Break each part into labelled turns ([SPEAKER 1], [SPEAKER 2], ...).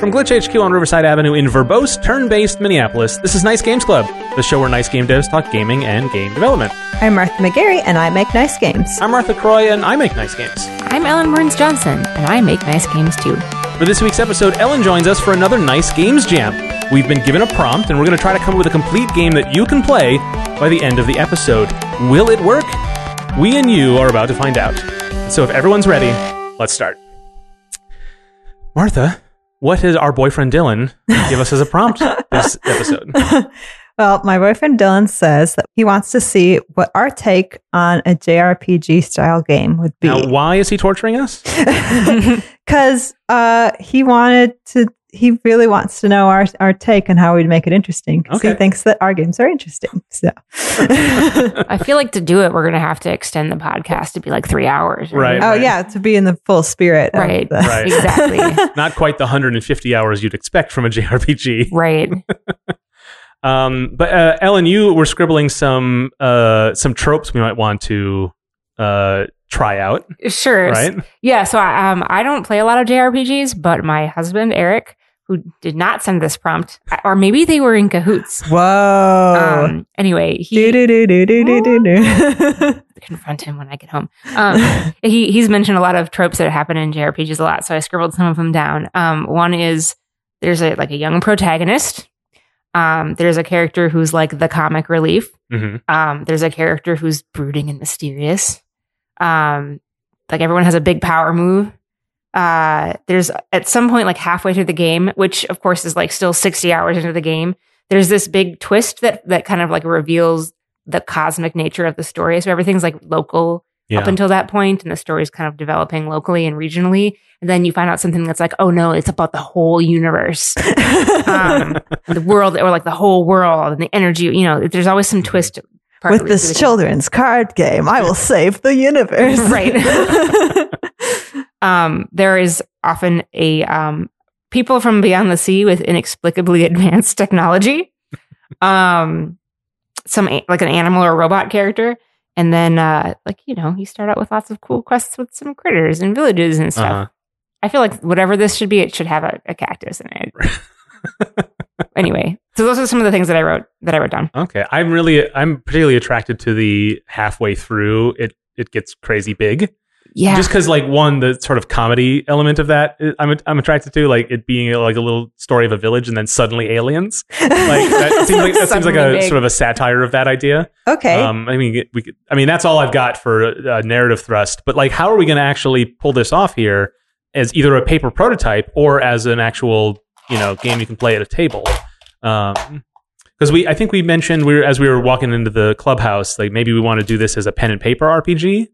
[SPEAKER 1] From Glitch HQ on Riverside Avenue in verbose, turn based Minneapolis, this is Nice Games Club, the show where nice game devs talk gaming and game development.
[SPEAKER 2] I'm Martha McGarry, and I make nice games.
[SPEAKER 1] I'm Martha Croy, and I make nice games.
[SPEAKER 3] I'm Ellen Burns Johnson, and I make nice games too.
[SPEAKER 1] For this week's episode, Ellen joins us for another Nice Games Jam. We've been given a prompt, and we're going to try to come up with a complete game that you can play by the end of the episode. Will it work? We and you are about to find out. So if everyone's ready, let's start. Martha, what has our boyfriend Dylan give us as a prompt this episode?
[SPEAKER 2] Well, my boyfriend Dylan says that he wants to see what our take on a JRPG style game would
[SPEAKER 1] Now,
[SPEAKER 2] be.
[SPEAKER 1] why is he torturing us?
[SPEAKER 2] Because uh, he wanted to, he really wants to know our, our take and how we'd make it interesting. 'cause he
[SPEAKER 1] Okay.
[SPEAKER 2] thinks that our games are interesting. So,
[SPEAKER 3] I feel like to do it, we're gonna have to extend the podcast to be like three hours.
[SPEAKER 1] Right.
[SPEAKER 2] oh, yeah, to be in the full spirit. of
[SPEAKER 3] Right.
[SPEAKER 2] the-
[SPEAKER 1] Right.
[SPEAKER 3] Exactly.
[SPEAKER 1] Not quite the 150 hours you'd expect from a JRPG.
[SPEAKER 3] right.
[SPEAKER 1] Um, but uh, Ellen, you were scribbling some uh, some tropes we might want to uh, try out,
[SPEAKER 3] Sure.
[SPEAKER 1] right?
[SPEAKER 3] Yeah. So I, um, I don't play a lot of JRPGs, but my husband Eric, who did not send this prompt, or maybe they were in cahoots.
[SPEAKER 1] Uh,
[SPEAKER 2] Whoa.
[SPEAKER 3] Um, anyway, he
[SPEAKER 2] Do, do, do, do, do, do, do, do.
[SPEAKER 3] confront him when I get home. Um, he he's mentioned a lot of tropes that happen in JRPGs a lot, so I scribbled some of them down. Um, one is there's a like a young protagonist. Um, there's a character who's like the comic relief.
[SPEAKER 1] hmm
[SPEAKER 3] Um, there's a character who's brooding and mysterious. Um, like everyone has a big power move. Uh, there's at some point, like halfway through the game, which of course is like still 60 hours into the game, there's this big twist that that kind of like reveals the cosmic nature of the story. So everything's like local
[SPEAKER 1] Yeah.
[SPEAKER 3] up until that point, and the story's kind of developing locally and regionally. And then you find out something that's like, oh no, it's about the whole universe um, the world or like the whole world and the energy. You know, there's always some twist. partly
[SPEAKER 2] With
[SPEAKER 3] through
[SPEAKER 2] this
[SPEAKER 3] the-
[SPEAKER 2] children's card game, I will save the universe.
[SPEAKER 3] Right. um, there is often a um, people from beyond the sea with inexplicably advanced technology. Um, some a- like an animal or robot character. And then, uh, like you know, you start out with lots of cool quests with some critters and villages and stuff.
[SPEAKER 1] Uh-huh.
[SPEAKER 3] I feel like whatever this should be, it should have a, a cactus in it. anyway, so those are some of the things that I wrote that I wrote down.
[SPEAKER 1] Okay, I'm really I'm particularly attracted to the halfway through it it gets crazy big.
[SPEAKER 3] Yeah,
[SPEAKER 1] Just cuz like one the sort of comedy element of that uh, I'm I'm attracted to like it being uh, like a little story of a village and then suddenly aliens. Like that seems like that seems like a
[SPEAKER 3] Suddenly big.
[SPEAKER 1] sort of a satire of that idea.
[SPEAKER 2] okay.
[SPEAKER 1] Um I mean we could, I mean that's all I've got for uh, narrative thrust, but like how are we going to actually pull this off here as either a paper prototype or as an actual, you know, game you can play at a table? Um because we, I think we mentioned we were as we were walking into the clubhouse, like maybe we want to do this as a pen and paper RPG.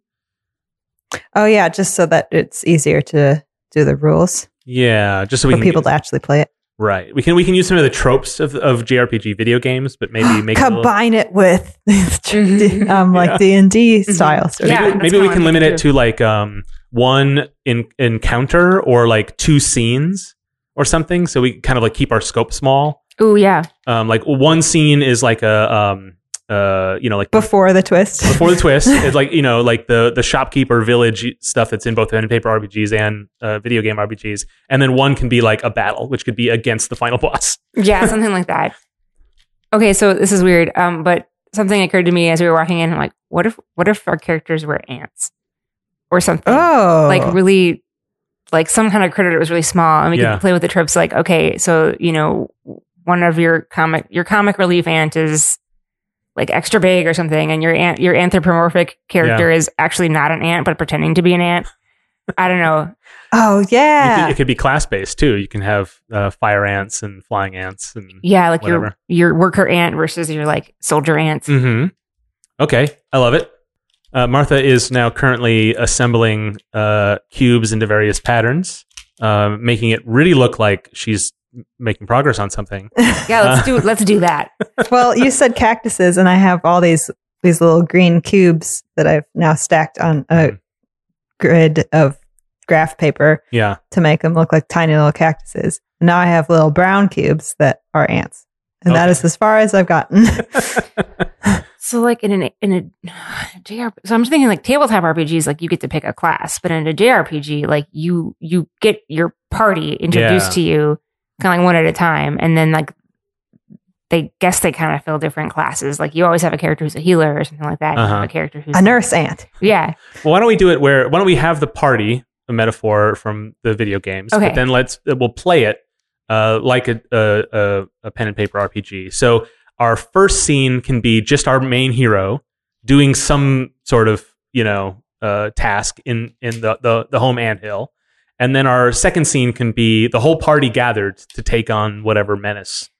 [SPEAKER 2] oh, yeah, just so that it's easier to do the rules
[SPEAKER 1] Yeah, just so we
[SPEAKER 2] for
[SPEAKER 1] can
[SPEAKER 2] people to actually play it.
[SPEAKER 1] right. We can we can use some of the tropes of, of JRPG video games, but maybe make it a little,
[SPEAKER 2] Combine it with
[SPEAKER 3] Mhm.
[SPEAKER 2] um,
[SPEAKER 1] Yeah.
[SPEAKER 2] like D and D style. sort of
[SPEAKER 3] Yeah,
[SPEAKER 1] maybe,
[SPEAKER 3] that's
[SPEAKER 1] maybe we
[SPEAKER 3] kinda
[SPEAKER 1] can
[SPEAKER 3] what I'm
[SPEAKER 1] limit it
[SPEAKER 3] thinking
[SPEAKER 1] to like um one in, encounter or like two scenes or something. So we kind of like keep our scope small.
[SPEAKER 3] Ooh, yeah.
[SPEAKER 1] Um, like one scene is like a um uh you know like
[SPEAKER 2] Before the twist.
[SPEAKER 1] before the twist it's like you know like the the shopkeeper village stuff that's in both pen and paper rpgs and uh, video game rpgs and then one can be like a battle which could be against the final boss
[SPEAKER 3] Yeah, something like that. Okay, so this is weird. Um, but something occurred to me as we were walking in. I'm like, what if what if our characters were ants or something?
[SPEAKER 2] oh,
[SPEAKER 3] Like really, like some kind of critter that was really small, and we
[SPEAKER 1] Yeah.
[SPEAKER 3] could play with the tropes. Like, okay, so you know, one of your comic your comic relief ant is like extra big or something, and your ant your anthropomorphic character is actually not an ant but pretending to be an ant. I don't know.
[SPEAKER 2] oh
[SPEAKER 1] You could-
[SPEAKER 2] yeah.
[SPEAKER 1] it could be class based too you can have uh, fire ants and flying ants and
[SPEAKER 3] Yeah, like
[SPEAKER 1] Whatever.
[SPEAKER 3] your your worker ant versus your like soldier ants.
[SPEAKER 1] hmm okay i love it uh, martha is now currently assembling uh, cubes into various patterns um, making it really look like she's making progress on something
[SPEAKER 3] Yeah, let's
[SPEAKER 1] Uh.
[SPEAKER 3] do let's do that.
[SPEAKER 2] well, you said cactuses, and I have all these these little green cubes that I've now stacked on a
[SPEAKER 1] Mhm.
[SPEAKER 2] grid of graph paper
[SPEAKER 1] yeah
[SPEAKER 2] to make them look like tiny little cactuses. And now I have little brown cubes that are ants, and that
[SPEAKER 1] Okay.
[SPEAKER 2] is as far as I've gotten.
[SPEAKER 3] So like in an in a JR, so I'm just thinking like tabletop RPGs, like you get to pick a class, but in a JRPG, like you you get your party introduced
[SPEAKER 1] Yeah.
[SPEAKER 3] to you kind of like one at a time, and then like they guess they kind of fill different classes. Like you always have a character who's a healer or something like that. You
[SPEAKER 1] Uh-huh.
[SPEAKER 3] have a character who's
[SPEAKER 2] A nurse aunt.
[SPEAKER 3] Yeah,
[SPEAKER 1] Well, why don't we do it where why don't we have the party a metaphor from the video games, but
[SPEAKER 3] Okay.
[SPEAKER 1] then let's we'll play it uh, like a, a, a, a pen and paper RPG. So our first scene can be just our main hero doing some sort of you know uh, task in in the the, the home anthill. And then our second scene can be the whole party gathered to take on whatever menace,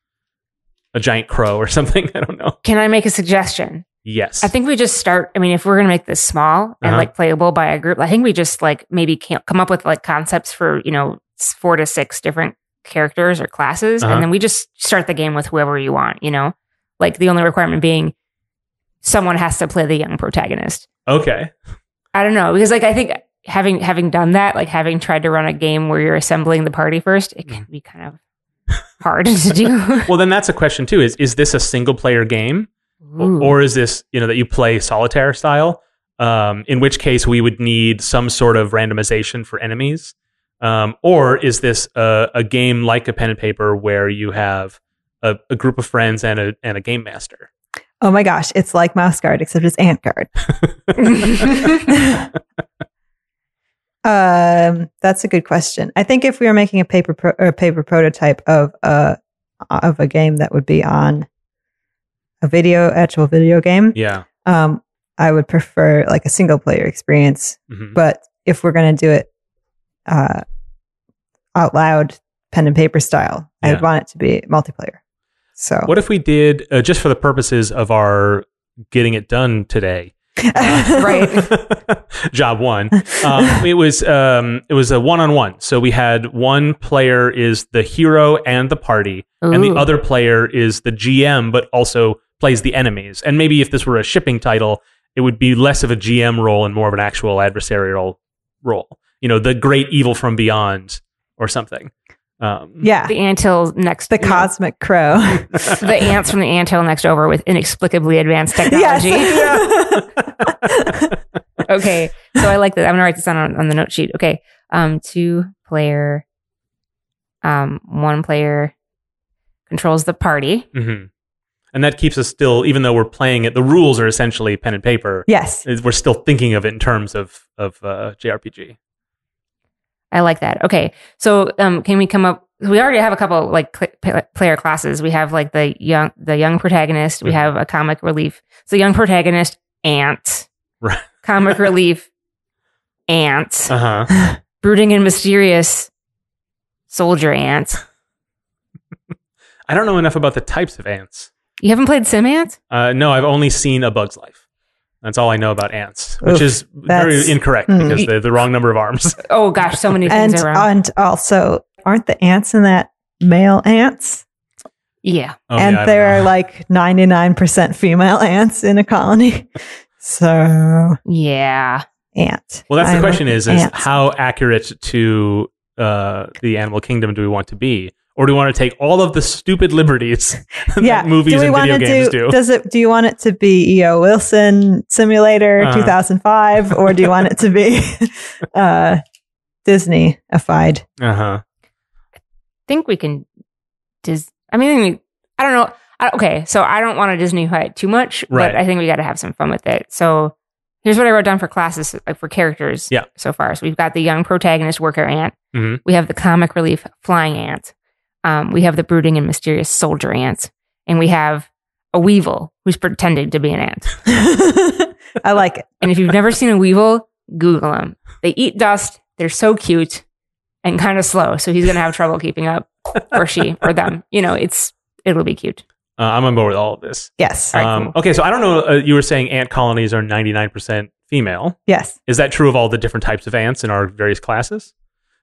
[SPEAKER 1] a giant crow or something. I don't know.
[SPEAKER 3] can I make a suggestion?
[SPEAKER 1] Yes,
[SPEAKER 3] I think we just start. I mean, if we're gonna make this small and
[SPEAKER 1] Uh-huh.
[SPEAKER 3] like playable by a group, I think we just like maybe can't come up with like concepts for you know s- four to six different characters or classes,
[SPEAKER 1] Uh-huh.
[SPEAKER 3] and then we just start the game with whoever you want. You know, like the only requirement being someone has to play the young protagonist.
[SPEAKER 1] okay.
[SPEAKER 3] I don't know because like I think having having done that, like having tried to run a game where you're assembling the party first, it
[SPEAKER 1] Mm.
[SPEAKER 3] can be kind of hard to do.
[SPEAKER 1] Well, then that's a question too. Is is this a single player game?
[SPEAKER 3] Ooh.
[SPEAKER 1] or is this you know that you play solitaire style um, in which case we would need some sort of randomization for enemies um, or is this a, a game like a pen and paper where you have a, a group of friends and a, and a game master
[SPEAKER 2] Oh my gosh, it's like mouse guard, except it's ant guard. um, that's a good question. I think if we were making a paper pro- or a paper prototype of a of a game that would be on a video actual video game,
[SPEAKER 1] yeah
[SPEAKER 2] um, I would prefer like a single player experience.
[SPEAKER 1] Mhm.
[SPEAKER 2] But if we're gonna do it uh, out loud, pen and paper style,
[SPEAKER 1] Yeah.
[SPEAKER 2] I'd want it to be multiplayer. So
[SPEAKER 1] what if we did uh, just for the purposes of our getting it done today Uh,
[SPEAKER 3] Right.
[SPEAKER 1] job one um, it was um, it was a one-on-one so we had one player is the hero and the party and the
[SPEAKER 3] Ooh.
[SPEAKER 1] other player is the GM, but also plays the enemies. And maybe if this were a shipping title, it would be less of a GM role and more of an actual adversarial role. You know, the great evil from beyond or something. Um,
[SPEAKER 2] yeah,
[SPEAKER 3] the anthill next
[SPEAKER 2] the cosmic crow.
[SPEAKER 3] the ants from the anthill next over with inexplicably advanced technology. Okay. So I like that. I'm gonna write this down on, on the note sheet. Okay. Um two player um one player controls the party.
[SPEAKER 1] Mhm. And that keeps us still, even though we're playing it, the rules are essentially pen and paper.
[SPEAKER 2] yes.
[SPEAKER 1] Is- We're still thinking of it in terms of, of uh, JRPG.
[SPEAKER 3] I like that. Okay. So um can we come up we already have a couple like cl- p- player classes. We have like the young the young protagonist, we
[SPEAKER 1] Mhm.
[SPEAKER 3] have a comic relief. So young protagonist ant.
[SPEAKER 1] Right.
[SPEAKER 3] Comic relief ant.
[SPEAKER 1] Uh huh.
[SPEAKER 3] brooding and mysterious soldier ant.
[SPEAKER 1] I don't know enough about the types of ants.
[SPEAKER 3] You haven't played Sim Ant?
[SPEAKER 1] Uh, no, I've only seen A Bug's Life. That's all I know about ants, which
[SPEAKER 2] Oof,
[SPEAKER 1] is very
[SPEAKER 2] that's-
[SPEAKER 1] incorrect
[SPEAKER 2] Mm.
[SPEAKER 1] because they're the wrong number of arms.
[SPEAKER 3] Oh gosh, so many things
[SPEAKER 2] and
[SPEAKER 3] are wrong.
[SPEAKER 2] and also aren't the ants in that male ants
[SPEAKER 3] yeah.
[SPEAKER 1] Oh,
[SPEAKER 2] and
[SPEAKER 1] yeah, I don't
[SPEAKER 2] there are
[SPEAKER 1] know.
[SPEAKER 2] like 99% female ants in a colony so
[SPEAKER 3] Yeah.
[SPEAKER 2] ant
[SPEAKER 1] well, that's the
[SPEAKER 2] I'm
[SPEAKER 1] question: is is
[SPEAKER 2] ants.
[SPEAKER 1] how accurate to uh, the animal kingdom do we want to be, or do we want to take all of the stupid liberties that
[SPEAKER 2] yeah
[SPEAKER 1] movies
[SPEAKER 2] do we
[SPEAKER 1] and
[SPEAKER 2] want
[SPEAKER 1] video
[SPEAKER 2] to
[SPEAKER 1] games do?
[SPEAKER 2] do, does it do you want it to be eo wilson simulator
[SPEAKER 1] Uh-huh.
[SPEAKER 2] 2005 or do you want it to be uh disneyified
[SPEAKER 1] Uh huh.
[SPEAKER 3] think we can dis I mean I don't know. I, okay, so I don't want to Disney it too much,
[SPEAKER 1] Right.
[SPEAKER 3] but I think we got to have some fun with it. So here's what I wrote down for classes like for characters
[SPEAKER 1] Yeah.
[SPEAKER 3] so far. So we've got the young protagonist worker ant.
[SPEAKER 1] Mhm.
[SPEAKER 3] We have the comic relief flying ant. Um, we have the brooding and mysterious soldier ant. And we have a weevil who's pretending to be an ant.
[SPEAKER 2] i like it
[SPEAKER 3] And if you've never seen a weevil, Google them. They eat dust. They're so cute and kind of slow. So he's going to have trouble keeping up, or she, or them. You know, it's, it'll be cute.
[SPEAKER 1] Uh, I'm on board with all of this.
[SPEAKER 2] yes
[SPEAKER 3] All right,
[SPEAKER 1] Um,
[SPEAKER 3] cool.
[SPEAKER 1] Okay, so I don't know. Uh, you were saying ant colonies are 99% female.
[SPEAKER 2] yes
[SPEAKER 1] Is that true of all the different types of ants in our various classes?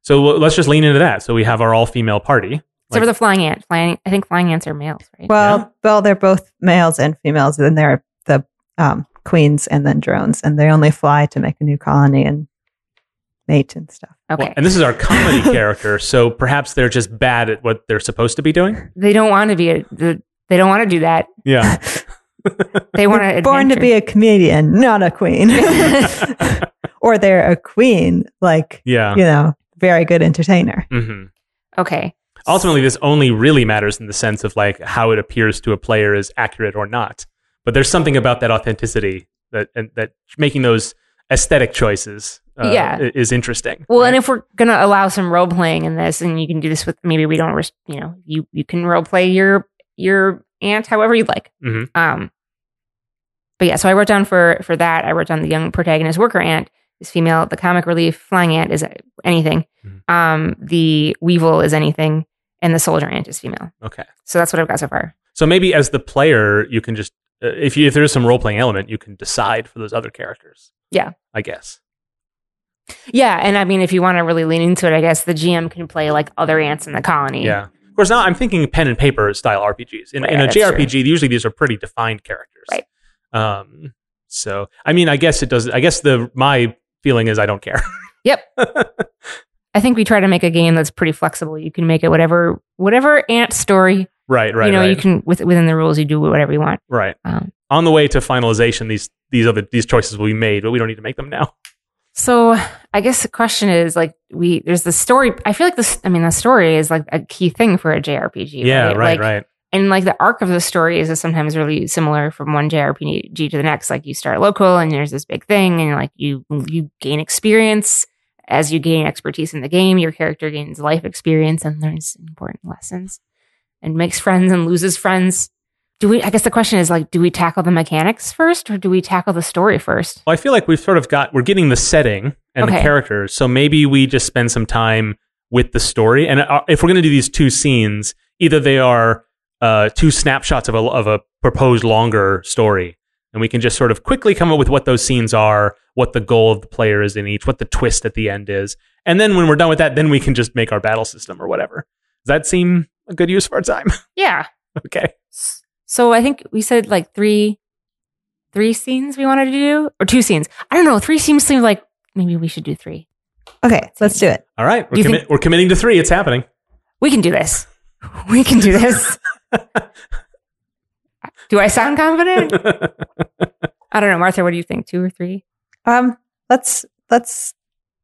[SPEAKER 1] So well, let's just lean into that. So we have our all female party.
[SPEAKER 3] Except
[SPEAKER 1] Like-
[SPEAKER 3] for the flying ant. Flying, I think flying ants are males, right?
[SPEAKER 2] well
[SPEAKER 1] Yeah.
[SPEAKER 2] well they're both males and females and they're the um, queens and then drones and they only fly to make a new colony and mate and stuff
[SPEAKER 3] okay.
[SPEAKER 1] Well, and this is our comedy character, so perhaps they're just bad at what they're supposed to be doing.
[SPEAKER 3] they don't want to be, a, the, they don't want to do that.
[SPEAKER 1] Yeah.
[SPEAKER 3] They want to
[SPEAKER 2] born to be a comedian, not a queen, or they're a queen, like
[SPEAKER 1] yeah.
[SPEAKER 2] you know, very good entertainer.
[SPEAKER 1] hmm
[SPEAKER 3] okay.
[SPEAKER 1] Ultimately, this only really matters in the sense of like how it appears to a player is accurate or not. But there's something about that authenticity that and that making those aesthetic choices uh,
[SPEAKER 3] Yeah.
[SPEAKER 1] i- is interesting.
[SPEAKER 3] Well, and
[SPEAKER 1] right?
[SPEAKER 3] if we're gonna allow some role playing in this, and you can do this with maybe we don't, res- you know, you you can role play your your aunt however you like.
[SPEAKER 1] Mhm.
[SPEAKER 3] Um, but yeah, so I wrote down for for that. I wrote down the young protagonist worker ant is female. The comic relief flying ant is anything.
[SPEAKER 1] Mhm.
[SPEAKER 3] Um, the weevil is anything, and the soldier ant is female.
[SPEAKER 1] okay.
[SPEAKER 3] So that's what I've got so far.
[SPEAKER 1] So maybe as the player, you can just uh, if you, if there is some role playing element, you can decide for those other characters.
[SPEAKER 3] Yeah.
[SPEAKER 1] I guess.
[SPEAKER 3] Yeah, and I mean, if you want to really lean into it, I guess the GM can play like other ants in the colony.
[SPEAKER 1] Yeah. Of course, now I'm thinking pen and paper style RPGs. In,
[SPEAKER 3] Right,
[SPEAKER 1] in a
[SPEAKER 3] that's true.
[SPEAKER 1] JRPG, usually these are pretty defined characters.
[SPEAKER 3] Right.
[SPEAKER 1] Um, so, I mean, I guess it does. I guess the my feeling is I don't care.
[SPEAKER 3] I think we try to make a game that's pretty flexible. You can make it whatever whatever ant story.
[SPEAKER 1] right. Right.
[SPEAKER 3] you know,
[SPEAKER 1] right.
[SPEAKER 3] you can with, within the rules you do whatever you want.
[SPEAKER 1] right.
[SPEAKER 3] Um,
[SPEAKER 1] On the way to finalization, these these other these choices will be made, but we don't need to make them now.
[SPEAKER 3] so I guess the question is like we there's the story. I feel like this. I mean, the story is like a key thing for a JRPG.
[SPEAKER 1] yeah.
[SPEAKER 3] right.
[SPEAKER 1] Right.
[SPEAKER 3] like,
[SPEAKER 1] right.
[SPEAKER 3] And like the arc of the story is sometimes really similar from one JRPG to the next. Like you start local and there's this big thing, and like you you gain experience. As you gain expertise in the game, your character gains life experience and learns important lessons, and makes friends and loses friends. Do we? I guess the question is like, do we tackle the mechanics first, or do we tackle the story first?
[SPEAKER 1] Well, I feel like we've sort of got we're getting the setting and the
[SPEAKER 3] Okay.
[SPEAKER 1] characters, so maybe we just spend some time with the story. And uh, if we're going to do these two scenes, either they are uh, two snapshots of a of a proposed longer story, and we can just sort of quickly come up with what those scenes are, what the goal of the player is in each, what the twist at the end is, and then when we're done with that, then we can just make our battle system or whatever. Does that seem a good use for our time?
[SPEAKER 3] Yeah.
[SPEAKER 1] okay.
[SPEAKER 3] So I think we said like three, three scenes we wanted to do, or two scenes. I don't know. Three seems seems like maybe we should do three.
[SPEAKER 2] Okay, let's do it.
[SPEAKER 1] All right, we're,
[SPEAKER 3] You
[SPEAKER 1] commi-
[SPEAKER 3] think-
[SPEAKER 1] we're committing to three. It's happening.
[SPEAKER 3] We can do this. We can do this. do I sound confident? I don't know, Martha. What do you think? Two or three?
[SPEAKER 2] Um, let's let's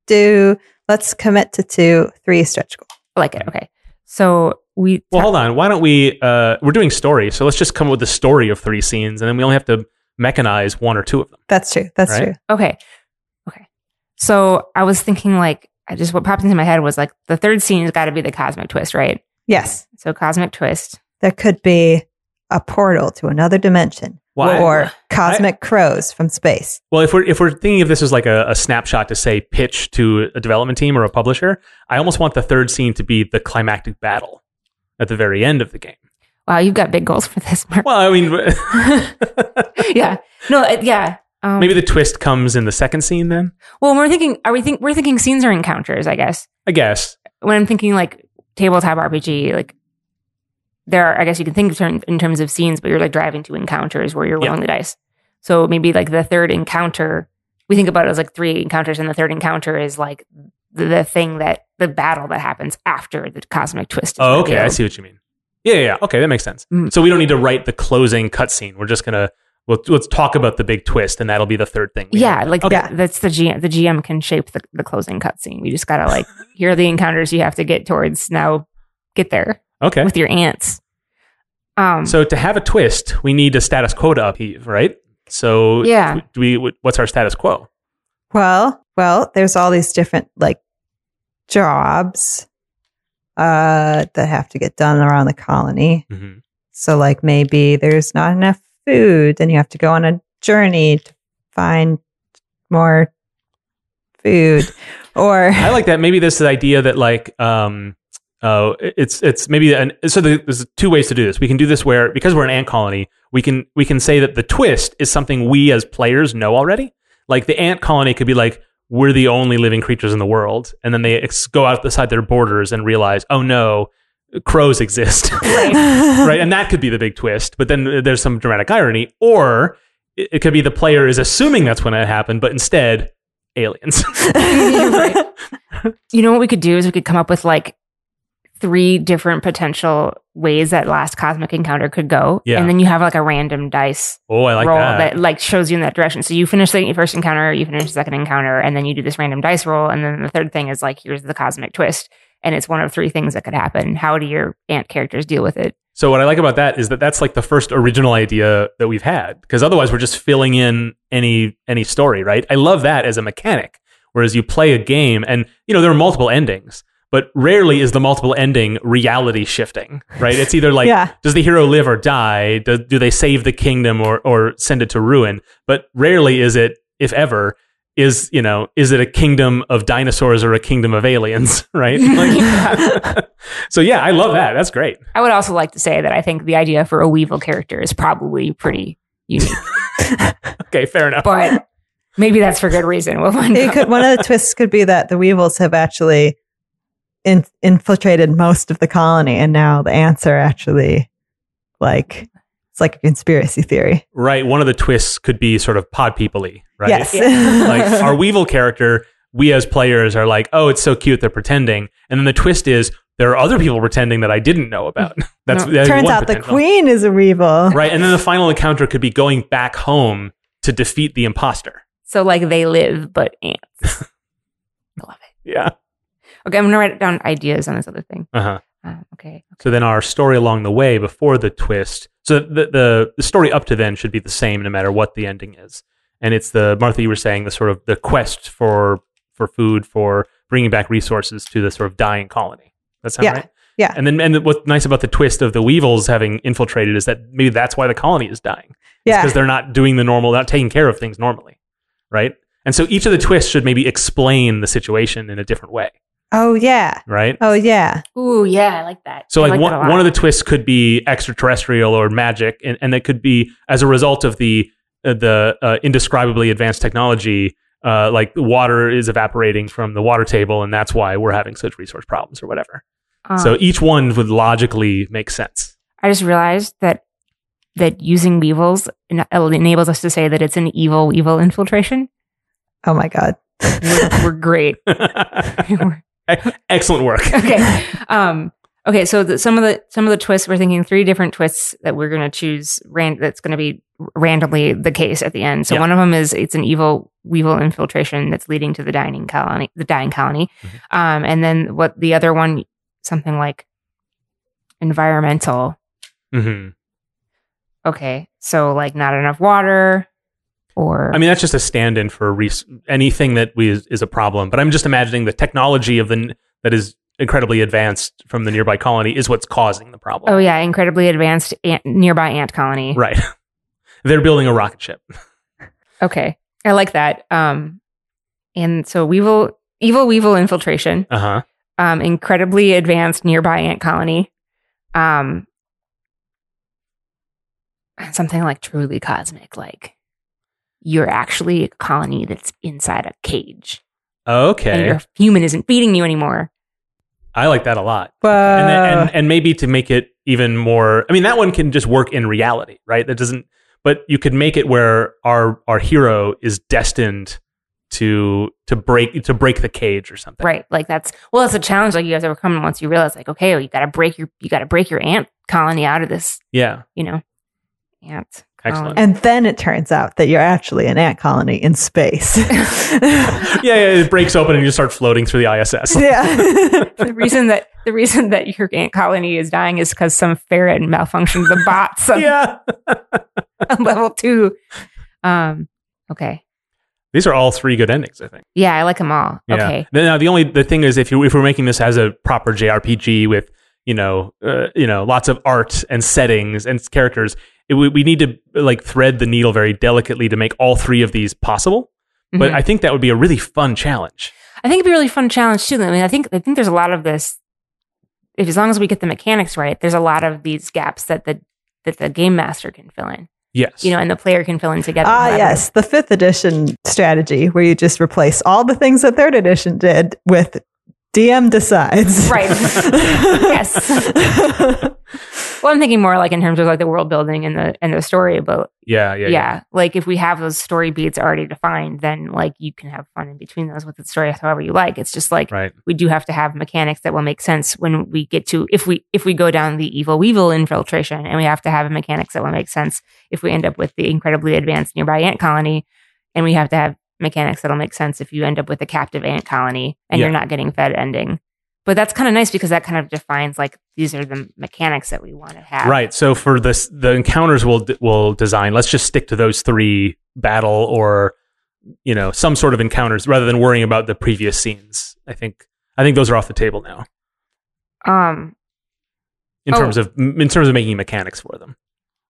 [SPEAKER 2] do let's commit to two, three stretch goals.
[SPEAKER 3] I like it. Okay. So we.
[SPEAKER 1] Well, hold on. Why don't we? Uh, we're doing story, so let's just come up with the story of three scenes, and then we only have to mechanize one or two of them.
[SPEAKER 2] That's true. That's
[SPEAKER 1] Right.
[SPEAKER 2] true.
[SPEAKER 3] Okay. Okay. So I was thinking like I just what popped into my head was like the third scene has got to be the cosmic twist, right?
[SPEAKER 2] Yes,
[SPEAKER 3] So cosmic twist.
[SPEAKER 2] there could be a portal to another dimension,
[SPEAKER 1] Why-
[SPEAKER 2] or cosmic crows from space.
[SPEAKER 1] Well, if we're if we're thinking of this as like a, a snapshot to say pitch to a development team or a publisher, I almost want the third scene to be the climactic battle at the very end of the game.
[SPEAKER 3] Wow, you've got big goals for this, Mark.
[SPEAKER 1] Well, I mean,
[SPEAKER 3] yeah. No. uh, Yeah. Um,
[SPEAKER 1] maybe the twist comes in the second scene. Then
[SPEAKER 3] Well, we're thinking. Are we think we're thinking scenes or encounters? I guess.
[SPEAKER 1] I guess
[SPEAKER 3] when I'm thinking like tabletop RPG, like there are, I guess you can think of term, in terms of scenes, but you're like driving to encounters where you're
[SPEAKER 1] Yeah.
[SPEAKER 3] rolling the dice. So maybe like the third encounter, we think about it as like three encounters, and the third encounter is like the, the thing that the battle that happens after the cosmic twist. Is
[SPEAKER 1] Oh, okay. I
[SPEAKER 3] revealed.
[SPEAKER 1] see what you mean. Yeah, yeah, yeah. Okay, that makes sense.
[SPEAKER 3] Mm.
[SPEAKER 1] So we don't need to write the closing cutscene. We're just gonna we'll, let's talk about the big twist, and that'll be the third thing. we
[SPEAKER 3] Yeah,
[SPEAKER 1] have.
[SPEAKER 3] like
[SPEAKER 1] okay.
[SPEAKER 3] th- that's the GM. The GM can shape the, the closing cutscene. We just gotta like here are the encounters you have to get towards. Now get there
[SPEAKER 1] Okay.
[SPEAKER 3] with your ants. Um,
[SPEAKER 1] So to have a twist, we need a status quo to upheave, right? So
[SPEAKER 3] Yeah.
[SPEAKER 1] do we what's our status quo?
[SPEAKER 2] Well, well, there's all these different like jobs uh that have to get done around the colony.
[SPEAKER 1] Mm-hmm.
[SPEAKER 2] So like maybe there's not enough food and you have to go on a journey to find more food or
[SPEAKER 1] I like that. Maybe this idea that like um uh, it's it's maybe an so the, there's two ways to do this. We can do this where because we're an ant colony, we can we can say that the twist is something we as players know already. Like the ant colony could be like we're the only living creatures in the world, and then they ex- go outside their borders and realize, oh no, crows exist. right? And that could be the big twist, but then there's some dramatic irony, or it, it could be the player is assuming that's when it happened, but instead, aliens.
[SPEAKER 3] You know what we could do is we could come up with like three different potential ways that last cosmic encounter could go.
[SPEAKER 1] Yeah.
[SPEAKER 3] And then you have like a random dice
[SPEAKER 1] Oh, I like
[SPEAKER 3] roll
[SPEAKER 1] that.
[SPEAKER 3] like shows you in that direction. So you finish the first encounter, you finish the second encounter, and then you do this random dice roll. And then the third thing is like, here's the cosmic twist. And it's one of three things that could happen. How do your ant characters deal with it?
[SPEAKER 1] So what I like about that is that that's like the first original idea that we've had because otherwise we're just filling in any any story, right? I love that as a mechanic. Whereas you play a game and you know there are multiple endings, but rarely is the multiple ending reality shifting, right? It's either like
[SPEAKER 2] yeah.
[SPEAKER 1] does the hero live or die? Do, do they save the kingdom or or send it to ruin? But rarely is it, if ever, is you know is it a kingdom of dinosaurs or a kingdom of aliens, right? Like- so yeah, I love that. That's great.
[SPEAKER 3] I would also like to say that I think the idea for a Weevil character is probably pretty unique,
[SPEAKER 1] Okay, fair enough.
[SPEAKER 3] but maybe that's for good reason. We'll find
[SPEAKER 2] It
[SPEAKER 3] out.
[SPEAKER 2] could, one of the twists could be that the Weevils have actually in, infiltrated most of the colony, and now the ants are actually like it's like a conspiracy theory.
[SPEAKER 1] Right. One of the twists could be sort of pod people y, right?
[SPEAKER 2] Yes.
[SPEAKER 1] like our Weevil character, we as players are like, oh, it's so cute they're pretending. And then the twist is there are other people pretending that I didn't know about. That's
[SPEAKER 3] No.
[SPEAKER 1] that's
[SPEAKER 2] Turns
[SPEAKER 1] one
[SPEAKER 2] out the
[SPEAKER 1] potential.
[SPEAKER 2] queen is a Weevil.
[SPEAKER 1] Right. And then the final encounter could be going back home to defeat the imposter.
[SPEAKER 3] So like they live, but ants. I love it.
[SPEAKER 1] Yeah.
[SPEAKER 3] Okay, I'm gonna write down ideas on this other thing.
[SPEAKER 1] Uh huh.
[SPEAKER 3] Uh, okay,
[SPEAKER 1] So then our story along the way before the twist. So the, the the story up to then should be the same no matter what the ending is. And it's the Martha you were saying the sort of the quest for for food for bringing back resources to the sort of dying colony. That sound
[SPEAKER 2] Yeah.
[SPEAKER 1] right?
[SPEAKER 2] Yeah.
[SPEAKER 1] And then and what's nice about the twist of the Weevils having infiltrated is that maybe that's why the colony is dying.
[SPEAKER 2] Yeah.
[SPEAKER 1] because they're not doing the normal, not taking care of things normally, right? And so each of the twists should maybe explain the situation in a different way,
[SPEAKER 2] Oh yeah.
[SPEAKER 1] right?
[SPEAKER 2] Oh yeah.
[SPEAKER 3] Ooh, yeah, I like that.
[SPEAKER 1] So like, one, one of the twists could be extraterrestrial or magic, and, and that could be as a result of the uh, the uh, indescribably advanced technology. Uh, like the water is evaporating from the water table, and that's why we're having such resource problems or whatever.
[SPEAKER 3] the
[SPEAKER 1] So e-, each one would logically make sense.
[SPEAKER 3] Uh, I just realized that that using weevils en- enables us to say that it's an evil weevil infiltration.
[SPEAKER 2] Oh my god.
[SPEAKER 3] We're, we're great. We're-
[SPEAKER 1] Excellent work.
[SPEAKER 3] okay. Um, okay. So the, some of the some of the twists we're thinking three different twists that we're going to choose. Ran- that's going to be randomly the case at the end. So
[SPEAKER 1] Yeah.
[SPEAKER 3] one of them is it's an evil weevil infiltration that's leading to the dining colony, the dying colony.
[SPEAKER 1] Mm-hmm.
[SPEAKER 3] Um, and then what the other one, something like environmental.
[SPEAKER 1] hmm
[SPEAKER 3] Okay. So like not enough water, or
[SPEAKER 1] I mean, that's just a stand-in for res- anything that we is, is a problem. But I'm just imagining the technology of the n- that is incredibly advanced from the nearby colony is what's causing the problem.
[SPEAKER 3] oh yeah, incredibly advanced ant, nearby ant colony.
[SPEAKER 1] right. They're building a rocket ship.
[SPEAKER 3] Okay. I like that. Um, and so weevil, evil weevil infiltration,
[SPEAKER 1] Uh huh.
[SPEAKER 3] um, incredibly advanced nearby ant colony, um, something like truly cosmic, like you're actually a colony that's inside a cage, and
[SPEAKER 1] Okay,
[SPEAKER 3] your human isn't feeding you anymore.
[SPEAKER 1] I like that a lot.
[SPEAKER 2] Whoa.
[SPEAKER 1] and, then,
[SPEAKER 3] Uh.
[SPEAKER 1] and and maybe to make it even more. I mean, that one can just work in reality, right? That doesn't. But you could make it where our our hero is destined to to break to break the cage or something.
[SPEAKER 3] Right. Like that's well, that's a challenge like you guys overcome once you realize like, okay, well, you gotta break your you gotta break your ant colony out of this,
[SPEAKER 1] Yeah.
[SPEAKER 3] you know, ant.
[SPEAKER 1] Excellent.
[SPEAKER 3] colony.
[SPEAKER 2] And then it turns out that you're actually an ant colony in space.
[SPEAKER 1] Yeah, yeah, it breaks open and you just start floating through the ISS.
[SPEAKER 2] yeah.
[SPEAKER 3] the reason that the reason that your ant colony is dying is because some ferret malfunctioned the bots on
[SPEAKER 1] yeah.
[SPEAKER 3] on level two. Um, okay,
[SPEAKER 1] These are all three good endings, I think.
[SPEAKER 3] yeah, I like them all.
[SPEAKER 1] Yeah.
[SPEAKER 3] Okay,
[SPEAKER 1] Then, now the only the thing is if you if we're making this as a proper JRPG with you know uh, you know lots of art and settings and s- characters, it, we, we need to like thread the needle very delicately to make all three of these possible. But
[SPEAKER 3] Mhm.
[SPEAKER 1] I think that would be a really fun challenge.
[SPEAKER 3] I think it'd be a really fun challenge too. I mean, I think I think there's a lot of this. If as long as we get the mechanics right, there's a lot of these gaps that the that the game master can fill in,
[SPEAKER 1] Yes.
[SPEAKER 3] you know, and the player can fill in together.
[SPEAKER 2] Ah,
[SPEAKER 3] however.
[SPEAKER 2] yes, the fifth edition strategy where you just replace all the things that third edition did with DM decides.
[SPEAKER 3] Right. Yes. Well, I'm thinking more like in terms of like the world building and the and the story, but
[SPEAKER 1] Yeah, yeah,
[SPEAKER 3] yeah, like if we have those story beats already defined, then like you can have fun in between those with the story however you like. It's just like
[SPEAKER 1] Right.
[SPEAKER 3] we do have to have mechanics that will make sense when we get to if we if we go down the evil weevil infiltration and we have to have mechanics that will make sense if we end up with the incredibly advanced nearby ant colony and we have to have mechanics that'll make sense if you end up with a captive ant colony and you're
[SPEAKER 1] Yeah.
[SPEAKER 3] not getting fed ending but that's kind of nice because that kind of defines like these are the mechanics that we want to have
[SPEAKER 1] Right. So for this, the encounters we'll d- we'll design. Let's just stick to those three battle or you know some sort of encounters rather than worrying about the previous scenes. I think I think those are off the table now
[SPEAKER 3] um
[SPEAKER 1] in
[SPEAKER 3] Oh.
[SPEAKER 1] terms of m- in terms of making mechanics for them.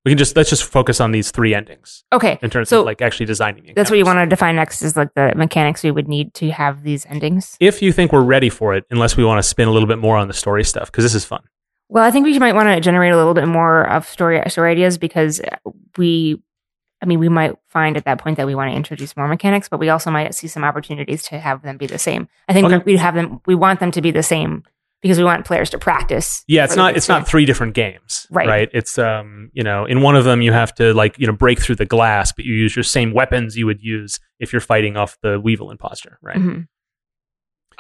[SPEAKER 1] We can just let's just focus on these three endings
[SPEAKER 3] okay
[SPEAKER 1] in terms
[SPEAKER 3] So,
[SPEAKER 1] of like actually designing. The
[SPEAKER 3] that's what you
[SPEAKER 1] encounters.
[SPEAKER 3] want to define next is like the mechanics we would need to have these endings
[SPEAKER 1] If you think we're ready for it, unless we want to spin a little bit more on the story stuff, because this is fun.
[SPEAKER 3] Well, I think we might want to generate a little bit more of story story ideas because uh, we, I mean, we might find at that point that we want to introduce more mechanics, but we also might see some opportunities to have them be the same. I think
[SPEAKER 1] Okay.
[SPEAKER 3] we have them. We want them to be the same because we want players to practice.
[SPEAKER 1] Yeah, it's
[SPEAKER 3] for the
[SPEAKER 1] not it's not
[SPEAKER 3] experience.
[SPEAKER 1] three different games,
[SPEAKER 3] Right.
[SPEAKER 1] It's um, you know, in one of them you have to like you know break through the glass, but you use your same weapons you would use if you're fighting off the Weevil imposter, right?
[SPEAKER 3] Mhm.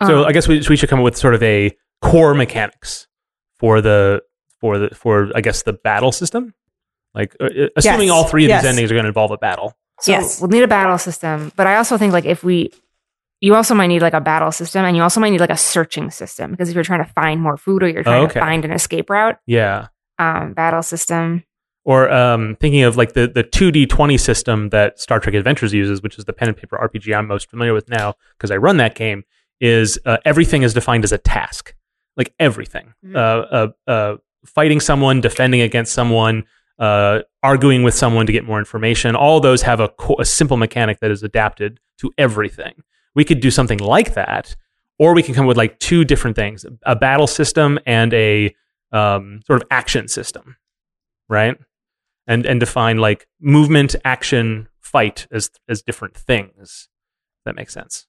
[SPEAKER 1] So
[SPEAKER 3] Um,
[SPEAKER 1] I guess we, so we should come up with sort of a core mechanics for the for the for I guess the battle system, like uh, uh, assuming
[SPEAKER 2] Yes.
[SPEAKER 1] all three of
[SPEAKER 2] Yes.
[SPEAKER 1] these endings are going to involve a battle.
[SPEAKER 3] So
[SPEAKER 2] Yes.
[SPEAKER 3] we'll need a battle system, but I also think like if we, you also might need like a battle system, and you also might need like a searching system because if you're trying to find more food or you're trying
[SPEAKER 1] Okay.
[SPEAKER 3] to find an escape route,
[SPEAKER 1] Yeah.
[SPEAKER 3] um, battle system.
[SPEAKER 1] Or um, thinking of like the the two D twenty system that Star Trek Adventures uses, which is the pen and paper RPG I'm most familiar with now because I run that game. Is uh, everything is defined as a task, like everything.
[SPEAKER 3] Mhm.
[SPEAKER 1] Uh, uh, uh, fighting someone, defending against someone, uh, arguing with someone to get more information. All those have a, co- a simple mechanic that is adapted to everything. We could do something like that, or we can come up with like two different things: a battle system and a um, sort of action system, right? and and define like movement, action, fight as as different things. If that makes sense.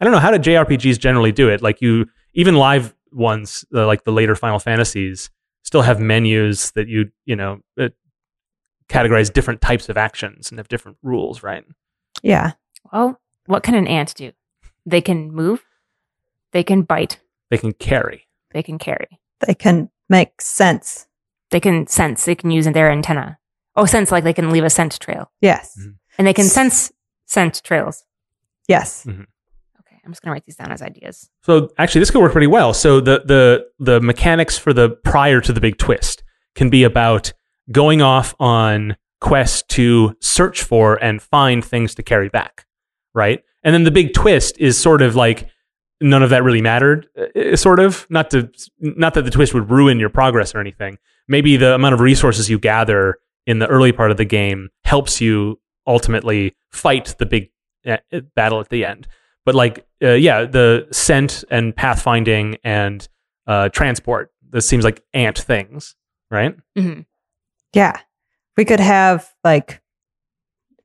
[SPEAKER 1] I don't know how do JRPGs generally do it. Like you, even live ones uh, like the later Final Fantasies still have menus that you you know uh, categorize different types of actions and have different rules, right?
[SPEAKER 2] Yeah.
[SPEAKER 3] Well, what can an ant do? They can move, they can bite,
[SPEAKER 1] They can carry.
[SPEAKER 3] they can carry,
[SPEAKER 2] They can make sense.
[SPEAKER 3] they can sense, they can use their antenna. Oh, sense like they can leave a scent trail,
[SPEAKER 2] Yes.
[SPEAKER 1] Mhm.
[SPEAKER 3] and they can sense scent trails.
[SPEAKER 2] Yes.
[SPEAKER 3] Okay, I'm just gonna write these down as ideas.
[SPEAKER 1] So actually, this could work pretty well. So the the the mechanics for the prior to the big twist can be about going off on quests to search for and find things to carry back, right? And then the big twist is sort of like none of that really mattered, uh, uh, sort of. Not to not that the twist would ruin your progress or anything. Maybe the amount of resources you gather in the early part of the game helps you ultimately fight the big uh, battle at the end but like uh, yeah the scent and pathfinding and uh, transport this seems like ant things right
[SPEAKER 3] Mhm.
[SPEAKER 2] Yeah. We could have like,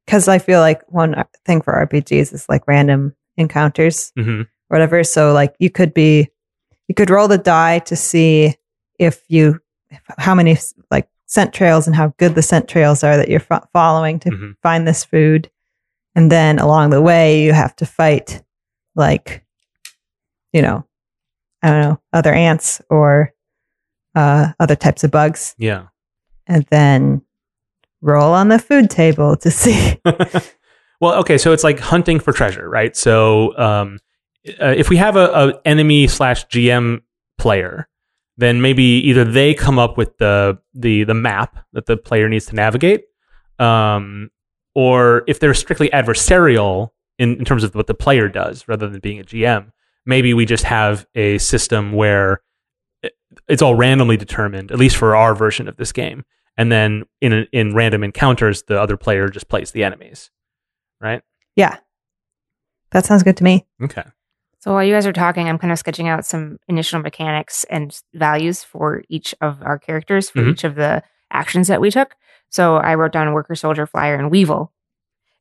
[SPEAKER 2] because I feel like one uh, thing for RPGs is like random encounters.
[SPEAKER 1] mm-hmm.
[SPEAKER 2] whatever. So like you could be, you could roll the die to see if you, how many like scent trails and how good the scent trails are that you're fo- following to
[SPEAKER 1] Mhm.
[SPEAKER 2] find this food. And then along the way, you have to fight like, you know, I don't know, other ants or uh, other types of bugs.
[SPEAKER 1] yeah
[SPEAKER 2] And then roll on the food table to see.
[SPEAKER 1] well okay so it's like hunting for treasure right so um, uh, if we have a, a enemy slash gm player then maybe either they come up with the the the map that the player needs to navigate um, or if they're strictly adversarial in, in terms of what the player does rather than being a gm maybe we just have a system where it- it's all randomly determined at least for our version of this game and then in in random encounters the other player just plays the enemies
[SPEAKER 2] that sounds good to me.
[SPEAKER 1] okay
[SPEAKER 3] So while you guys are talking, I'm kind of sketching out some initial mechanics and values for each of our characters for
[SPEAKER 1] Mhm.
[SPEAKER 3] each of the actions that we took. So I wrote down worker, soldier, flyer, and weevil.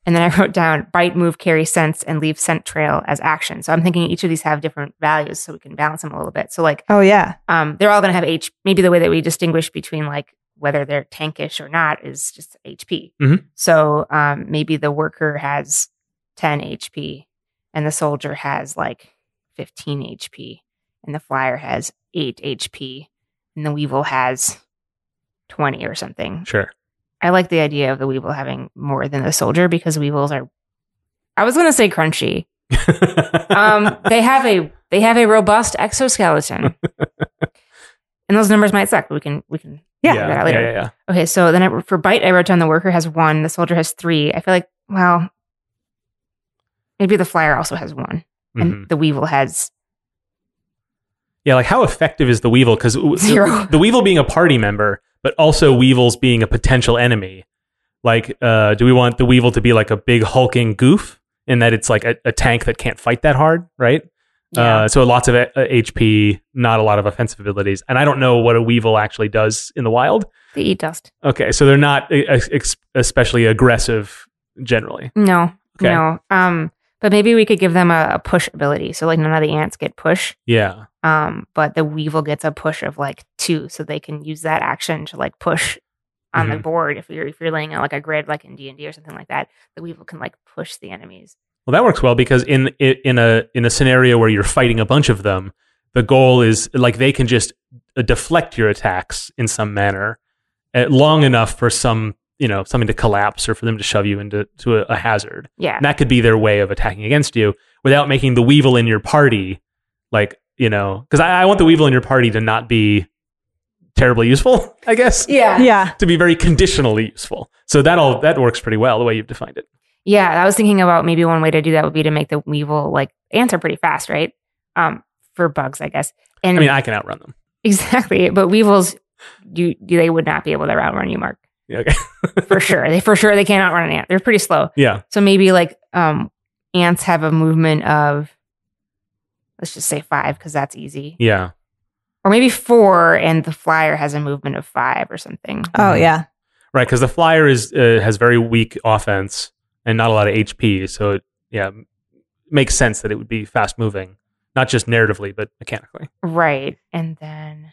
[SPEAKER 3] And then I wrote down bite, move, carry, sense, and leave scent trail as action. So I'm thinking each of these have different values so we can balance them a little bit. So like
[SPEAKER 2] Oh, yeah.
[SPEAKER 3] um, they're all going to have H. Maybe the way that we distinguish between like whether they're tankish or not is just HP.
[SPEAKER 1] Mhm.
[SPEAKER 3] So um, maybe the worker has 10 HP and the soldier has like 15 HP and the flyer has 8 HP and the weevil has 20 or something.
[SPEAKER 1] Sure.
[SPEAKER 3] I like the idea of the weevil having more than the soldier because weevils are I was going to say crunchy. Um they have a they have a robust exoskeleton. and those numbers might suck, but we can we can
[SPEAKER 2] Yeah.
[SPEAKER 3] figure that out later.
[SPEAKER 1] yeah, yeah.
[SPEAKER 3] Okay, so then I, for bite, I wrote down the worker has one, the soldier has three. I feel like, well, maybe the flyer also has one,
[SPEAKER 1] Mhm.
[SPEAKER 3] and the weevil has
[SPEAKER 1] Yeah, like how effective is the Weevil? Because
[SPEAKER 3] Zero.
[SPEAKER 1] the Weevil being a party member, but also Weevils being a potential enemy. Like, uh, do we want the Weevil to be like a big hulking goof in that it's like a, a tank that can't fight that hard, right? Uh, so lots of uh, HP, not a lot of offensive abilities. And I don't know what a Weevil actually does in the wild.
[SPEAKER 3] they eat dust.
[SPEAKER 1] Okay, so they're not uh, ex- especially aggressive generally.
[SPEAKER 3] No,
[SPEAKER 1] Okay.
[SPEAKER 3] no. Um, but maybe we could give them a, a push ability. So like none of the ants get push,
[SPEAKER 1] Yeah.
[SPEAKER 3] um, but the weevil gets a push of like two, so they can use that action to like push on
[SPEAKER 1] Mm-hmm.
[SPEAKER 3] the board. If you're if you're laying out like a grid, like in D and D or something like that, the weevil can like push the enemies.
[SPEAKER 1] Well, that works well because in i- in a in a scenario where you're fighting a bunch of them, the goal is like they can just uh, deflect your attacks in some manner, uh, long enough for some you know something to collapse or for them to shove you into to a, a hazard.
[SPEAKER 3] Yeah.
[SPEAKER 1] And that could be their way of attacking against you without making the weevil in your party like you know because I, I want the weevil in your party to not be terribly useful. I guess
[SPEAKER 3] Yeah.
[SPEAKER 2] Yeah.
[SPEAKER 1] to be very conditionally useful. So that all that works pretty well the way you've defined it.
[SPEAKER 3] Yeah, I was thinking about maybe one way to do that would be to make the weevil like ants are pretty fast, right? Um, for bugs, I guess. And
[SPEAKER 1] I mean, I can outrun them.
[SPEAKER 3] exactly, but weevils, you they would not be able to outrun you, Mark,
[SPEAKER 1] Yeah, okay.
[SPEAKER 3] for sure. They for sure they can't outrun an ant. They're pretty slow.
[SPEAKER 1] Yeah.
[SPEAKER 3] So maybe like um, ants have a movement of, let's just say five because that's easy,
[SPEAKER 1] Yeah.
[SPEAKER 3] or maybe four, and the flyer has a movement of five or something.
[SPEAKER 2] Oh yeah.
[SPEAKER 1] Right, because the flyer is uh, has very weak offense and not a lot of HP, so it, yeah, m- makes sense that it would be fast moving, not just narratively but mechanically.
[SPEAKER 3] Right. And then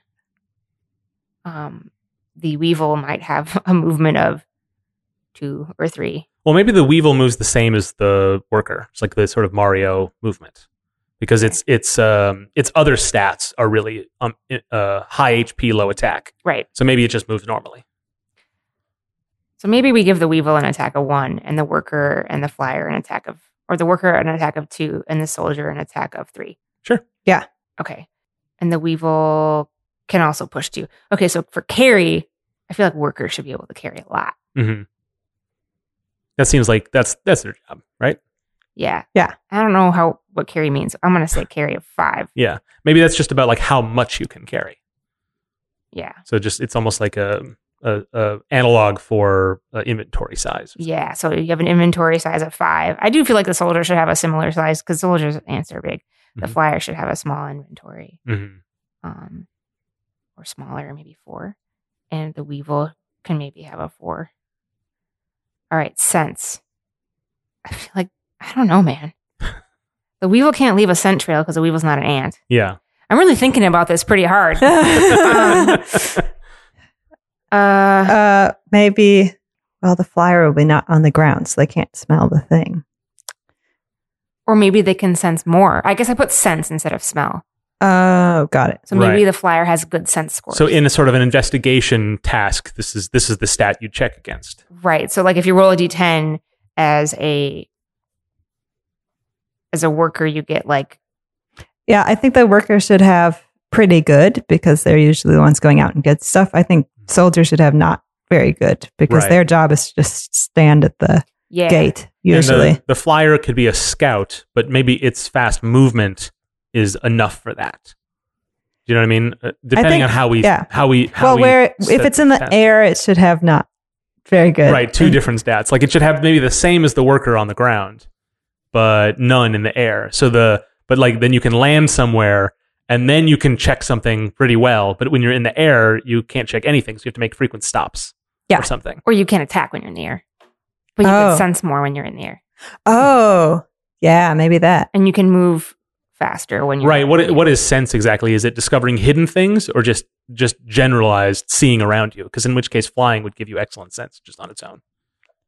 [SPEAKER 3] um the weevil might have a movement of two or three.
[SPEAKER 1] Well, maybe the weevil moves the same as the worker. It's like the sort of Mario movement because it's it's um its other stats are really um i- uh high HP, low attack.
[SPEAKER 3] Right.
[SPEAKER 1] So maybe it just moves normally.
[SPEAKER 3] So maybe we give the weevil an attack of one and the worker and the flyer an attack of or the worker an attack of two and the soldier an attack of three.
[SPEAKER 1] Sure.
[SPEAKER 2] Yeah.
[SPEAKER 3] Okay. And the weevil can also push two. Okay, so for carry, I feel like workers should be able to carry a lot.
[SPEAKER 1] hmm That seems like that's that's their job, right?
[SPEAKER 3] Yeah.
[SPEAKER 2] Yeah.
[SPEAKER 3] I don't know how what carry means. I'm gonna say carry of five.
[SPEAKER 1] Yeah. Maybe that's just about like how much you can carry.
[SPEAKER 3] Yeah.
[SPEAKER 1] So just it's almost like a, a, a analog for uh, inventory size.
[SPEAKER 3] Yeah, so you have an inventory size of five. I do feel like the soldier should have a similar size because soldiers ants are big. The
[SPEAKER 1] Mhm.
[SPEAKER 3] flyer should have a small inventory,
[SPEAKER 1] hmm
[SPEAKER 3] um, or smaller, maybe four, and the weevil can maybe have a four. All right, sense. I feel like I don't know, man. The weevil can't leave a scent trail because the weevil's not an ant.
[SPEAKER 1] Yeah.
[SPEAKER 3] I'm really thinking about this pretty hard. Um, Uh,
[SPEAKER 2] uh, maybe. Well, the flyer will be not on the ground, so they can't smell the thing.
[SPEAKER 3] or maybe they can sense more. I guess I put sense instead of smell.
[SPEAKER 2] Oh, got it.
[SPEAKER 3] So maybe
[SPEAKER 1] Right.
[SPEAKER 3] the flyer has good sense scores.
[SPEAKER 1] so in a sort of an investigation task, this is this is the stat you check against.
[SPEAKER 3] Right. So like if you roll a d10 as a as a worker, you get like
[SPEAKER 2] Yeah, I think the workers should have pretty good because they're usually the ones going out and get stuff. I think soldiers should have not very good because
[SPEAKER 1] Right.
[SPEAKER 2] their job is to just stand at the
[SPEAKER 3] yeah.
[SPEAKER 2] gate
[SPEAKER 1] And the-
[SPEAKER 2] usually.
[SPEAKER 1] the, flyer could be a scout, but maybe its fast movement is enough for that. Do you know what I mean? Uh, depending
[SPEAKER 2] think-
[SPEAKER 1] on how we
[SPEAKER 2] yeah.
[SPEAKER 1] how we how
[SPEAKER 2] well,
[SPEAKER 1] we
[SPEAKER 2] where if
[SPEAKER 1] set
[SPEAKER 2] it's in the
[SPEAKER 1] task.
[SPEAKER 2] air, it should have not very good. Mm.
[SPEAKER 1] right two
[SPEAKER 2] And-
[SPEAKER 1] different stats like it should have maybe the same as the worker on the ground but none in the air so the but like then you can land somewhere and then you can check something pretty well but when you're in the air you can't check anything so you have to make frequent stops
[SPEAKER 2] Yeah.
[SPEAKER 1] or something
[SPEAKER 3] Or you can't attack when you're in the air. But you
[SPEAKER 2] Oh.
[SPEAKER 3] can sense more when you're in the air.
[SPEAKER 2] Oh, yeah, maybe that.
[SPEAKER 3] And you can move faster when you're
[SPEAKER 1] right what i-
[SPEAKER 3] in the
[SPEAKER 1] what is sense exactly is it discovering hidden things or just just generalized seeing around you, because in which case flying would give you excellent sense just on its own.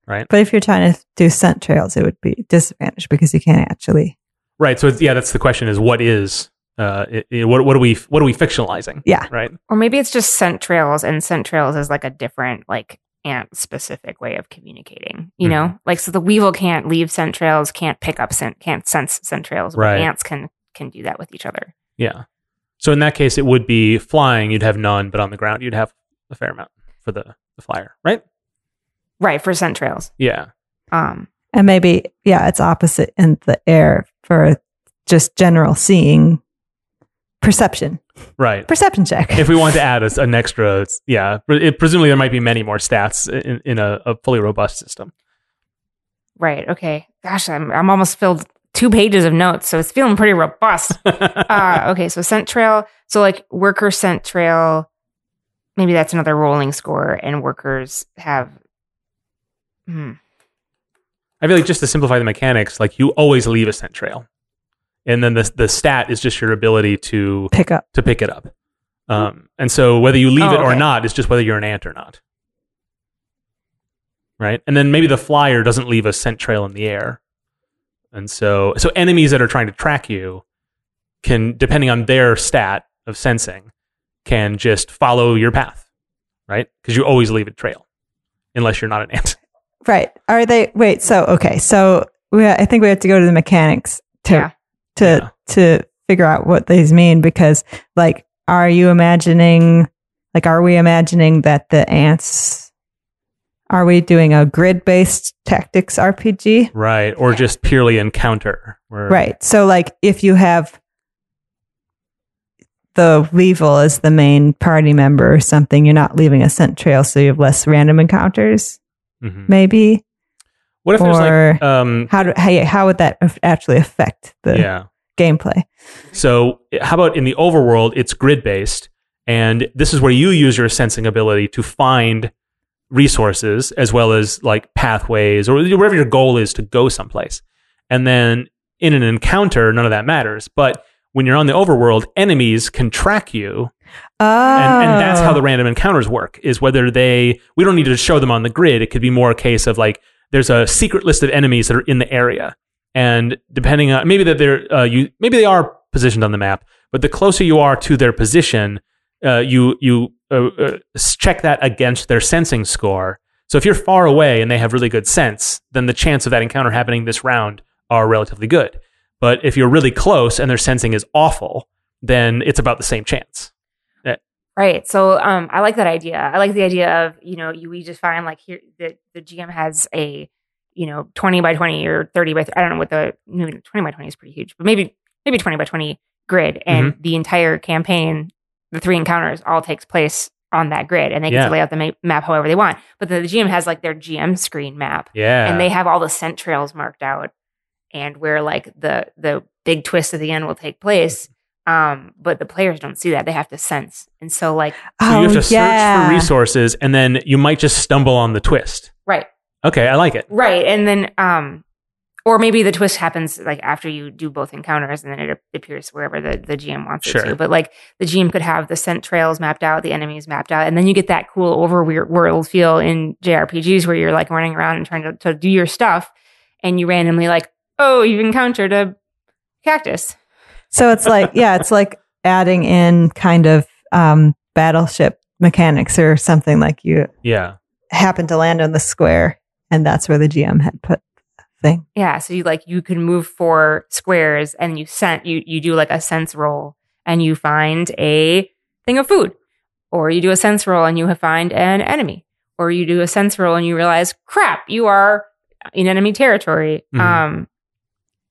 [SPEAKER 2] But if you're trying to do scent trails, it would be disadvantaged because you can't actually.
[SPEAKER 1] Right. So it's, yeah, that's the question: is what is uh, i- i- what what are we what are we fictionalizing?
[SPEAKER 2] Yeah.
[SPEAKER 1] Right.
[SPEAKER 3] Or maybe it's just scent trails, and scent trails is like a different, like ant specific way of communicating. You
[SPEAKER 1] Mm-hmm.
[SPEAKER 3] know, like so the weevil can't leave scent trails, can't pick up scent, can't sense scent trails. but
[SPEAKER 1] Right.
[SPEAKER 3] Ants can can do that with each other.
[SPEAKER 1] Yeah. So in that case, it would be flying. You'd have none, but on the ground, you'd have a fair amount for the the flyer. Right.
[SPEAKER 3] Right for scent trails.
[SPEAKER 1] Yeah.
[SPEAKER 3] Um,
[SPEAKER 2] And maybe, yeah, it's opposite in the air for just general seeing perception,
[SPEAKER 1] Right.
[SPEAKER 2] perception check.
[SPEAKER 1] if we want to add a, an extra, it's- yeah, pre- it, presumably there might be many more stats in, in a, a fully robust system.
[SPEAKER 3] right. Okay. Gosh, I'm I'm almost filled two pages of notes, so it's feeling pretty robust. uh, okay, so scent trail. So like worker scent trail, maybe that's another rolling score, and workers have. Hmm.
[SPEAKER 1] I feel like just to simplify the mechanics, like you always leave a scent trail, and then the the stat is just your ability to
[SPEAKER 2] Pick up.
[SPEAKER 1] to pick it up. Um, and so whether you leave
[SPEAKER 3] Oh,
[SPEAKER 1] it or
[SPEAKER 3] okay.
[SPEAKER 1] not is just whether you're an ant or not. Right? And then maybe the flyer doesn't leave a scent trail in the air. And so so enemies that are trying to track you can depending on their stat of sensing can just follow your path, right? Cuz you always leave a trail unless you're not an ant.
[SPEAKER 2] Right. Are they, wait, so, okay. So we, I think we have to go to the mechanics to,
[SPEAKER 3] Yeah.
[SPEAKER 2] to, to figure out what these mean because, like, are you imagining, like, are we imagining that the ants, are we doing a grid based tactics RPG?
[SPEAKER 1] Right? Or just purely encounter. Where,
[SPEAKER 2] Right. So like if you have the weevil as the main party member or something, you're not leaving a scent trail, so you have less random encounters,
[SPEAKER 1] Mhm.
[SPEAKER 2] maybe.
[SPEAKER 1] What if there's
[SPEAKER 2] Or-
[SPEAKER 1] like um
[SPEAKER 2] How do how, how would that af- actually affect the
[SPEAKER 1] yeah.
[SPEAKER 2] gameplay?
[SPEAKER 1] So, how about in the overworld, it's grid based, and this is where you use your sensing ability to find resources as well as like pathways or wherever your goal is to go someplace. And then in an encounter, none of that matters. But when you're on the overworld, enemies can track you
[SPEAKER 2] Oh,
[SPEAKER 1] and, and that's how the random encounters work is whether they we don't need to show them on the grid it could be more a case of like there's a secret list of enemies that are in the area and depending on maybe that they're uh, you maybe they are positioned on the map but the closer you are to their position uh, you you uh, uh, s- check that against their sensing score so if you're far away and they have really good sense then the chance of that encounter happening this round are relatively good but if you're really close and their sensing is awful then it's about the same chance
[SPEAKER 3] Right. So um, I like that idea. I like the idea of, you know, you, we just find like here the, the GM has a, you know, 20 by 20 or 30 by, th- I don't know what the, maybe 20 by 20 is pretty huge, but maybe, maybe 20 by 20 grid and the entire campaign, the three encounters all takes place on that grid and they
[SPEAKER 1] Yeah.
[SPEAKER 3] get to lay out the ma- map however they want. But the, GM has like their GM screen map
[SPEAKER 1] yeah
[SPEAKER 3] and they have all the scent trails marked out and where like the, the big twist at the end will take place. Um, but the players don't see that. They have to sense. And so like,
[SPEAKER 1] So you
[SPEAKER 2] Oh,
[SPEAKER 1] have to search
[SPEAKER 2] yeah.
[SPEAKER 1] for resources, and then you might just stumble on the twist.
[SPEAKER 3] Right.
[SPEAKER 1] Okay, I like it.
[SPEAKER 3] Right. And then um or maybe the twist happens like after you do both encounters and then it appears wherever the, the GM wants it
[SPEAKER 1] Sure.
[SPEAKER 3] to. But like the GM could have the scent trails mapped out, the enemies mapped out, and then you get that cool overworld feel in JRPGs where you're like running around and trying to, to do your stuff and you randomly like, oh, you've encountered a cactus.
[SPEAKER 2] So it's like yeah, it's like adding in kind of um, battleship mechanics or something like you
[SPEAKER 1] Yeah.
[SPEAKER 2] happen to land on the square, and that's where the GM had put the thing.
[SPEAKER 3] Yeah. So you like you can move four squares and you sent you you do like a sense roll and you find a thing of food. Or you do a sense roll and you ha- find an enemy. Or you do a sense roll and you realize, crap, you are in enemy territory.
[SPEAKER 1] Mhm.
[SPEAKER 3] Um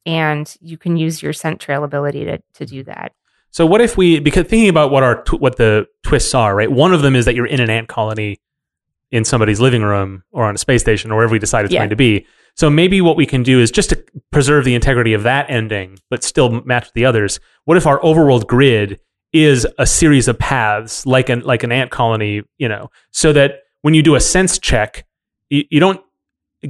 [SPEAKER 3] and you can use your scent trail ability to to do that.
[SPEAKER 1] So what if we? Because thinking about what our tw- what the twists are, right? One of them is that you're in an ant colony, in somebody's living room or on a space station or wherever we decide it's
[SPEAKER 3] Yeah.
[SPEAKER 1] going to be. So maybe what we can do is just to preserve the integrity of that ending, but still match the others. What if our overworld grid is a series of paths, like an like an ant colony, you know, so that when you do a sense check, you, you don't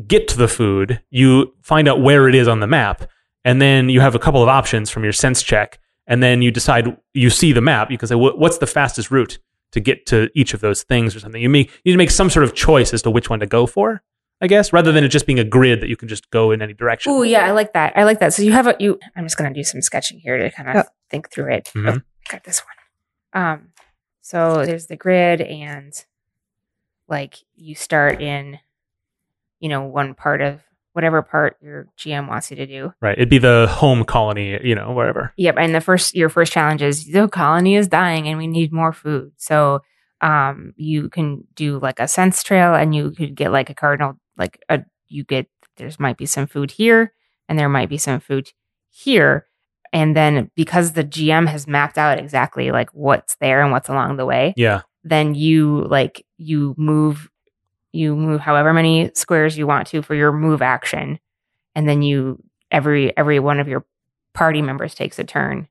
[SPEAKER 1] get to the food. You find out where it is on the map, and then you have a couple of options from your sense check, and then you decide you see the map. You can say, "Wh- "What's the fastest route to get to each of those things or something. You make you need to make some sort of choice as to which one to go for, I guess, rather than it just being a grid that you can just go in any direction.
[SPEAKER 3] Oh yeah, I like that. I like that. So you have a you. I'm just gonna do some sketching here to kind of
[SPEAKER 2] Yeah.
[SPEAKER 3] think through it.
[SPEAKER 1] Mhm.
[SPEAKER 3] Oh, I got this one. Um, so there's the grid, and like you start in, you know, one part of whatever part your GM wants you to do.
[SPEAKER 1] Right. It'd be the home colony, you know, wherever.
[SPEAKER 3] Yep. And the first your first challenge is the colony is dying and we need more food. So um you can do like a sense trail and you could get like a cardinal like a you get there's might be some food here and there might be some food here. And then because the GM has mapped out exactly like what's there and what's along the way,
[SPEAKER 1] Yeah.
[SPEAKER 3] then you like you move you move however many squares you want to for your move action and then you every every one of your party members takes a turn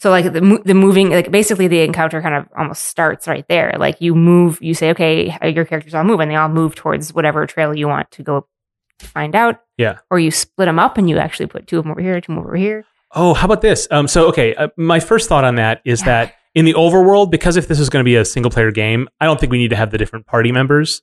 [SPEAKER 3] so like the mo- the moving like basically the encounter kind of almost starts right there like you move you say okay your characters all move and they all move towards whatever trail you want to go find out
[SPEAKER 1] Yeah.
[SPEAKER 3] or you split them up and you actually put two of them over here two of 'em over here
[SPEAKER 1] Oh, how about this? Um, so okay, uh, my first thought on that is
[SPEAKER 3] Yeah.
[SPEAKER 1] that in the overworld, because if this is going to be a single player game, I don't think we need to have the different party members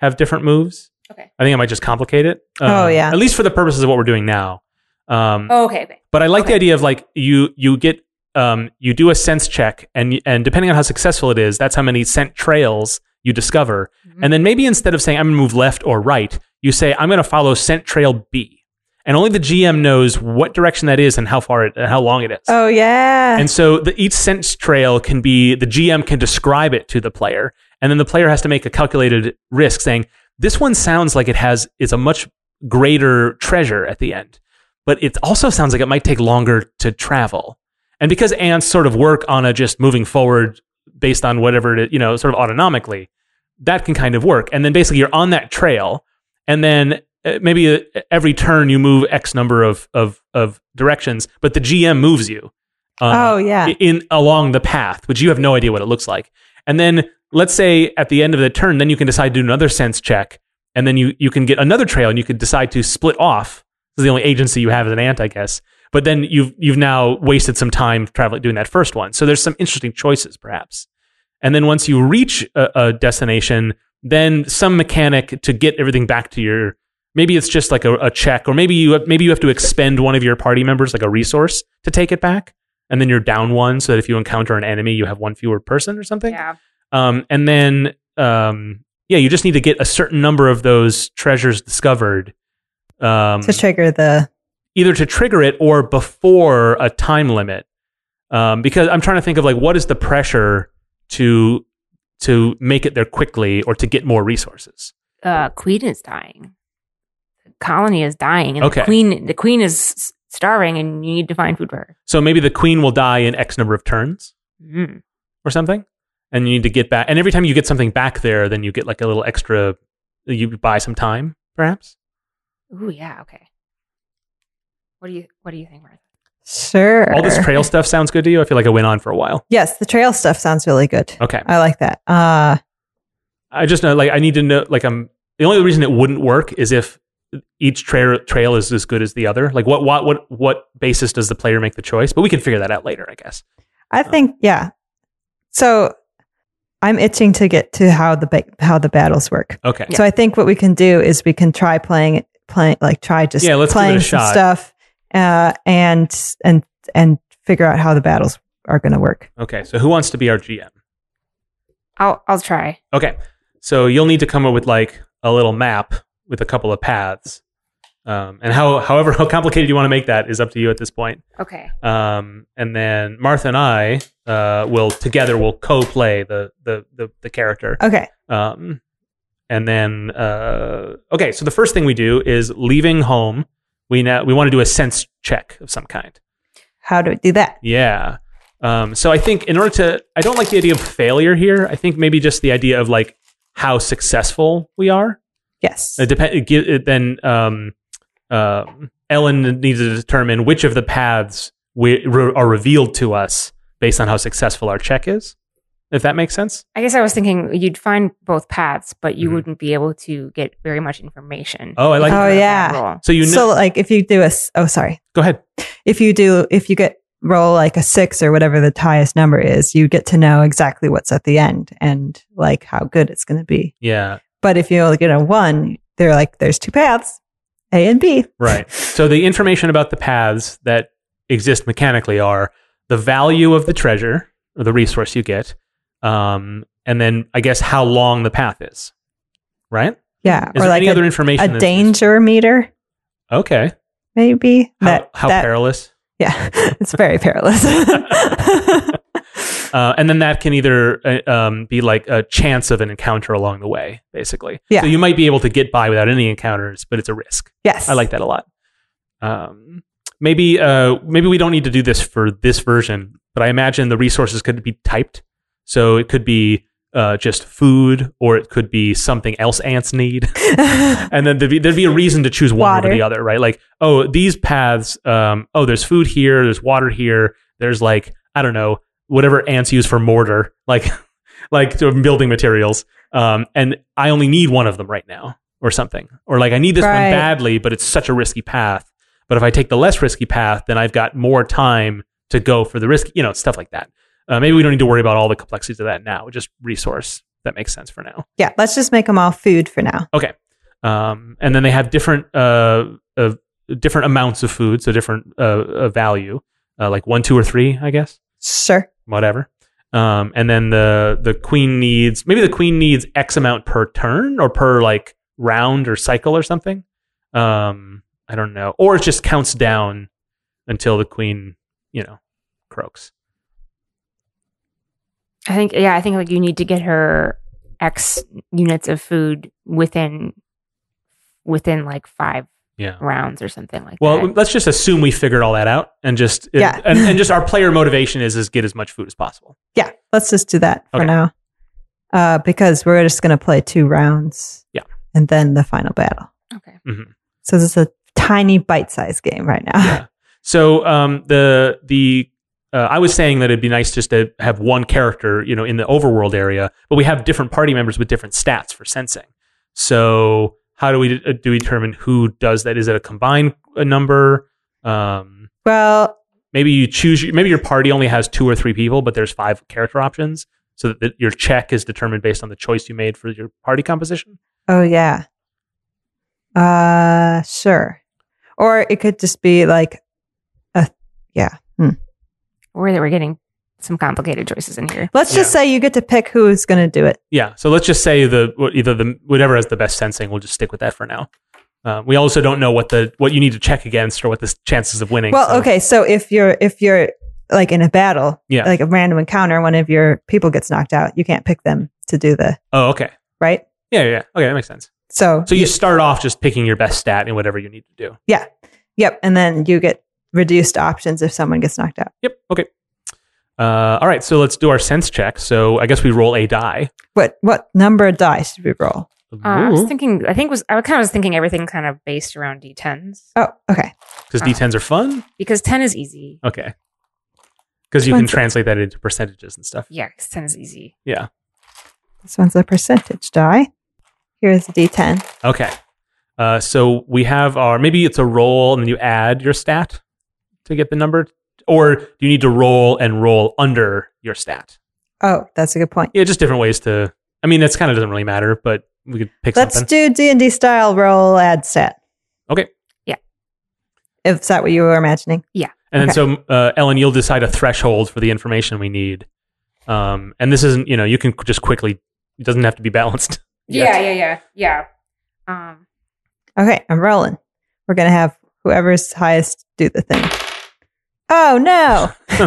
[SPEAKER 1] have different moves.
[SPEAKER 3] Okay.
[SPEAKER 1] I think it might just complicate it.
[SPEAKER 2] Oh,
[SPEAKER 1] Um,
[SPEAKER 2] yeah.
[SPEAKER 1] At least for the purposes of what we're doing now. Um,
[SPEAKER 3] oh, okay okay
[SPEAKER 1] But I like the
[SPEAKER 3] Okay.
[SPEAKER 1] idea of like you you get um, you do a sense check and and depending on how successful it is, that's how many scent trails you discover.
[SPEAKER 3] Mhm.
[SPEAKER 1] And then maybe instead of saying I'm gonna move left or right, you say I'm gonna follow scent trail B, and only the GM knows what direction that is and how far it and how long it is.
[SPEAKER 2] Oh yeah.
[SPEAKER 1] And so the, each sense trail can be the GM can describe it to the player, and then the player has to make a calculated risk, saying this one sounds like it has is a much greater treasure at the end, but it also sounds like it might take longer to travel. And because ants sort of work on a just moving forward based on whatever it is, you know, sort of autonomically, that can kind of work. And then basically you're on that trail, and then uh, maybe uh, every turn you move X number of of of directions, but the GM moves you. uh,
[SPEAKER 2] oh yeah.
[SPEAKER 1] i- in along the path, which you have no idea what it looks like. And then let's say at the end of the turn, then you can decide to do another sense check, and then you you can get another trail, and you could decide to split off. This is the only agency you have as an ant, I guess. But then you've you've now wasted some time traveling doing that first one. So there's some interesting choices, perhaps. And then once you reach a, a destination, then some mechanic to get everything back to your maybe it's just like a, a check, or maybe you maybe you have to expend one of your party members like a resource to take it back and then you're down one so that if you encounter an enemy you have one fewer person or something
[SPEAKER 3] yeah
[SPEAKER 1] um, and then um, yeah you just need to get a certain number of those treasures discovered um,
[SPEAKER 2] to trigger the
[SPEAKER 1] either to trigger it or before a time limit um, because i'm trying to think of like what is the pressure to to make it there quickly or to get more resources
[SPEAKER 3] uh, queen is dying. The colony is dying, and
[SPEAKER 1] Okay.
[SPEAKER 3] the queen the queen is s- starving, and you need to find food for her.
[SPEAKER 1] so maybe the queen will die in x number of turns
[SPEAKER 3] Mm.
[SPEAKER 1] or something and you need to get back and every time you get something back there then you get like a little extra you buy some time perhaps
[SPEAKER 3] Ooh, yeah, okay. What do you What do you think, Martha?
[SPEAKER 2] sure.
[SPEAKER 1] All this trail stuff sounds good to you. I feel like I went on for a while.
[SPEAKER 2] yes, the trail stuff sounds really good.
[SPEAKER 1] Okay,
[SPEAKER 2] I like that. Uh
[SPEAKER 1] I just know like I need to know like I'm the only reason it wouldn't work is if each trail trail is as good as the other. Like what what what what basis does the player make the choice? But we can figure that out later, I guess. Oh.
[SPEAKER 2] I think yeah. So I'm itching to get to how the ba- how the battles work.
[SPEAKER 1] Okay,
[SPEAKER 2] So I think what we can do is we can try playing playing like try just
[SPEAKER 1] Yeah, let's give it a
[SPEAKER 2] playing some
[SPEAKER 1] shot.
[SPEAKER 2] stuff uh, and and and figure out how the battles are going to work.
[SPEAKER 1] okay. So who wants to be our GM?
[SPEAKER 3] I'll I'll try.
[SPEAKER 1] Okay, so you'll need to come up with like a little map with a couple of paths, um, and how however how complicated you want to make that is up to you at this point.
[SPEAKER 3] Okay.
[SPEAKER 1] um, and then Martha and I uh, will together will co-play the the the, the character.
[SPEAKER 2] Okay.
[SPEAKER 1] Um, and then uh, okay, so the first thing we do is leaving home. We now we want to do a sense check of some kind.
[SPEAKER 2] How do we do that?
[SPEAKER 1] Yeah. Um, so I think in order to, I don't like the idea of failure here. I think maybe just the idea of like how successful we are.
[SPEAKER 2] Yes.
[SPEAKER 1] It depend. It, gi- it then um, um Ellen needs to determine which of the paths we re- are revealed to us based on how successful our check is. If that makes sense.
[SPEAKER 3] I guess I was thinking you'd find both paths, but you
[SPEAKER 1] Mhm.
[SPEAKER 3] wouldn't be able to get very much information.
[SPEAKER 1] Oh, I like.
[SPEAKER 2] Oh,
[SPEAKER 1] that.
[SPEAKER 2] yeah.
[SPEAKER 3] Roll.
[SPEAKER 1] So you know.
[SPEAKER 2] so like if you do a s- oh sorry
[SPEAKER 1] go ahead.
[SPEAKER 2] if you do if you get roll like a six or whatever the highest number is, you get to know exactly what's at the end and like how good it's going to be.
[SPEAKER 1] Yeah.
[SPEAKER 2] But if you only get a one, they're like, there's two paths, A and B.
[SPEAKER 1] Right. So the information about the paths that exist mechanically are the value of the treasure or the resource you get, um, and then I guess how long the path is. Right? Is
[SPEAKER 2] Yeah.
[SPEAKER 1] there any
[SPEAKER 2] a,
[SPEAKER 1] other information?
[SPEAKER 2] a
[SPEAKER 1] that's-
[SPEAKER 2] danger meter,
[SPEAKER 1] Okay.
[SPEAKER 2] maybe.
[SPEAKER 1] How,
[SPEAKER 2] that,
[SPEAKER 1] how
[SPEAKER 2] that-
[SPEAKER 1] perilous?
[SPEAKER 2] Yeah. It's very perilous.
[SPEAKER 1] Uh, and then that can either uh, um, be like a chance of an encounter along the way, basically.
[SPEAKER 2] Yeah.
[SPEAKER 1] So you might be able to get by without any encounters, but it's a risk.
[SPEAKER 2] yes.
[SPEAKER 1] I like that a lot. Um, maybe uh, maybe we don't need to do this for this version, but I imagine the resources could be typed, so it could be uh, just food, or it could be something else ants need,
[SPEAKER 2] that.
[SPEAKER 1] and then there'd be, there'd be a reason to choose one
[SPEAKER 2] Water.
[SPEAKER 1] over the other, right? Like, oh, these paths. Um, oh, there's food here. There's water here. There's like I don't know whatever ants use for mortar, like like to building materials. Um, and I only need one of them right now, or something, or like I need this
[SPEAKER 2] Right.
[SPEAKER 1] one badly, but it's such a risky path. But if I take the less risky path, then I've got more time to go for the risk. You know, stuff like that. Uh, maybe we don't need to worry about all the complexities of that now. Just resource that makes sense for now.
[SPEAKER 2] yeah. Let's just make them all food for now.
[SPEAKER 1] Um, and then they have different uh, uh, different amounts of food, so different uh, uh, value, uh, like one, two, or three, I guess,
[SPEAKER 2] Sure.
[SPEAKER 1] whatever. Um, and then the the queen needs maybe the queen needs X amount per turn or per like round or cycle or something. Um, I don't know, or it just counts down until the queen, you know, croaks.
[SPEAKER 3] I think yeah, I think like you need to get her X units of food within within like five
[SPEAKER 1] Yeah.
[SPEAKER 3] rounds or something like
[SPEAKER 1] Well,
[SPEAKER 3] that.
[SPEAKER 1] let's just assume we figured all that out, and just
[SPEAKER 2] Yeah.
[SPEAKER 1] and, and just our player motivation is is get as much food as possible.
[SPEAKER 2] Yeah, let's just do that for
[SPEAKER 1] Okay.
[SPEAKER 2] now. Uh, because we're just going to play two rounds.
[SPEAKER 1] Yeah.
[SPEAKER 2] And then the final battle.
[SPEAKER 3] Okay.
[SPEAKER 1] Mhm.
[SPEAKER 2] So this is a tiny bite sized game right now.
[SPEAKER 1] Yeah. So um, the the uh, I was saying that it'd be nice just to have one character, you know, in the overworld area, but we have different party members with different stats for sensing. So how do we uh, do we determine who does that? Is it a combined uh, number? Um,
[SPEAKER 2] Well,
[SPEAKER 1] maybe you choose. Maybe your party only has two or three people, but there's five character options, so that your check is determined based on the choice you made for your party composition.
[SPEAKER 2] oh, yeah. Uh, sure. Or it could just be like,
[SPEAKER 3] Or that we're getting some complicated choices in here.
[SPEAKER 2] let's just
[SPEAKER 1] Yeah.
[SPEAKER 2] say you get to pick who's going to do it.
[SPEAKER 1] Yeah. So let's just say the wh- either the whatever has the best sensing, we'll just stick with that for now. Uh, we also don't know what the what you need to check against or what the s- chances of winning.
[SPEAKER 2] Well,
[SPEAKER 1] so-
[SPEAKER 2] okay. So if you're, if you're like in a battle,
[SPEAKER 1] Yeah.
[SPEAKER 2] like a random encounter, one of your people gets knocked out, you can't pick them to do the,
[SPEAKER 1] Oh, okay.
[SPEAKER 2] right?
[SPEAKER 1] Yeah, yeah. yeah. Okay, that makes sense.
[SPEAKER 2] So,
[SPEAKER 1] So you start off just picking your best stat and whatever you need to do.
[SPEAKER 2] Yep. And then you get reduced options if someone gets knocked out.
[SPEAKER 1] Yep. Okay. Uh, all right. So let's do our sense check. So I guess we roll a die.
[SPEAKER 2] What what number of die should we roll?
[SPEAKER 3] Uh, I was
[SPEAKER 1] Because
[SPEAKER 3] thinking I think was I kind of was thinking everything kind of based around D tens.
[SPEAKER 2] Oh, okay.
[SPEAKER 1] d10s are fun.
[SPEAKER 3] Because ten is easy.
[SPEAKER 1] Okay. Because you can
[SPEAKER 2] Expensive.
[SPEAKER 1] translate that into percentages and stuff.
[SPEAKER 3] Yeah, 'cause ten is easy.
[SPEAKER 2] This one's a percentage die. Here's a D10.
[SPEAKER 1] Okay. Uh, so we have our maybe it's a roll and then you add your stat to get the number, or do you need to roll and roll under your stat?
[SPEAKER 2] Oh, that's a good point.
[SPEAKER 1] Yeah, just different ways to. I mean, that's kind of doesn't really matter, but we could pick
[SPEAKER 2] Let's
[SPEAKER 1] something.
[SPEAKER 2] do D and D style roll add stat.
[SPEAKER 1] Okay.
[SPEAKER 3] Yeah.
[SPEAKER 2] If is that what you were imagining?
[SPEAKER 1] and then so uh, Ellen, you'll decide a threshold for the information we need. Um, and this isn't you know you can just quickly. It doesn't have to be balanced. Yeah.
[SPEAKER 3] yeah, yeah. Yeah. yeah. Um
[SPEAKER 2] Okay, I'm rolling. We're gonna have whoever's highest do the thing. Oh no!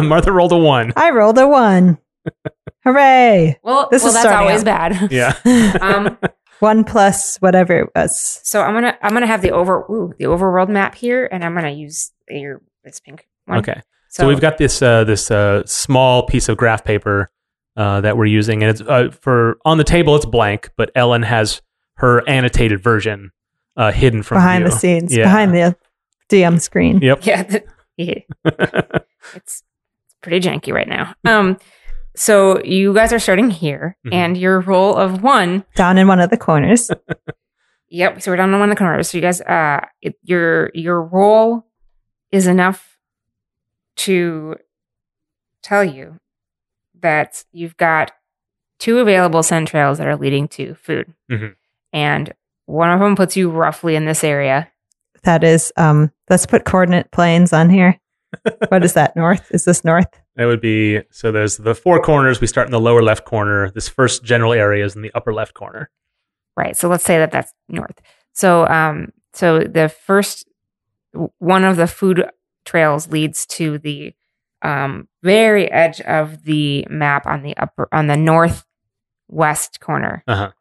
[SPEAKER 1] Martha rolled a one.
[SPEAKER 2] I rolled a one. Hooray!
[SPEAKER 3] well,
[SPEAKER 2] This
[SPEAKER 3] well
[SPEAKER 2] is
[SPEAKER 3] that's
[SPEAKER 2] starting
[SPEAKER 3] always
[SPEAKER 2] out.
[SPEAKER 3] bad.
[SPEAKER 1] Yeah.
[SPEAKER 3] um
[SPEAKER 2] One plus whatever it was.
[SPEAKER 3] So I'm gonna I'm gonna have the over ooh, the overworld map here, and I'm gonna use your this pink one.
[SPEAKER 1] Okay. So, we've got this uh, this uh, small piece of graph paper uh, that we're using, and it's uh, for on the table. It's blank, but Ellen has her annotated version uh, hidden from
[SPEAKER 2] behind
[SPEAKER 1] view.
[SPEAKER 2] the scenes,
[SPEAKER 1] Yeah.
[SPEAKER 2] behind the DM screen.
[SPEAKER 1] Yep.
[SPEAKER 3] yeah, the- yeah. it's pretty janky right now. Um, so you guys are starting here,
[SPEAKER 1] Mhm.
[SPEAKER 3] and your roll of one.
[SPEAKER 2] Down in one of the corners.
[SPEAKER 3] Yep. So we're down on one of the corners. So you guys, uh, it, your your roll is enough to tell you that you've got two available scent trails that are leading to food.
[SPEAKER 1] Mhm.
[SPEAKER 3] And one of them puts you roughly in this area.
[SPEAKER 2] That is, um, let's put coordinate planes on here. what is that? North? Is this north?
[SPEAKER 1] That would be so. There's the four corners. We start in the lower left corner. This first general area is in the upper left corner.
[SPEAKER 3] Right. So let's say that that's north. So um so the first w- one of the food trails leads to the um very edge of the map on the upper on the northwest corner.
[SPEAKER 1] Uh-huh.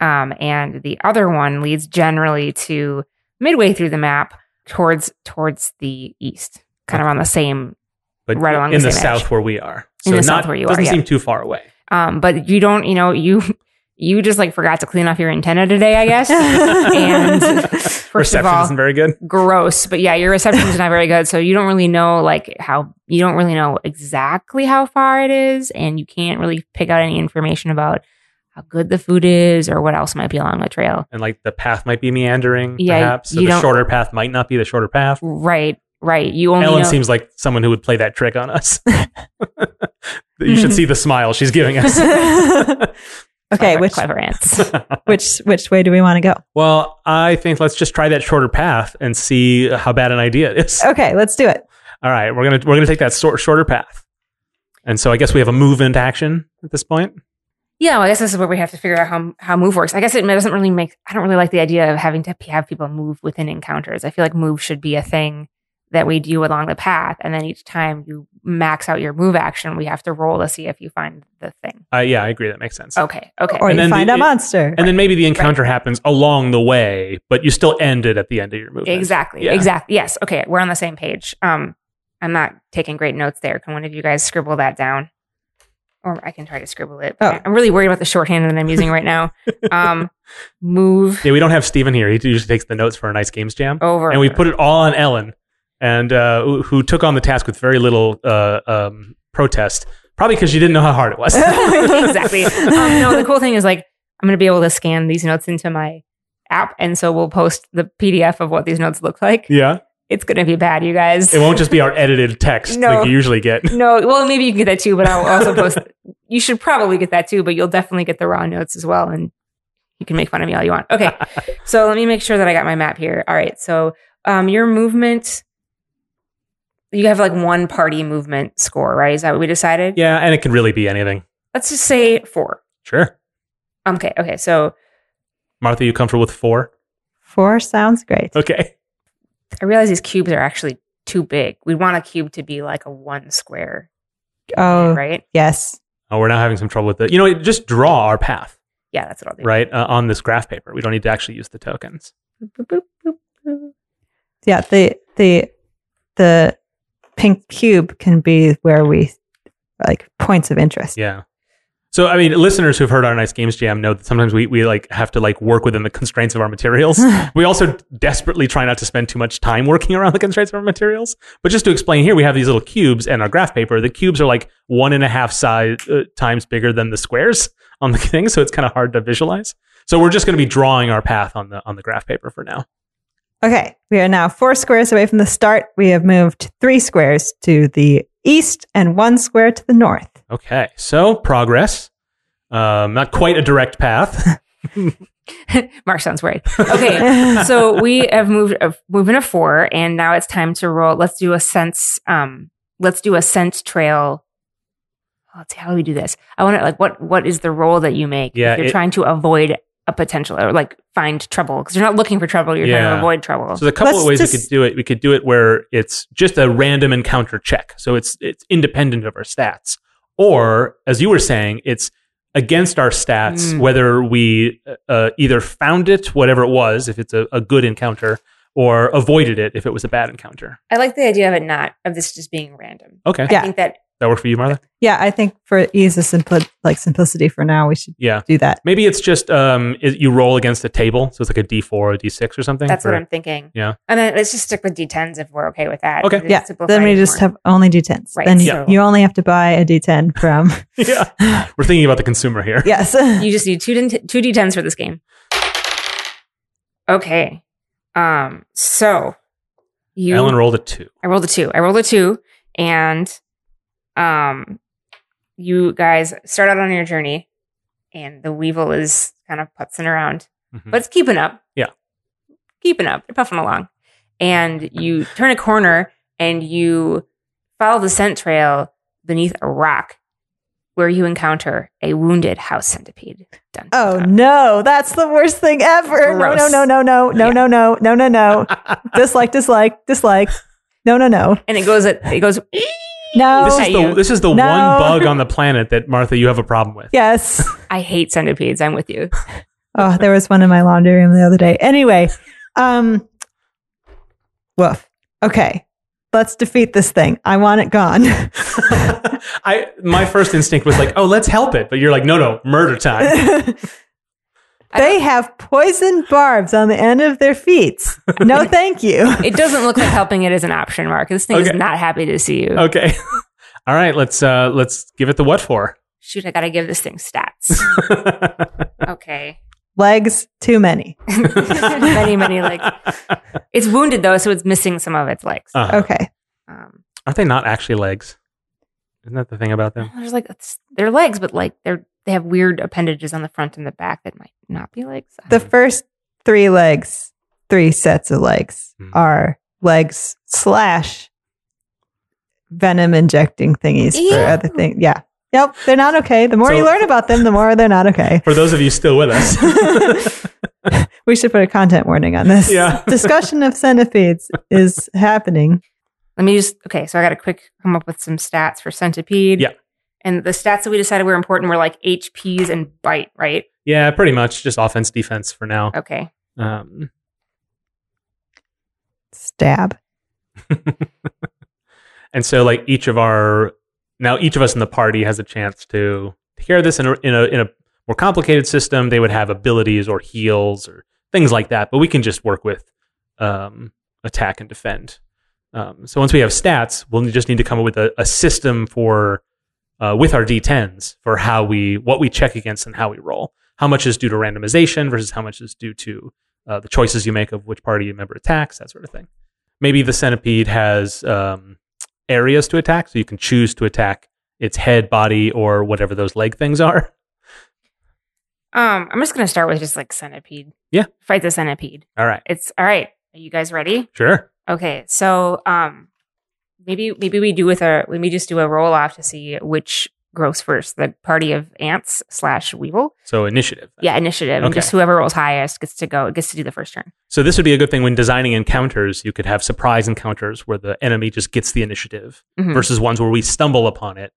[SPEAKER 3] Um and the other one leads generally to midway through the map towards towards the east. Kind of on the same
[SPEAKER 1] But
[SPEAKER 3] Right along
[SPEAKER 1] in
[SPEAKER 3] the
[SPEAKER 1] the,
[SPEAKER 3] same
[SPEAKER 1] south
[SPEAKER 3] edge.
[SPEAKER 1] where we are.
[SPEAKER 3] In the south
[SPEAKER 1] not-
[SPEAKER 3] where you are,
[SPEAKER 1] doesn't
[SPEAKER 3] yeah.
[SPEAKER 1] seem too far away.
[SPEAKER 3] um but you don't, you know, you you just like forgot to clean off your antenna today, I guess. And- First of
[SPEAKER 1] Reception
[SPEAKER 3] all,
[SPEAKER 1] isn't very good.
[SPEAKER 3] gross but yeah your reception's not very good so you don't really know like how you don't really know exactly how far it is and you can't really pick out any information about how good the food is or what else might be along the trail
[SPEAKER 1] And like the path might be meandering,
[SPEAKER 3] Yeah,
[SPEAKER 1] perhaps. So
[SPEAKER 3] you
[SPEAKER 1] the
[SPEAKER 3] don't-
[SPEAKER 1] shorter path might not be the shorter path.
[SPEAKER 3] right right you only
[SPEAKER 1] Ellen
[SPEAKER 3] know
[SPEAKER 1] seems like someone who would play that trick on us. you should see the smile she's giving us.
[SPEAKER 2] okay,
[SPEAKER 3] clever,
[SPEAKER 2] which
[SPEAKER 3] clever ants
[SPEAKER 2] which which way do we want to go?
[SPEAKER 1] well, I think let's just try that shorter path and see how bad an idea it is.
[SPEAKER 2] Okay, let's do it.
[SPEAKER 1] All right, we're gonna we're gonna take that sor- shorter path, and so I guess we have a move into action at this point.
[SPEAKER 3] yeah well, i guess this is where we have to figure out how how move works i guess it doesn't really make i don't really like the idea of having to p- have people move within encounters i feel like move should be a thing that we do along the path and then each time you max out your move action we have to roll to see if you find the thing
[SPEAKER 1] Uh, yeah, I agree. That makes sense.
[SPEAKER 3] Okay. Okay.
[SPEAKER 2] Or
[SPEAKER 1] And
[SPEAKER 2] you
[SPEAKER 1] then
[SPEAKER 2] find
[SPEAKER 1] the-
[SPEAKER 2] a monster.
[SPEAKER 1] And then maybe the encounter happens along the way, but you still end it at the end of your movement.
[SPEAKER 3] exactly.
[SPEAKER 1] Yeah.
[SPEAKER 3] Exactly. Yes. Okay. We're on the same page. Um, I'm not taking great notes there. Can one of you guys scribble that down? Or I can try to scribble it.
[SPEAKER 2] Oh.
[SPEAKER 3] I'm really worried about the shorthand that I'm using right now. Um, move
[SPEAKER 1] Yeah, we don't have Steven here. He usually takes the notes for a nice games jam,
[SPEAKER 3] over.
[SPEAKER 1] and we put it all on Ellen, and uh, who- who took on the task with very little uh, um, protest, probably because she didn't know how hard it was.
[SPEAKER 3] exactly. Um, no, the cool thing is like I'm gonna be able to scan these notes into my app, and so we'll post the PDF of what these notes look like.
[SPEAKER 1] yeah,
[SPEAKER 3] It's gonna be bad, you guys.
[SPEAKER 1] it won't just be our edited text
[SPEAKER 3] No.
[SPEAKER 1] like you usually get.
[SPEAKER 3] No, well, maybe you can get that too, but I'll also post. You should probably get that too, but you'll definitely get the raw notes as well, and you can make fun of me all you want. Okay, so let me make sure that I got my map here. All right, so um, your movement, you have like one party movement score, right? Is that what we decided?
[SPEAKER 1] Yeah, and it can really be anything.
[SPEAKER 3] Let's just say four.
[SPEAKER 1] Sure,
[SPEAKER 3] Okay, okay, so
[SPEAKER 1] Martha, you comfortable with four?
[SPEAKER 2] Four sounds great.
[SPEAKER 1] Okay.
[SPEAKER 3] I realize these cubes are actually too big. We want a cube to be like a one square,
[SPEAKER 1] Uh.
[SPEAKER 2] Oh
[SPEAKER 3] right?
[SPEAKER 2] yes.
[SPEAKER 1] Oh, we're now having some trouble with it. You know, just draw our path,
[SPEAKER 3] Yeah, that's what I'll do.
[SPEAKER 1] right, uh, on this graph paper. We don't need to actually use the tokens.
[SPEAKER 3] Boop, boop, boop, boop.
[SPEAKER 2] Yeah, the the the pink cube can be where we like points of interest.
[SPEAKER 1] Yeah. So, I mean, listeners who've heard our Nice Games Jam know that sometimes we, we like have to like work within the constraints of our materials. we also desperately try not to spend too much time working around the constraints of our materials. But just to explain here, we have these little cubes and our graph paper. The cubes are like one and a half size uh, times bigger than the squares on the thing, so it's kind of hard to visualize. So we're just going to be drawing our path on the on the graph paper for now.
[SPEAKER 2] Okay, we are now four squares away from the start. We have moved three squares to the east and one square to the north.
[SPEAKER 1] Okay, so progress. Um, not quite a direct path.
[SPEAKER 3] Mark sounds worried. Okay, so we have moved uh, moving a four, and now it's time to roll. Let's do a sense. Um, let's do a sense trail. Let's see how do we do this. I want to like what what is the role that you make?
[SPEAKER 1] Yeah,
[SPEAKER 3] if you're
[SPEAKER 1] it-
[SPEAKER 3] trying to avoid a potential or like find trouble because you're not looking for trouble. You're trying to
[SPEAKER 1] Yeah.
[SPEAKER 3] avoid trouble.
[SPEAKER 1] So there's a couple
[SPEAKER 2] Let's
[SPEAKER 1] of ways we
[SPEAKER 2] just-
[SPEAKER 1] could do it. We could do it where it's just a random encounter check, so it's it's independent of our stats, or as you were saying, it's against our stats
[SPEAKER 3] Mm.
[SPEAKER 1] whether we uh, either found it, whatever it was, if it's a, a good encounter, or avoided it if it was a bad encounter.
[SPEAKER 3] I like the idea of it not of this just being random.
[SPEAKER 1] Okay,
[SPEAKER 2] Yeah.
[SPEAKER 3] I think that
[SPEAKER 1] that work for you, Martha?
[SPEAKER 2] Yeah, I think for ease of simpli- like simplicity for now, we should
[SPEAKER 1] Yeah.
[SPEAKER 2] do that.
[SPEAKER 1] Maybe it's just um, it, you roll against a table, so it's like a D four, a D six, or something.
[SPEAKER 3] that's
[SPEAKER 1] or-
[SPEAKER 3] what I'm thinking.
[SPEAKER 1] Yeah.
[SPEAKER 3] and then let's just stick with d10s if we're okay with that.
[SPEAKER 1] Okay.
[SPEAKER 3] Just
[SPEAKER 2] Yeah.
[SPEAKER 3] simplify
[SPEAKER 2] Then we
[SPEAKER 3] it
[SPEAKER 2] just
[SPEAKER 3] more.
[SPEAKER 2] have only d10s.
[SPEAKER 3] Right,
[SPEAKER 2] Then
[SPEAKER 3] so-
[SPEAKER 2] you, you only have to buy a d10 from.
[SPEAKER 1] yeah, we're thinking about the consumer here.
[SPEAKER 2] yes.
[SPEAKER 3] you just need two d- two d10s for this game. Okay. Um. So you,
[SPEAKER 1] Ellen rolled a two.
[SPEAKER 3] I rolled a two. I rolled a two, and um, you guys start out on your journey, and the weevil is kind of putzing around,
[SPEAKER 1] Mhm.
[SPEAKER 3] but it's keeping up.
[SPEAKER 1] Yeah.
[SPEAKER 3] keeping up. They're puffing along, and you turn a corner and you follow the scent trail beneath a rock, where you encounter a wounded house centipede. Dun, dun,
[SPEAKER 2] Oh
[SPEAKER 3] dun.
[SPEAKER 2] no, that's the worst thing ever. No, no,
[SPEAKER 3] Gross.
[SPEAKER 2] no, no, no, no,
[SPEAKER 3] Yeah.
[SPEAKER 2] no, no, no, no, no.
[SPEAKER 1] Mm-hmm.
[SPEAKER 2] dislike, dislike, dislike. No, no, no,
[SPEAKER 3] And it goes. At, it goes.
[SPEAKER 2] no.
[SPEAKER 1] this
[SPEAKER 3] at
[SPEAKER 1] is the
[SPEAKER 3] you.
[SPEAKER 1] this is the
[SPEAKER 2] No.
[SPEAKER 1] one bug on the planet that Martha you have a problem with.
[SPEAKER 2] Yes.
[SPEAKER 3] I hate centipedes. I'm with you.
[SPEAKER 2] Oh, there was one in my laundry room the other day. Anyway, um, woof. Okay, let's defeat this thing. I want it gone.
[SPEAKER 1] I my first instinct was like, oh, let's help it, but you're like, no, no, murder time.
[SPEAKER 2] they have poison barbs on the end of their feet. No, thank you.
[SPEAKER 3] It doesn't look like helping it is an option, Mark. This thing is
[SPEAKER 1] Okay.
[SPEAKER 3] not happy to see you.
[SPEAKER 1] Okay, all right, let's uh let's give it the what for.
[SPEAKER 3] Shoot, I gotta give this thing stats. okay.
[SPEAKER 2] Legs too many.
[SPEAKER 3] many, many legs.
[SPEAKER 1] Uh-huh.
[SPEAKER 3] It's wounded though, so it's missing some of its legs.
[SPEAKER 1] Uh,
[SPEAKER 2] Okay,
[SPEAKER 3] Um,
[SPEAKER 1] Aren't they not actually legs? Isn't that the thing about them?
[SPEAKER 3] there's like it's, they're legs, but like they're they have weird appendages on the front and the back that might not be legs.
[SPEAKER 2] the first three legs, three sets of legs
[SPEAKER 1] Hmm.
[SPEAKER 2] are legs slash venom injecting thingies for
[SPEAKER 3] Ew.
[SPEAKER 2] other things. Yeah. Yep, they're not okay. The more
[SPEAKER 1] So-
[SPEAKER 2] you learn about them, the more they're not okay.
[SPEAKER 1] For those of you still with us,
[SPEAKER 2] We should put a content warning on this.
[SPEAKER 1] yeah.
[SPEAKER 2] Discussion of centipedes is happening.
[SPEAKER 3] Let me just okay. So I got to quick come up with some stats for centipede.
[SPEAKER 1] Yeah.
[SPEAKER 3] And the stats that we decided were important were like HPs and bite, right?
[SPEAKER 1] Yeah, pretty much just offense defense for now.
[SPEAKER 3] Okay.
[SPEAKER 1] Um,
[SPEAKER 2] Stab.
[SPEAKER 1] and so like each of our now each of us in the party has a chance to take care of this in a, in a in a more complicated system. They would have abilities or heals or things like that, but we can just work with um, attack and defend. Um, so once we have stats, we'll just need to come up with a, a system for uh, with our d10s for how we what we check against and how we roll. How much is due to randomization versus how much is due to uh, the choices you make of which party member attacks, that sort of thing. Maybe the centipede has um, areas to attack, so you can choose to attack its head, body, or whatever those leg things are.
[SPEAKER 3] Um, I'm just gonna start with just like centipede.
[SPEAKER 1] Yeah.
[SPEAKER 3] Fight the centipede.
[SPEAKER 1] All right,
[SPEAKER 3] It's all right. Are you guys ready?
[SPEAKER 1] sure.
[SPEAKER 3] Okay, so um, maybe maybe we do with our let me just do a roll off to see which grows first, the party of ants slash weevil.
[SPEAKER 1] So initiative. then.
[SPEAKER 3] Yeah, initiative, and
[SPEAKER 1] Okay.
[SPEAKER 3] just whoever rolls highest gets to go, gets to do the first turn.
[SPEAKER 1] So this would be a good thing when designing encounters. You could have surprise encounters where the enemy just gets the initiative
[SPEAKER 3] Mhm.
[SPEAKER 1] versus ones where we stumble upon it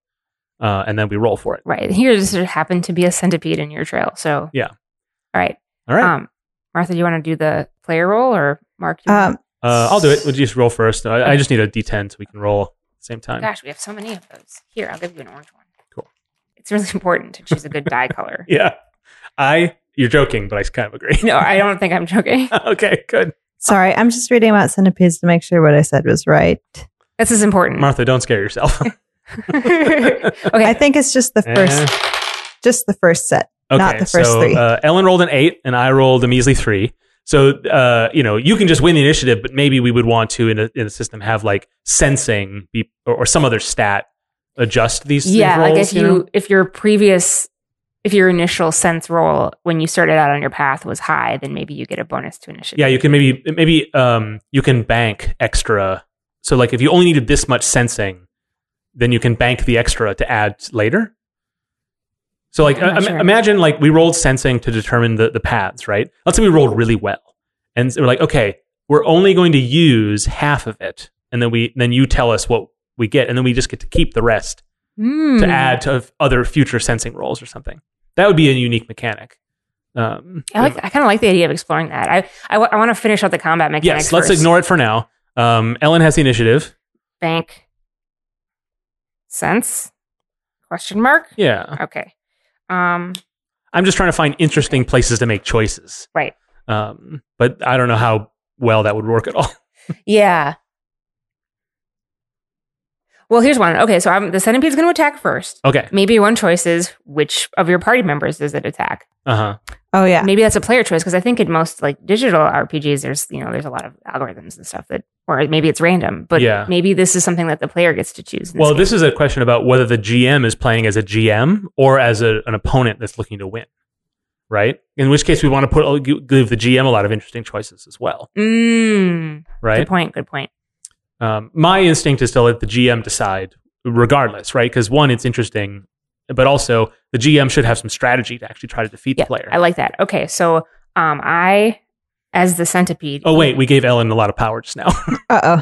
[SPEAKER 1] uh, and then we roll for it.
[SPEAKER 3] Right here, this there happened to be a centipede in your trail. So
[SPEAKER 1] Yeah.
[SPEAKER 3] all right.
[SPEAKER 1] All right,
[SPEAKER 3] Um, Martha, do you want to do the player roll or Mark? Do you
[SPEAKER 2] Um,
[SPEAKER 1] uh, I'll do it. We'll just roll first. I, I just need a D10 so we can roll at the same time.
[SPEAKER 3] want- gosh, we have so many of those. Here, I'll give you an orange one.
[SPEAKER 1] Cool.
[SPEAKER 3] It's really important to choose a good dye color.
[SPEAKER 1] Yeah, I. You're joking, but I kind of agree.
[SPEAKER 3] No, I don't think I'm joking.
[SPEAKER 1] okay, good.
[SPEAKER 2] sorry, I'm just reading about centipedes to make sure what I said was right.
[SPEAKER 3] This is important.
[SPEAKER 1] Martha, don't scare yourself.
[SPEAKER 3] okay.
[SPEAKER 2] I think it's just the first,
[SPEAKER 1] Eh.
[SPEAKER 2] just the first set. Not the first
[SPEAKER 1] so,
[SPEAKER 2] three.
[SPEAKER 1] Uh, Ellen rolled an eight, and I rolled a measly three. So uh, you know, you can just win the initiative, but maybe we would want to in a, in a system have like sensing be, or, or some other stat adjust these. these
[SPEAKER 3] yeah like
[SPEAKER 1] rolls,
[SPEAKER 3] if you,
[SPEAKER 1] know?
[SPEAKER 3] if your previous if your initial sense roll when you started out on your path was high then maybe you get a bonus to initiative
[SPEAKER 1] yeah, you can maybe maybe um, you can bank extra. So like if you only needed this much sensing, then you can bank the extra to add later. So like
[SPEAKER 3] I'm not
[SPEAKER 1] im-
[SPEAKER 3] sure.
[SPEAKER 1] imagine like we rolled sensing to determine the the paths, right? Let's say we rolled really well, and so we're like, okay, we're only going to use half of it, and then we then you tell us what we get, and then we just get to keep the rest
[SPEAKER 3] Hmm.
[SPEAKER 1] to add to f- other future sensing rolls or something. That would be a unique mechanic. Um,
[SPEAKER 3] i like i kind of like the idea of exploring that i i, want to finish out the combat mechanics
[SPEAKER 1] Yes, let's
[SPEAKER 3] first.
[SPEAKER 1] ignore it for now. Um, Ellen has the initiative.
[SPEAKER 3] bank sense question mark
[SPEAKER 1] Yeah,
[SPEAKER 3] okay um
[SPEAKER 1] I'm just trying to find interesting places to make choices.
[SPEAKER 3] Right.
[SPEAKER 1] Um, but I don't know how well that would work at all.
[SPEAKER 3] yeah Well, here's one. Okay, so I'm, the centipede's going to attack first.
[SPEAKER 1] Okay.
[SPEAKER 3] Maybe one choice is which of your party members does it attack.
[SPEAKER 1] Uh huh.
[SPEAKER 2] Oh yeah.
[SPEAKER 3] Maybe that's a player choice because I think in most like digital RPGs, there's you know there's a lot of algorithms and stuff that, or maybe it's random, but
[SPEAKER 1] Yeah.
[SPEAKER 3] maybe this is something that the player gets to choose. in
[SPEAKER 1] Well,
[SPEAKER 3] this
[SPEAKER 1] this is a question about whether the GM is playing as a GM or as a, an opponent that's looking to win, right? In which case, we want to put uh, give the GM a lot of interesting choices as well,
[SPEAKER 3] game. Mm,
[SPEAKER 1] right?
[SPEAKER 3] Good point. Good point.
[SPEAKER 1] Um, my instinct is to let the GM decide, regardless, right? Because one, it's interesting, but also the GM should have some strategy to actually try to defeat
[SPEAKER 3] Yeah,
[SPEAKER 1] the player.
[SPEAKER 3] I like that. Okay, so um, I as the centipede.
[SPEAKER 1] oh wait, we gave Ellen a lot of power just now.
[SPEAKER 2] Uh oh.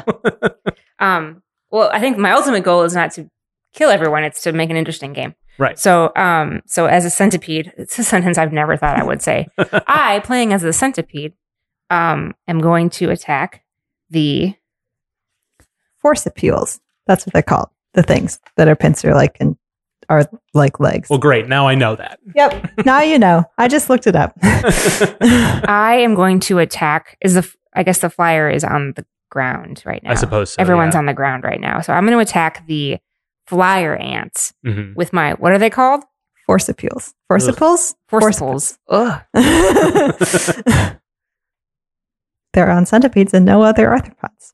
[SPEAKER 3] Um, well, I think my ultimate goal is not to kill everyone; it's to make an interesting game.
[SPEAKER 1] Right.
[SPEAKER 3] So, um, so as a centipede, it's a sentence I've never thought I would say. I, playing as the centipede, um, am going to attack the
[SPEAKER 2] Force appeals. That's what they're called. The things that are pincer like and are like legs.
[SPEAKER 1] well, great. Now I know that.
[SPEAKER 2] yep. now you know. I just looked it up.
[SPEAKER 3] I am going to attack is the I guess the flyer is on the ground right now.
[SPEAKER 1] I suppose so,
[SPEAKER 3] everyone's on the ground right now. So I'm going to attack the flyer ants
[SPEAKER 1] yeah. Mhm.
[SPEAKER 3] with my what are they called?
[SPEAKER 2] Force appeals. Force
[SPEAKER 1] Ugh.
[SPEAKER 2] appeals?
[SPEAKER 3] Forciples. Ugh.
[SPEAKER 2] They're on centipedes and no other arthropods.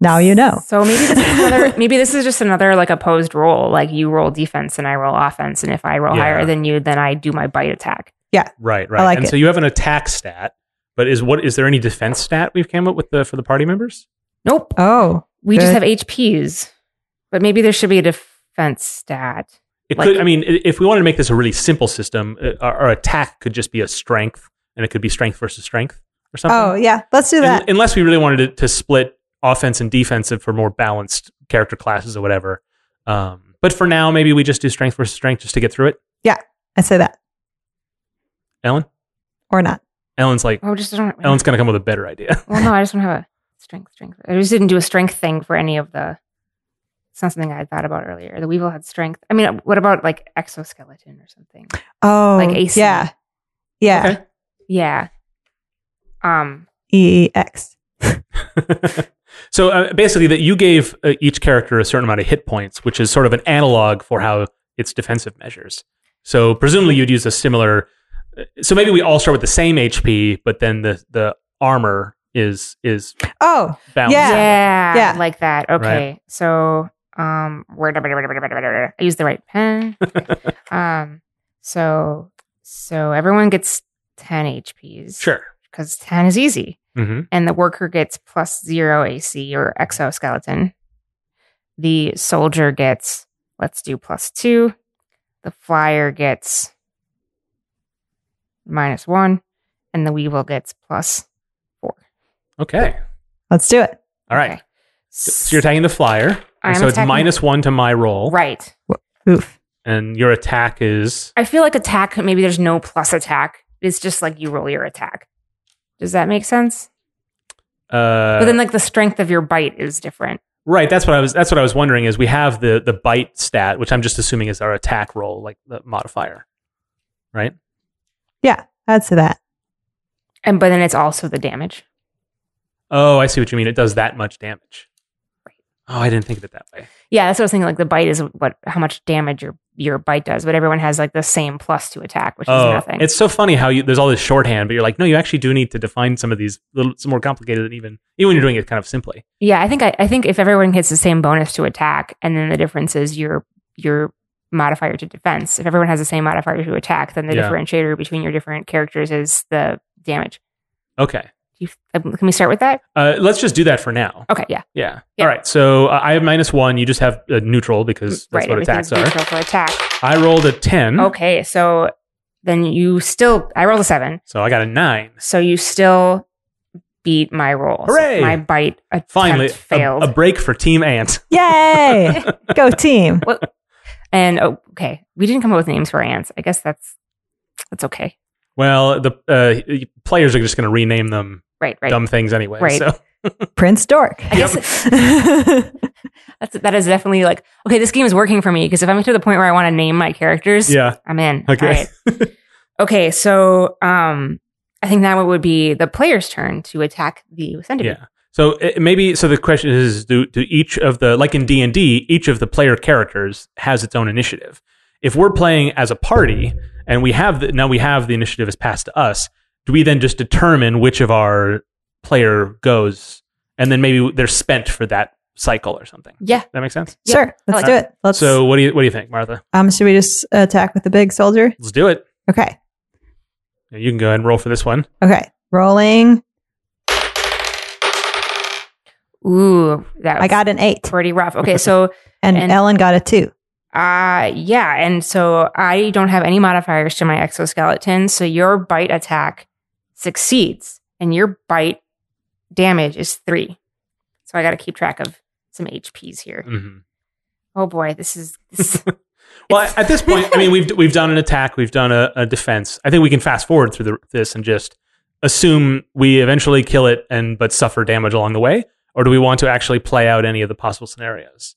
[SPEAKER 2] Now you know.
[SPEAKER 3] So maybe this is another maybe this is just another like opposed roll. Like you roll defense and I roll offense and if I roll
[SPEAKER 1] Yeah.
[SPEAKER 3] higher than you then I do my bite attack.
[SPEAKER 1] Right. Right.
[SPEAKER 2] like
[SPEAKER 1] and
[SPEAKER 2] it.
[SPEAKER 1] so you have an attack stat, but is what is there any defense stat we've came up with the, for the party members?
[SPEAKER 3] Nope.
[SPEAKER 2] Oh,
[SPEAKER 3] We just have
[SPEAKER 2] Good.
[SPEAKER 3] HPs. But maybe there should be a defense stat.
[SPEAKER 1] It
[SPEAKER 3] Like-
[SPEAKER 1] could. I mean, i- if we wanted to make this a really simple system, uh, our, our attack could just be a strength, and it could be strength versus strength or something.
[SPEAKER 2] oh yeah. Let's do
[SPEAKER 1] Un-
[SPEAKER 2] that.
[SPEAKER 1] unless we really wanted to, to split offense and defensive for more balanced character classes or whatever. Um, but for now, maybe we just do strength versus strength just to get through it.
[SPEAKER 2] I say that
[SPEAKER 1] Ellen,
[SPEAKER 2] or not.
[SPEAKER 1] Ellen's like
[SPEAKER 3] Oh just don't
[SPEAKER 1] Ellen's gonna come with a better idea.
[SPEAKER 3] Well no, I just don't have a strength strength. I just didn't do a strength thing for any of the it's not something I had thought about earlier. The Weevil had strength. I mean, what about like exoskeleton or something?
[SPEAKER 2] Oh,
[SPEAKER 3] Like AC.
[SPEAKER 2] yeah, yeah.
[SPEAKER 1] Okay.
[SPEAKER 3] Yeah. Um
[SPEAKER 2] E E X.
[SPEAKER 1] so uh, basically, that you gave uh, each character a certain amount of hit points, which is sort of an analog for how its defensive measures. So presumably, you'd use a similar. uh, So maybe we all start with the same HP, but then the the armor is is
[SPEAKER 2] Oh,
[SPEAKER 1] balanced.
[SPEAKER 2] Yeah.
[SPEAKER 3] Yeah.
[SPEAKER 2] Yeah.
[SPEAKER 3] Like that. Okay. So um where I use the right pen. um so so everyone gets 10 HPs.
[SPEAKER 1] Sure.
[SPEAKER 3] Because 10 is easy.
[SPEAKER 1] hmm
[SPEAKER 3] And the worker gets plus zero AC or exoskeleton. The soldier gets, let's do plus two. The flyer gets minus one. And the weevil gets plus.
[SPEAKER 1] Okay.
[SPEAKER 2] let's do it.
[SPEAKER 1] All right.
[SPEAKER 3] Okay.
[SPEAKER 1] So you're attacking the flyer,
[SPEAKER 3] I
[SPEAKER 1] and
[SPEAKER 3] am
[SPEAKER 1] so it's
[SPEAKER 3] attacking-
[SPEAKER 1] minus one to my roll,
[SPEAKER 3] Right.
[SPEAKER 2] Oof.
[SPEAKER 1] and your attack is
[SPEAKER 3] I feel like attack, maybe there's no plus attack. It's just like you roll your attack. Does that make sense?
[SPEAKER 1] uh,
[SPEAKER 3] but then like the strength of your bite is different.
[SPEAKER 1] right. That's what I was. That's what I was wondering. Is we have the the bite stat, which I'm just assuming is our attack roll, like the modifier.
[SPEAKER 2] I'd say that.
[SPEAKER 3] And but then it's also the damage.
[SPEAKER 1] Oh, I see what you mean. It does that much damage.
[SPEAKER 3] Right.
[SPEAKER 1] Oh, I didn't think of it that way.
[SPEAKER 3] Yeah, that's what I was thinking. Like the bite is what how much damage your your bite does, but everyone has like the same plus to attack, which
[SPEAKER 1] oh,
[SPEAKER 3] is nothing.
[SPEAKER 1] it's so funny how you, there's all this shorthand, but you're like, no, you actually do need to define some of these little, some more complicated than even even when you're doing it kind of simply.
[SPEAKER 3] yeah, I think I, I think if everyone gets the same bonus to attack, and then the difference is your your modifier to defense. If everyone has the same modifier to attack, then the
[SPEAKER 1] Yeah.
[SPEAKER 3] differentiator between your different characters is the damage.
[SPEAKER 1] Okay,
[SPEAKER 3] Do you, um, can we start with that?
[SPEAKER 1] uh, let's just do that for now.
[SPEAKER 3] Okay, yeah.
[SPEAKER 1] Yeah.
[SPEAKER 3] Yeah.
[SPEAKER 1] All right. So uh, I have minus one. You just have uh, neutral because that's
[SPEAKER 3] right,
[SPEAKER 1] what attacks
[SPEAKER 3] everything's
[SPEAKER 1] are. Hmm.
[SPEAKER 3] neutral for attack.
[SPEAKER 1] I rolled a ten,
[SPEAKER 3] Okay, so then you still I rolled a seven,
[SPEAKER 1] so I got a nine.
[SPEAKER 3] so you still beat my roll. So
[SPEAKER 1] Hooray!
[SPEAKER 3] my bite attempt
[SPEAKER 1] Finally, a,
[SPEAKER 3] failed.
[SPEAKER 1] a break for Team Ant.
[SPEAKER 2] Yay! Go team.
[SPEAKER 3] and oh, okay, we didn't come up with names for ants. I guess that's that's okay.
[SPEAKER 1] Well, the uh, y- players are just going to rename them
[SPEAKER 3] Right, right.
[SPEAKER 1] dumb things anyway.
[SPEAKER 3] Right.
[SPEAKER 1] So
[SPEAKER 2] Prince Dork.
[SPEAKER 3] I guess that's that is definitely like okay. This game is working for me because if I'm to the point where I want to name my characters,
[SPEAKER 1] yeah.
[SPEAKER 3] I'm in.
[SPEAKER 1] Okay.
[SPEAKER 3] All right. okay, so um, I think now it would be the player's turn to attack the centipede.
[SPEAKER 1] Yeah. So it, maybe so the question is do do each of the like in D&D each of the player characters has its own initiative. If we're playing as a party and we have the, now we have the initiative is passed to us, do we then just determine which of our player goes and then maybe they're spent for that cycle or something.
[SPEAKER 3] Yeah.
[SPEAKER 1] That makes sense?
[SPEAKER 3] Yeah,
[SPEAKER 2] sure, let's
[SPEAKER 3] like
[SPEAKER 2] do it. Let's.
[SPEAKER 1] So what do you what do you think, Martha?
[SPEAKER 2] um, should we just attack with the big soldier?
[SPEAKER 1] Let's do it.
[SPEAKER 2] Okay.
[SPEAKER 1] You can go ahead and roll for this one.
[SPEAKER 2] Okay. Rolling.
[SPEAKER 3] Ooh, that
[SPEAKER 2] I got an eight,
[SPEAKER 3] pretty rough. Okay, so
[SPEAKER 2] and,
[SPEAKER 3] and-
[SPEAKER 2] Ellen got a two.
[SPEAKER 3] uh yeah, and so I don't have any modifiers to my exoskeleton, so your bite attack succeeds and your bite damage is 3. So I got to keep track of some HPs here.
[SPEAKER 1] Mhm.
[SPEAKER 3] Oh boy, this is this,
[SPEAKER 1] Well, at this point, I mean, we've we've done an attack, we've done a, a defense. I think we can fast forward through the, this and just assume we eventually kill it and but suffer damage along the way, or do we want to actually play out any of the possible scenarios?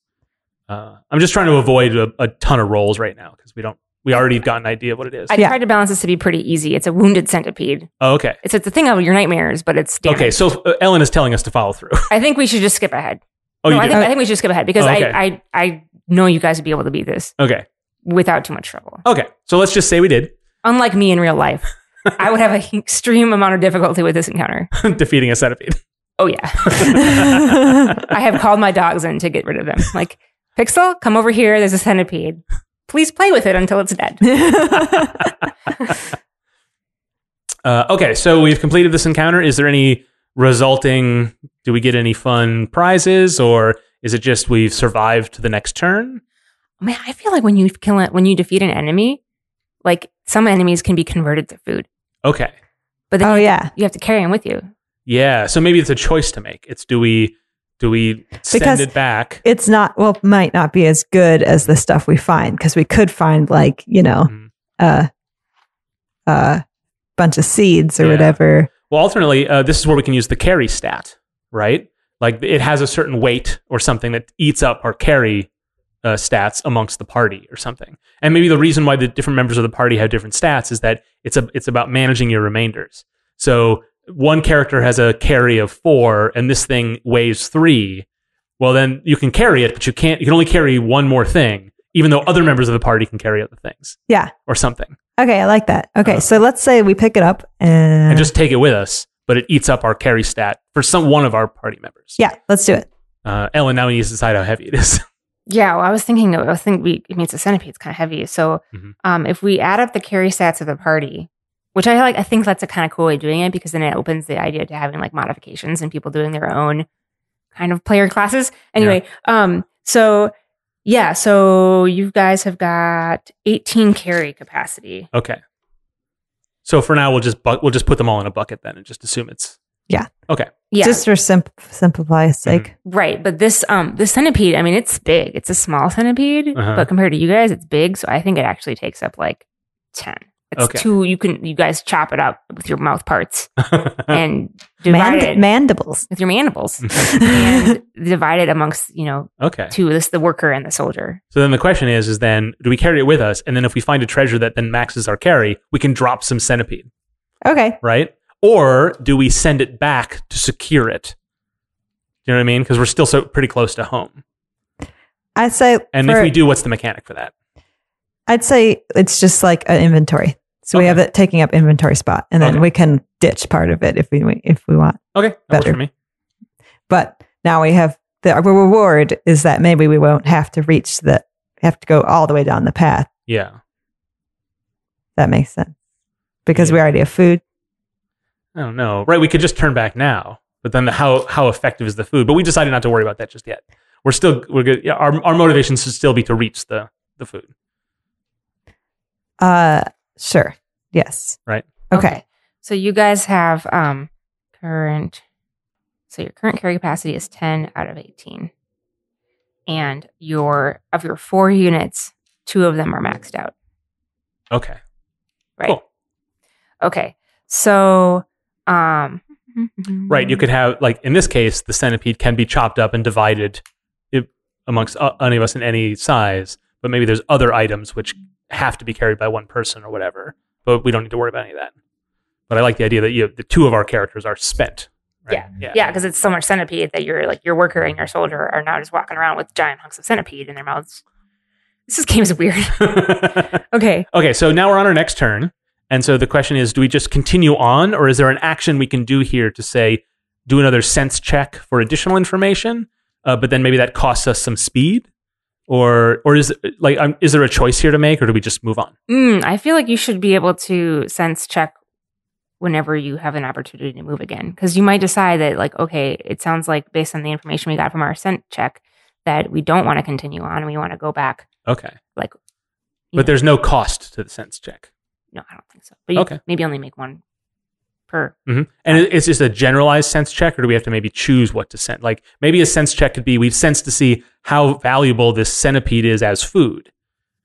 [SPEAKER 1] Uh, I'm just trying to avoid a, a ton of rolls right now because we don't we already got an idea of what it is.
[SPEAKER 3] I
[SPEAKER 2] Yeah.
[SPEAKER 3] tried to balance this to be pretty easy. It's a wounded centipede.
[SPEAKER 1] oh, okay,
[SPEAKER 3] It's it's a thing of your nightmares, but it's damage.
[SPEAKER 1] okay. So uh, Ellen is telling us to follow through.
[SPEAKER 3] I think we should just skip ahead.
[SPEAKER 1] oh,
[SPEAKER 3] no,
[SPEAKER 1] you
[SPEAKER 3] I
[SPEAKER 1] did.
[SPEAKER 3] think, I think we should skip ahead because
[SPEAKER 1] Oh, okay.
[SPEAKER 3] I, I I know you guys would be able to beat this
[SPEAKER 1] okay,
[SPEAKER 3] without too much trouble.
[SPEAKER 1] okay. So let's just say we did
[SPEAKER 3] Unlike me in real life, I would have an extreme amount of difficulty with this encounter.
[SPEAKER 1] defeating a centipede.
[SPEAKER 3] Oh yeah,
[SPEAKER 2] I
[SPEAKER 3] I have called my dogs in to get rid of them. Like Pixel, come over here. There's a centipede. Please play with it until it's dead.
[SPEAKER 1] Uh, okay, so we've completed this encounter. Is there any resulting? Do we get any fun prizes, or is it just we've survived to the next turn?
[SPEAKER 3] Man, I feel like when you kill it, when you defeat an enemy, like some enemies can be converted to food,
[SPEAKER 1] Okay,
[SPEAKER 3] but then
[SPEAKER 2] oh
[SPEAKER 3] you,
[SPEAKER 2] yeah,
[SPEAKER 3] you have to carry them with you.
[SPEAKER 1] yeah. So maybe it's a choice to make. It's do we do we send
[SPEAKER 2] Because-
[SPEAKER 1] it back?
[SPEAKER 2] it's not well, might not be as good as the stuff we find because we could find like you know,
[SPEAKER 1] Mhm.
[SPEAKER 2] uh, uh, bunch of seeds or
[SPEAKER 1] Yeah.
[SPEAKER 2] whatever.
[SPEAKER 1] Well, alternately, uh, this is where we can use the carry stat, right? Like it has a certain weight or something that eats up our carry uh, stats amongst the party or something. And maybe the reason why the different members of the party have different stats is that it's a it's about managing your remainders. So one character has a carry of four, and this thing weighs three. Well, then you can carry it, but you can't. You can only carry one more thing, even though other members of the party can carry other things.
[SPEAKER 2] Yeah.
[SPEAKER 1] or something,
[SPEAKER 2] Okay, I like that. Okay,
[SPEAKER 1] Uh-huh.
[SPEAKER 2] so let's say we pick it up and,
[SPEAKER 1] and just take it with us. But it eats up our carry stat for some one of our party members.
[SPEAKER 2] yeah, let's do it.
[SPEAKER 1] Uh, Ellen now needs to decide how heavy it is.
[SPEAKER 3] Yeah, well, I was thinking. I think we. I mean, it's a centipede. It's kind of heavy. So,
[SPEAKER 1] Mhm.
[SPEAKER 3] um, if we add up the carry stats of the party, which I like, I think that's a kind of cool way of doing it because then it opens the idea to having like modifications and people doing their own kind of player classes. Anyway, um, so yeah, so you guys have got 18 carry capacity.
[SPEAKER 1] okay. So for now, we'll just bu- we'll just put them all in a bucket then, and just assume it's
[SPEAKER 3] Yeah,
[SPEAKER 2] Just for simp-
[SPEAKER 1] Mm-hmm.
[SPEAKER 2] simplify's sake.
[SPEAKER 3] right. But this, um, the centipede. I mean, it's big. It's a small centipede,
[SPEAKER 1] Uh-huh.
[SPEAKER 3] but compared to you guys, it's big. So I think it actually takes up like 10. It's
[SPEAKER 1] Okay.
[SPEAKER 3] two. You can you guys chop it up with your mouth parts. and divide
[SPEAKER 2] Mand-
[SPEAKER 3] it
[SPEAKER 2] mandibles.
[SPEAKER 3] with your
[SPEAKER 1] Mm.
[SPEAKER 3] mandibles and divide it amongst you know
[SPEAKER 1] okay.
[SPEAKER 3] two this the worker and the soldier
[SPEAKER 1] So then the question is: is then do we carry it with us? And then if we find a treasure that then maxes our carry, we can drop some centipede,
[SPEAKER 2] okay.
[SPEAKER 1] right? Or do we send it back to secure it? You know what I mean? Because we're still so pretty close to home.
[SPEAKER 2] I say
[SPEAKER 1] And
[SPEAKER 2] for-
[SPEAKER 1] if we do, what's the mechanic for that?
[SPEAKER 2] I'd say it's just like an inventory. So
[SPEAKER 1] Okay.
[SPEAKER 2] we have it taking up inventory spot, and then
[SPEAKER 1] Okay.
[SPEAKER 2] we can ditch part of it if we if we want.
[SPEAKER 1] Okay, that works
[SPEAKER 2] Better.
[SPEAKER 1] for me.
[SPEAKER 2] But now we have the our reward is that maybe we won't have to reach the have to go all the way down the path.
[SPEAKER 1] Yeah.
[SPEAKER 2] That makes sense because we
[SPEAKER 1] Yeah.
[SPEAKER 2] already have food.
[SPEAKER 1] I don't know. Right, we could just turn back now, but then the, how how effective is the food? But we decided not to worry about that just yet. We're still we're good. Yeah, our our motivation should still be to reach the the food.
[SPEAKER 2] Uh, sure. Yes.
[SPEAKER 1] Right.
[SPEAKER 2] Okay.
[SPEAKER 3] so you guys have um current so your current carry capacity is 10 out of 18 and your of your four units two of them are maxed out
[SPEAKER 1] Okay.
[SPEAKER 3] right
[SPEAKER 1] Cool.
[SPEAKER 3] okay so um
[SPEAKER 1] Right, you could have like in this case, the centipede can be chopped up and divided i- amongst uh, any of us in any size. But maybe there's other items which have to be carried by one person or whatever. But we don't need to worry about any of that. But I like the idea that you the two of our characters are spent. thing. Yeah.
[SPEAKER 3] Yeah, because it's so much centipede that you're like your worker and your soldier are now just walking around with giant hunks of centipede in their mouths. This is- game is weird. okay.
[SPEAKER 1] okay, so now we're on our next turn. And so the question is do we just continue on, or is there an action we can do here to say, do another sense check for additional information, uh, but then maybe that costs us some speed? Or, or is like um, is there a choice here to make, or do we just move on?
[SPEAKER 3] Mm, I feel like you should be able to sense check whenever you have an opportunity to move again, because you might decide that like, okay, it sounds like based on the information we got from our scent check that we don't want to continue on. We want to go back.
[SPEAKER 1] Okay,
[SPEAKER 3] Like, you
[SPEAKER 1] but
[SPEAKER 3] know.
[SPEAKER 1] there's no cost to the sense check,
[SPEAKER 3] No, I don't think so. But you
[SPEAKER 1] Okay.
[SPEAKER 3] maybe only make one per.
[SPEAKER 1] hmm and it- it's just a generalized sense check, or do we have to maybe choose what to sense? Like maybe a sense check could be we've sensed to see how valuable this centipede is as food,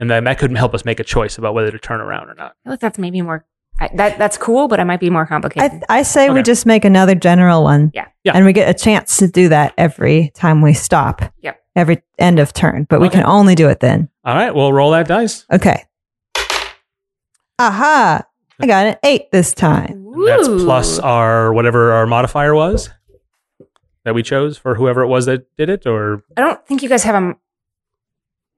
[SPEAKER 1] and then that could help us make a choice about whether to turn around or not.
[SPEAKER 3] I feel like that's maybe more. I, that that's cool, but it might be more complicated.
[SPEAKER 2] I, I say
[SPEAKER 1] Okay.
[SPEAKER 2] we just make another general one.
[SPEAKER 3] Yeah.
[SPEAKER 1] Yeah.
[SPEAKER 2] And we get a chance to do that every time we stop.
[SPEAKER 3] Yep.
[SPEAKER 2] Every end of turn, but we
[SPEAKER 1] Okay.
[SPEAKER 2] can only do it then.
[SPEAKER 1] All right, well, roll that dice.
[SPEAKER 2] Okay. Aha! I got an eight this time.
[SPEAKER 1] And That's plus
[SPEAKER 3] Ooh.
[SPEAKER 1] our whatever our modifier was that we chose for whoever it was that did it, or
[SPEAKER 3] I don't think you guys have a. m-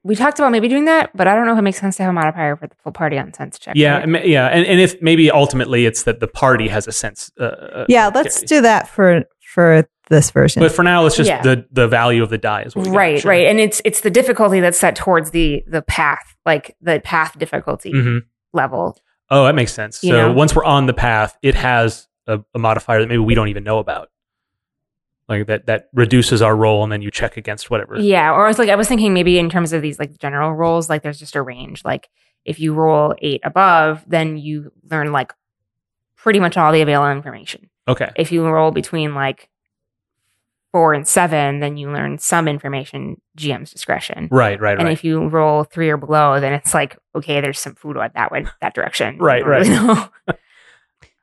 [SPEAKER 3] We talked about maybe doing that, but I don't know if it makes sense to have a modifier for the full party on sense check.
[SPEAKER 1] yeah,
[SPEAKER 3] right?
[SPEAKER 1] ma- yeah, and, and if maybe ultimately it's that the party has a sense. Uh, uh,
[SPEAKER 2] Yeah, let's
[SPEAKER 1] okay.
[SPEAKER 2] do that for for this version.
[SPEAKER 1] But for now, let's just
[SPEAKER 3] Yeah.
[SPEAKER 1] the the value of the die is what we got,
[SPEAKER 3] right,
[SPEAKER 1] sure.
[SPEAKER 3] right. And it's it's the difficulty that's set towards the the path, like the path difficulty
[SPEAKER 1] Mhm.
[SPEAKER 3] level.
[SPEAKER 1] Oh, that makes sense.
[SPEAKER 3] You
[SPEAKER 1] so
[SPEAKER 3] know?
[SPEAKER 1] once we're on the path, it has a, a modifier that maybe we don't even know about, like that that reduces our roll, and then you check against whatever.
[SPEAKER 3] Yeah, or I was like I was thinking maybe in terms of these like general rolls, like there's just a range. Like if you roll eight above, then you learn like pretty much all the available information.
[SPEAKER 1] Okay.
[SPEAKER 3] If you roll between like four and seven, then you learn some information. GM's discretion.
[SPEAKER 1] Right. Right.
[SPEAKER 3] And
[SPEAKER 1] Right.
[SPEAKER 3] if you roll three or below, then it's like, okay, there's some food on that way, that direction. You
[SPEAKER 1] Right,
[SPEAKER 3] don't really know.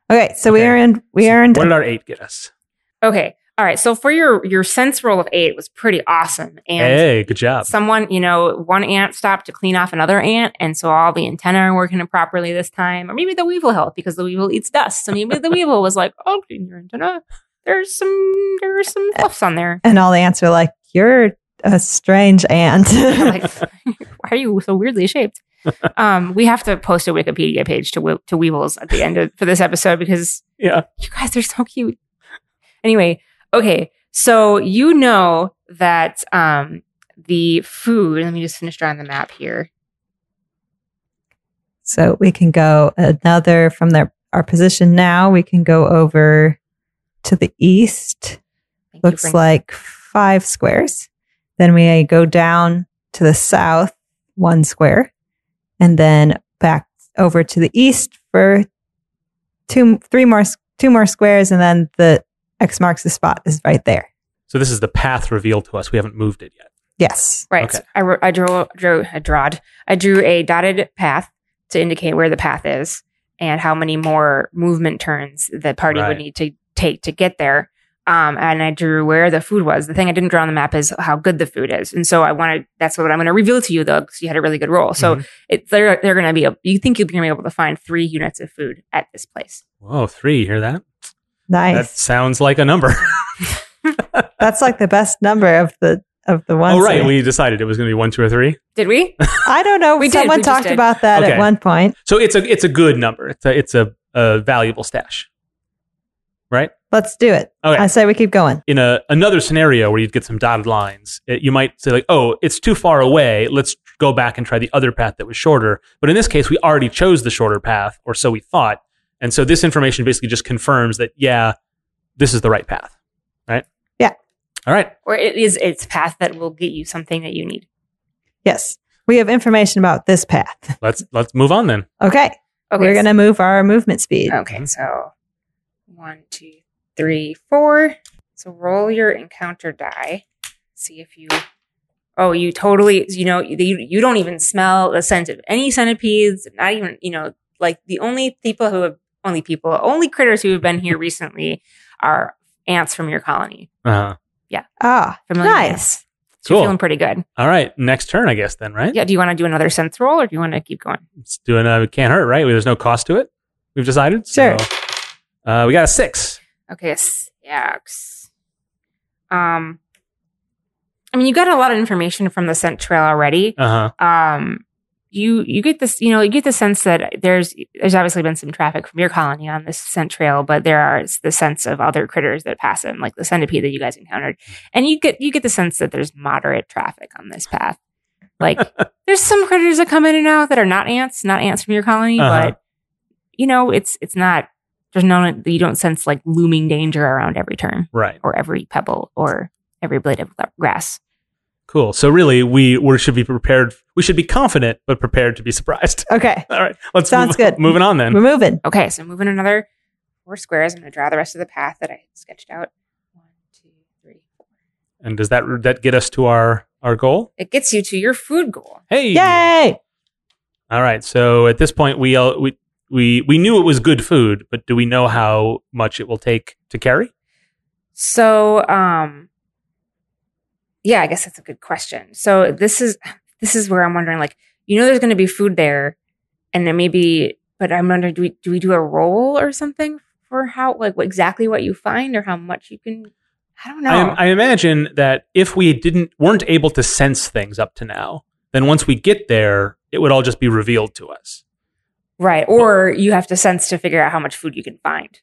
[SPEAKER 2] okay, so we
[SPEAKER 1] okay.
[SPEAKER 2] earned we
[SPEAKER 1] So
[SPEAKER 2] earned
[SPEAKER 1] What did our eight get us?
[SPEAKER 3] okay. All right. So for your your sense roll of eight was pretty awesome. And
[SPEAKER 1] Hey, good job.
[SPEAKER 3] someone, you know, one ant stopped to clean off another ant, and so all the antennae are working properly this time. Or maybe the weevil helped because the weevil eats dust. So maybe the weevil was like, oh, clean your antenna. There's some there's some fluffs on there.
[SPEAKER 2] and all the ants were like, You're a strange ant.
[SPEAKER 3] I'm like, why are you so weirdly shaped? Um, we have to post a Wikipedia page to we- to weevils at the end of for this episode because
[SPEAKER 1] Yeah.
[SPEAKER 3] you guys are so cute. Anyway, okay, so you know that um, the food. Let me just finish drawing the map here.
[SPEAKER 2] So we can go another from their our position now. We can go over to the east.
[SPEAKER 3] Thank you,
[SPEAKER 2] Looks
[SPEAKER 3] Frank.
[SPEAKER 2] like five squares. Then we go down to the south one square, and then back over to the east for two, three more, s- two more squares, and then the X marks the spot is right there.
[SPEAKER 1] So this is the path revealed to us. We haven't moved it yet.
[SPEAKER 2] Yes.
[SPEAKER 3] right.
[SPEAKER 1] okay.
[SPEAKER 3] I wrote, I drew drew I drawed I drew a dotted path to indicate where the path is and how many more movement turns the party
[SPEAKER 1] Right.
[SPEAKER 3] would need to take to get there. Um, and I drew where the food was. The thing I didn't draw on the map is how good the food is. And so I wanted that's what I'm going to reveal to you though, because you had a really good roll. So
[SPEAKER 1] Mhm.
[SPEAKER 3] it, they're they're going to be a, you think you're going to be able to find three units of food at this place.
[SPEAKER 1] Whoa, three. You hear that?
[SPEAKER 2] Nice.
[SPEAKER 1] That sounds like a number.
[SPEAKER 2] That's like the best number of the of the ones.
[SPEAKER 1] oh, right.
[SPEAKER 2] that-
[SPEAKER 1] We decided it was going to be one, two, or three.
[SPEAKER 3] Did we?
[SPEAKER 2] I don't know.
[SPEAKER 3] We did,
[SPEAKER 2] Someone
[SPEAKER 3] we just
[SPEAKER 2] talked
[SPEAKER 3] did.
[SPEAKER 2] about that
[SPEAKER 1] Okay.
[SPEAKER 2] at one point.
[SPEAKER 1] So it's a it's a good number. It's a it's a, a valuable stash.
[SPEAKER 2] Let's do it.
[SPEAKER 1] Okay.
[SPEAKER 2] I say we keep going.
[SPEAKER 1] In a another scenario where you'd get some dotted lines, it, you might say like, "Oh, it's too far away. Let's go back and try the other path that was shorter." But in this case, we already chose the shorter path, or so we thought. And so this information basically just confirms that yeah, this is the right path. Right?
[SPEAKER 2] Yeah.
[SPEAKER 1] All right.
[SPEAKER 3] Or it is it's a path that will get you something that you need.
[SPEAKER 2] Yes. We have information about this path.
[SPEAKER 1] Let's let's move on then.
[SPEAKER 2] Okay. We're
[SPEAKER 3] so-
[SPEAKER 2] going to move our movement speed.
[SPEAKER 3] Okay, so one, two, three, four. So roll your encounter die. See if you. Oh, you totally. You know, you, you don't even smell the scent of any centipedes. Not even you know, like the only people who have only people only critters who have been here recently are ants from your colony.
[SPEAKER 1] Uh-huh.
[SPEAKER 2] Ah,
[SPEAKER 3] Familiar
[SPEAKER 2] Nice.
[SPEAKER 3] ants. So
[SPEAKER 1] Cool.
[SPEAKER 3] you're feeling pretty good.
[SPEAKER 1] All right. Next turn, I guess then, right?
[SPEAKER 3] Yeah. Do you want to do another sense roll, or do you want to keep going?
[SPEAKER 1] it's doing uh, can't hurt, right? There's no cost to it. We've decided. So,
[SPEAKER 2] Sure.
[SPEAKER 1] uh, we got a six.
[SPEAKER 3] Okay, a six. Yikes. Um, I mean, you got a lot of information from the scent trail already.
[SPEAKER 1] Uh huh.
[SPEAKER 3] Um, you you get this, you know, you get the sense that there's there's obviously been some traffic from your colony on this scent trail, but there are the sense of other critters that pass him, like the centipede that you guys encountered, and you get you get the sense that there's moderate traffic on this path. Like, there's some critters that come in and out that are not ants, not ants from your colony,
[SPEAKER 1] Uh-huh.
[SPEAKER 3] but you know, it's it's not. There's no you don't sense like looming danger around every turn
[SPEAKER 1] Right.
[SPEAKER 3] or every pebble or every blade of gra- grass.
[SPEAKER 1] Cool. So really, we we should be prepared. We should be confident, but prepared to be surprised.
[SPEAKER 2] Okay,
[SPEAKER 1] All right. Let's
[SPEAKER 2] Sounds
[SPEAKER 1] move,
[SPEAKER 2] good.
[SPEAKER 1] Moving on then.
[SPEAKER 2] we're moving.
[SPEAKER 3] Okay, so moving another four squares. I'm going to draw the rest of the path that I sketched out. One, two, three.
[SPEAKER 1] And does that that get us to our our goal?
[SPEAKER 3] It gets you to your food goal.
[SPEAKER 1] Hey.
[SPEAKER 2] Yay!
[SPEAKER 1] All right. So at this point, we all we. We, we knew it was good food, but do we know how much it will take to carry?
[SPEAKER 3] So, um, yeah, I guess that's a good question. So this is this is where I'm wondering, like, you know, there's going to be food there, and then maybe, but I'm wondering, do we do we do a roll or something for how, like, what, exactly what you find or how much you can? I don't know.
[SPEAKER 1] I, am- I imagine that if we didn't weren't able to sense things up to now, then once we get there, it would all just be revealed to us.
[SPEAKER 3] Right. Or you have to sense to figure out how much food you can find.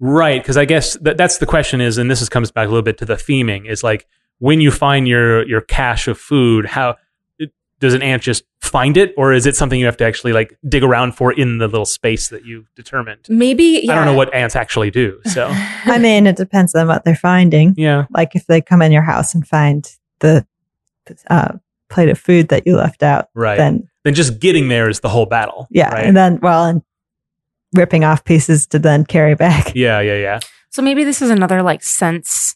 [SPEAKER 1] Right, because I guess that that's the question is, and this is, comes back a little bit to the theming is like when you find your your cache of food, how it- does an ant just find it, or is it something you have to actually like dig around for in the little space that you've determined?
[SPEAKER 3] Maybe yeah.
[SPEAKER 1] I don't know what ants actually do, so
[SPEAKER 2] I mean, it depends on what they're finding.
[SPEAKER 1] yeah,
[SPEAKER 2] Like if they come in your house and find the uh, plate of food that you left out,
[SPEAKER 1] right. Then,
[SPEAKER 2] then
[SPEAKER 1] just getting there is the whole battle.
[SPEAKER 2] yeah,
[SPEAKER 1] right?
[SPEAKER 2] and then well, and ripping off pieces to then carry back.
[SPEAKER 1] yeah, yeah, yeah.
[SPEAKER 3] so maybe this is another like sense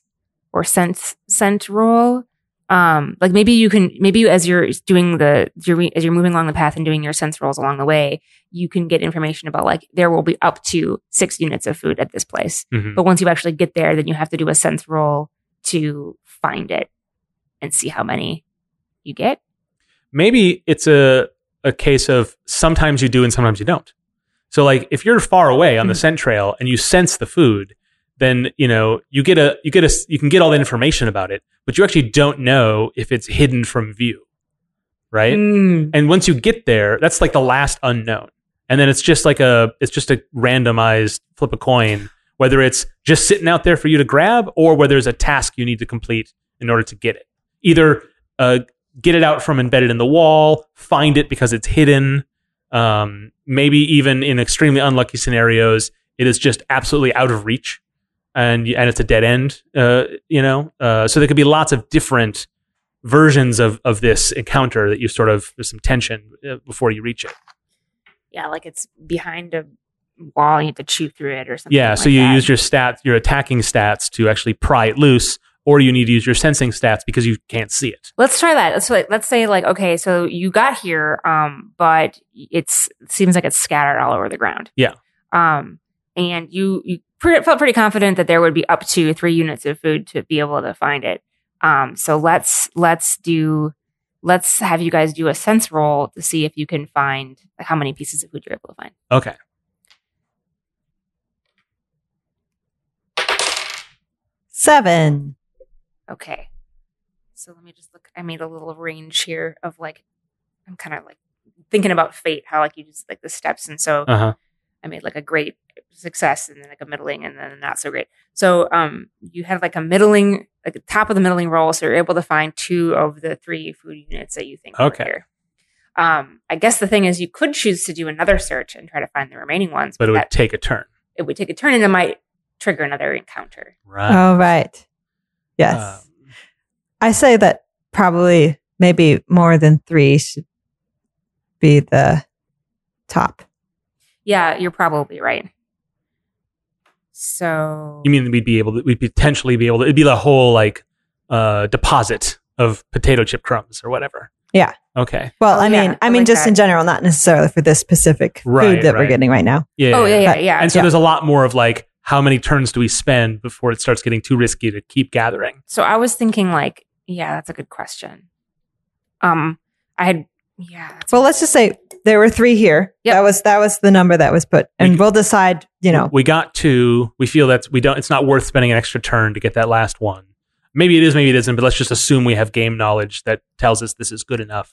[SPEAKER 3] or sense scent roll. Um, like maybe you can maybe as you're doing the you're, as you're moving along the path and doing your sense rolls along the way, you can get information about like there will be up to six units of food at this place.
[SPEAKER 1] Mhm.
[SPEAKER 3] But once you actually get there, then you have to do a sense roll to find it and see how many you get.
[SPEAKER 1] maybe it's a a case of sometimes you do and sometimes you don't. So like if you're far away on the
[SPEAKER 3] Mhm.
[SPEAKER 1] scent trail and you sense the food, then you know you get a you get a s- you can get all the information about it, but you actually don't know if it's hidden from view, right?
[SPEAKER 3] Mm.
[SPEAKER 1] And once you get there, that's like the last unknown, and then it's just like a it's just a randomized flip a coin whether it's just sitting out there for you to grab or whether there's a task you need to complete in order to get it. Either uh, get it out from embedded in the wall, find it because it's hidden. Um, maybe even in extremely unlucky scenarios, it is just absolutely out of reach, and y- and it's a dead end. Uh, you know, uh, so there could be lots of different versions of of this encounter that you sort of there's some tension uh, before you reach it.
[SPEAKER 3] yeah, like it's behind a wall. You have to chew through it or something.
[SPEAKER 1] Yeah, so
[SPEAKER 3] like
[SPEAKER 1] you
[SPEAKER 3] that.
[SPEAKER 1] use your stats, your attacking stats to actually pry it loose, or you need to use your sensing stats because you can't see it.
[SPEAKER 3] Let's try that. Let's like, let's say like okay, so you got here, um, but it's it seems like it's scattered all over the ground.
[SPEAKER 1] Yeah.
[SPEAKER 3] Um, and you you pre- felt pretty confident that there would be up to three units of food to be able to find it. Um, so let's let's do let's have you guys do a sense roll to see if you can find like how many pieces of food you're able to find.
[SPEAKER 1] Okay.
[SPEAKER 2] Seven.
[SPEAKER 3] Okay. So let me just look. I made a little range here of like, I'm kind of like thinking about fate, how like you just like the steps. And so
[SPEAKER 1] Uh huh.
[SPEAKER 3] I made like a great success and then like a middling and then not so great. So um, you had like a middling, like the top of the middling roll. So you're able to find two of the three food units that you think. were
[SPEAKER 1] Okay.
[SPEAKER 3] Here. Um, I guess the thing is, you could choose to do another search and try to find the remaining ones,
[SPEAKER 1] But it would
[SPEAKER 3] that,
[SPEAKER 1] take a turn.
[SPEAKER 3] it would take a turn and it might trigger another encounter.
[SPEAKER 1] Right.
[SPEAKER 2] All right. Oh, Yes.
[SPEAKER 3] uh,
[SPEAKER 1] Um,
[SPEAKER 2] I say that probably maybe more than three should be the top.
[SPEAKER 3] Yeah, you're probably right. So
[SPEAKER 1] you mean we'd be able to, we'd potentially be able to, it'd be the whole like uh, deposit of potato chip crumbs or whatever.
[SPEAKER 2] Yeah.
[SPEAKER 1] Okay.
[SPEAKER 2] Well,
[SPEAKER 3] Oh,
[SPEAKER 2] I
[SPEAKER 3] yeah,
[SPEAKER 2] mean, I
[SPEAKER 3] I
[SPEAKER 2] mean,
[SPEAKER 3] like
[SPEAKER 2] just in
[SPEAKER 3] that.
[SPEAKER 2] general, not necessarily for this specific
[SPEAKER 1] Right,
[SPEAKER 2] food that
[SPEAKER 1] right.
[SPEAKER 2] we're getting right now.
[SPEAKER 1] Yeah.
[SPEAKER 3] Oh yeah, yeah,
[SPEAKER 2] But-
[SPEAKER 3] yeah.
[SPEAKER 1] And
[SPEAKER 3] And
[SPEAKER 1] so
[SPEAKER 3] so,
[SPEAKER 1] there's a lot more of like how many turns do we spend before it starts getting too risky to keep gathering?
[SPEAKER 3] I was thinking like, yeah, that's a good question. Um, I had yeah. that's-
[SPEAKER 2] Well, let's just say There were three here.
[SPEAKER 3] Yep.
[SPEAKER 2] That was that was the number that was put, and
[SPEAKER 1] We-
[SPEAKER 2] we, will decide. You know,
[SPEAKER 1] we got two. We feel that's we don't. It's not worth spending an extra turn to get that last one. Maybe it is, maybe it isn't. But let's just assume we have game knowledge that tells us this is good enough.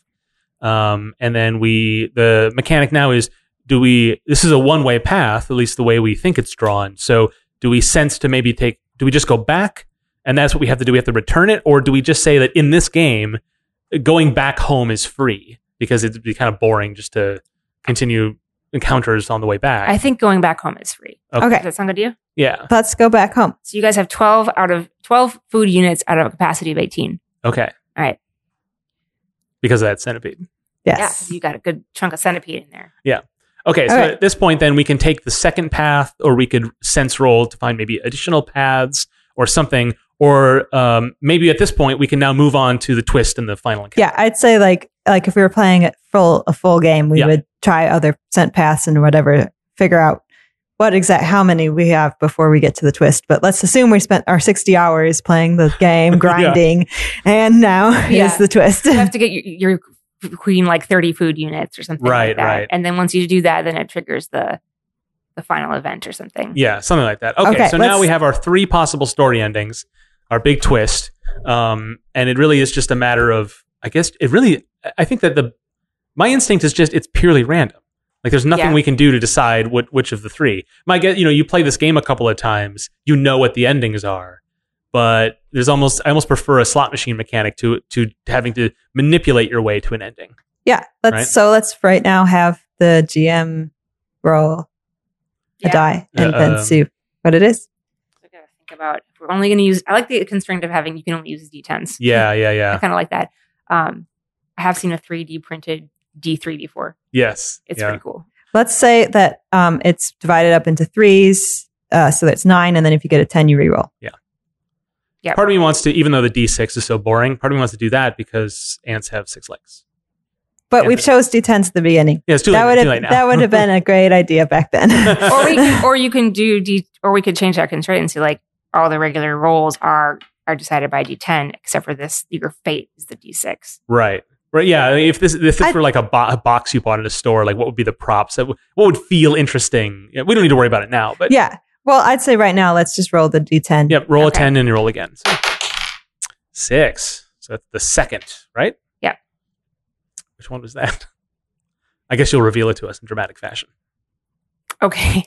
[SPEAKER 1] Um, and then we the mechanic now is do we? This is a one way path, at least the way we think it's drawn. So do we sense to maybe take? Do we just go back? And that's what we have to do. We have to return it, or do we just say that in this game, going back home is free because it'd be kind of boring just to continue encounters on the way back.
[SPEAKER 3] I think going back home is free.
[SPEAKER 2] Okay.
[SPEAKER 3] Does that sound good to you?
[SPEAKER 1] yeah.
[SPEAKER 2] let's go back home.
[SPEAKER 3] So you guys have 12 out of 12 food units out of a capacity of 18.
[SPEAKER 1] Okay.
[SPEAKER 3] All right.
[SPEAKER 1] Because of that centipede.
[SPEAKER 3] Yeah,
[SPEAKER 2] Yes.
[SPEAKER 3] so you got a good chunk of centipede in there.
[SPEAKER 1] Okay, so
[SPEAKER 2] All right.
[SPEAKER 1] at this point, then we can take the second path, or we could sense roll to find maybe additional paths or something, or um, maybe at this point we can now move on to the twist and the final encounter.
[SPEAKER 2] Yeah, I'd say like like if we were playing it full a full game, we
[SPEAKER 1] Yeah.
[SPEAKER 2] would try other scent paths and whatever, figure out what exact how many we have before we get to the twist. But let's assume we spent our sixty hours playing the game, grinding, and now
[SPEAKER 3] Yeah.
[SPEAKER 2] is the twist.
[SPEAKER 3] You have to get your, your queen like 30 food units or something
[SPEAKER 1] Right,
[SPEAKER 3] like that.
[SPEAKER 1] right.
[SPEAKER 3] And then once you do that, then it triggers the the final event or something.
[SPEAKER 1] Yeah, something like that. Okay,
[SPEAKER 2] Okay,
[SPEAKER 1] so now
[SPEAKER 2] let's-
[SPEAKER 1] we have our three possible story endings, our big twist, um, and it really is just a matter of, I guess, it really, I think that the my instinct is just it's purely random. Like there's nothing
[SPEAKER 3] Yeah.
[SPEAKER 1] we can do to decide what which of the three. My guess, you know, you play this game a couple of times, you know what the endings are, but there's almost I almost prefer a slot machine mechanic to to having to manipulate your way to an ending.
[SPEAKER 2] yeah. Let's
[SPEAKER 1] Right.
[SPEAKER 2] so let's right now have the GM roll
[SPEAKER 3] Yeah.
[SPEAKER 2] a die and
[SPEAKER 1] Uh,
[SPEAKER 2] then
[SPEAKER 1] um,
[SPEAKER 2] see what it is.
[SPEAKER 3] So I gotta think about if we're only gonna use I like the constraint of having you can only use D10s.
[SPEAKER 1] Yeah, yeah,
[SPEAKER 3] I
[SPEAKER 1] yeah.
[SPEAKER 3] kinda like that. Um I have seen a 3D printed D3 before.
[SPEAKER 1] Yes.
[SPEAKER 3] It's
[SPEAKER 1] yeah.
[SPEAKER 3] pretty cool.
[SPEAKER 2] Let's say that um, it's divided up into threes, uh, so that's nine, and then if you get a ten, you reroll.
[SPEAKER 3] Yeah.
[SPEAKER 1] Part of me wants to, even though the D6 is so boring, part of me wants to do that because ants have six legs.
[SPEAKER 2] But
[SPEAKER 1] Yeah.
[SPEAKER 2] we chose d10s at the beginning.
[SPEAKER 1] Yeah, it's too
[SPEAKER 2] that
[SPEAKER 1] late.
[SPEAKER 2] would
[SPEAKER 1] too late now.
[SPEAKER 2] have that would have been a great idea back then.
[SPEAKER 3] or we can, or you can do D or we could change that constraint and say like all the regular rolls are are decided by D10 except for this your fate is the D6.
[SPEAKER 1] right. Right. Yeah. I mean, if this if this
[SPEAKER 2] I-
[SPEAKER 1] were like a, bo- a box you bought at a store, like what would be the props? That w- what would feel interesting? Yeah, we don't need to worry about it now. But yeah,
[SPEAKER 2] yeah. Well, I'd say right now let's just roll the d10.
[SPEAKER 1] roll
[SPEAKER 3] Okay.
[SPEAKER 1] a ten and you roll again. So, six. So that's the second, right?
[SPEAKER 3] Yeah.
[SPEAKER 1] Which one was that? I guess you'll reveal it to us in dramatic fashion.
[SPEAKER 3] Okay.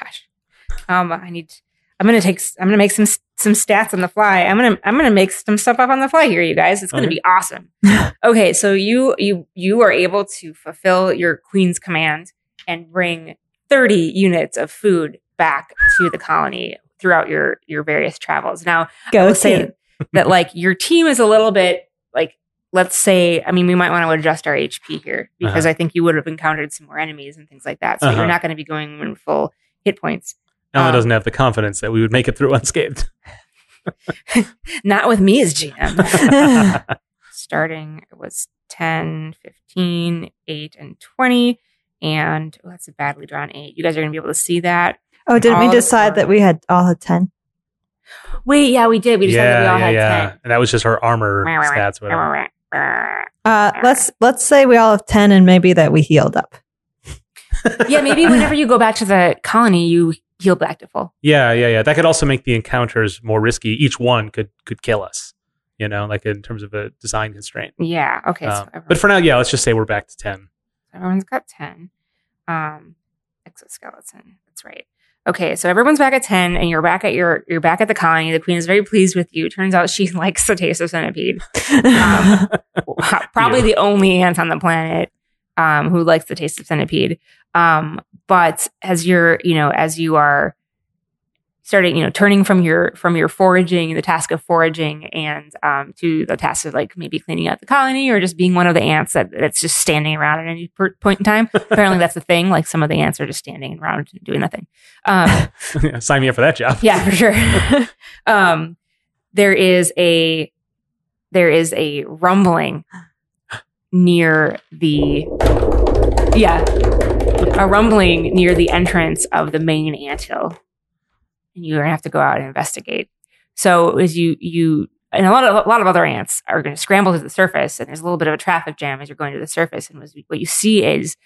[SPEAKER 3] Gosh. Um I need I'm going to take s- I'm going to make some s- some stats on the fly. I'm going to I'm going to make some stuff up on the fly here you guys. It's going to
[SPEAKER 1] Okay.
[SPEAKER 3] be awesome. okay, so you you you are able to fulfill your queen's command and bring 30 units of food back to the colony throughout your your various travels. Now, I
[SPEAKER 2] Go
[SPEAKER 3] will say
[SPEAKER 2] team.
[SPEAKER 3] that like your team is a little bit like let's say I mean we might want to adjust our HP here because I think you would have encountered some more enemies and things like that. So
[SPEAKER 1] Uh-huh.
[SPEAKER 3] you're not going to be going in full hit points.
[SPEAKER 1] Ellen
[SPEAKER 3] Um,
[SPEAKER 1] doesn't have the confidence that we would make it through unscathed.
[SPEAKER 3] Not with me as GM. Starting it was 10, 15, 8 and 20 and oh, that's a badly drawn 8. You guys are going to be able to see that.
[SPEAKER 2] Oh, didn't we
[SPEAKER 3] all the
[SPEAKER 2] decide that
[SPEAKER 3] time.
[SPEAKER 2] we had all had 10?
[SPEAKER 3] Wait, yeah, we did. We decided that we all had
[SPEAKER 1] And that was just her armor
[SPEAKER 3] 10.
[SPEAKER 1] stats, whatever.
[SPEAKER 2] Uh, let's let's say we all have 10 and maybe that we healed up.
[SPEAKER 3] yeah, maybe whenever you go back to the colony, you heal back to full.
[SPEAKER 1] Yeah, yeah, yeah. That could also make the encounters more risky. Each one could could kill us, you know, like in terms of a design constraint.
[SPEAKER 3] Yeah. Okay. so
[SPEAKER 1] Um,
[SPEAKER 3] everyone-
[SPEAKER 1] but for now, yeah, let's just say we're back to ten.
[SPEAKER 3] Everyone's got 10. Um, exoskeleton. That's right. Okay, so everyone's back at 10 and you're back at your you're back at the colony. The queen is very pleased with you. Turns out she likes the taste of centipede. Um, Wow, Probably
[SPEAKER 1] Yeah.
[SPEAKER 3] the only ant on the planet um, who likes the taste of centipede. Um, but as you're, you know, as you are starting, you know, turning from your from your foraging, the task of foraging and um, to the task of like maybe cleaning out the colony or just being one of the ants that, that's just standing around at any per- point in time apparently that's the thing like some of the ants are just standing around and doing nothing um,
[SPEAKER 1] Sign me up for that job.
[SPEAKER 3] yeah for sure um, there is a there is a rumbling near the yeah a rumbling near the entrance of the main anthill and you're gonna have to go out and investigate so as you you and a lot of a lot of other ants are going to scramble to the surface and there's a little bit of a traffic jam as you're going to the surface and was, what you see is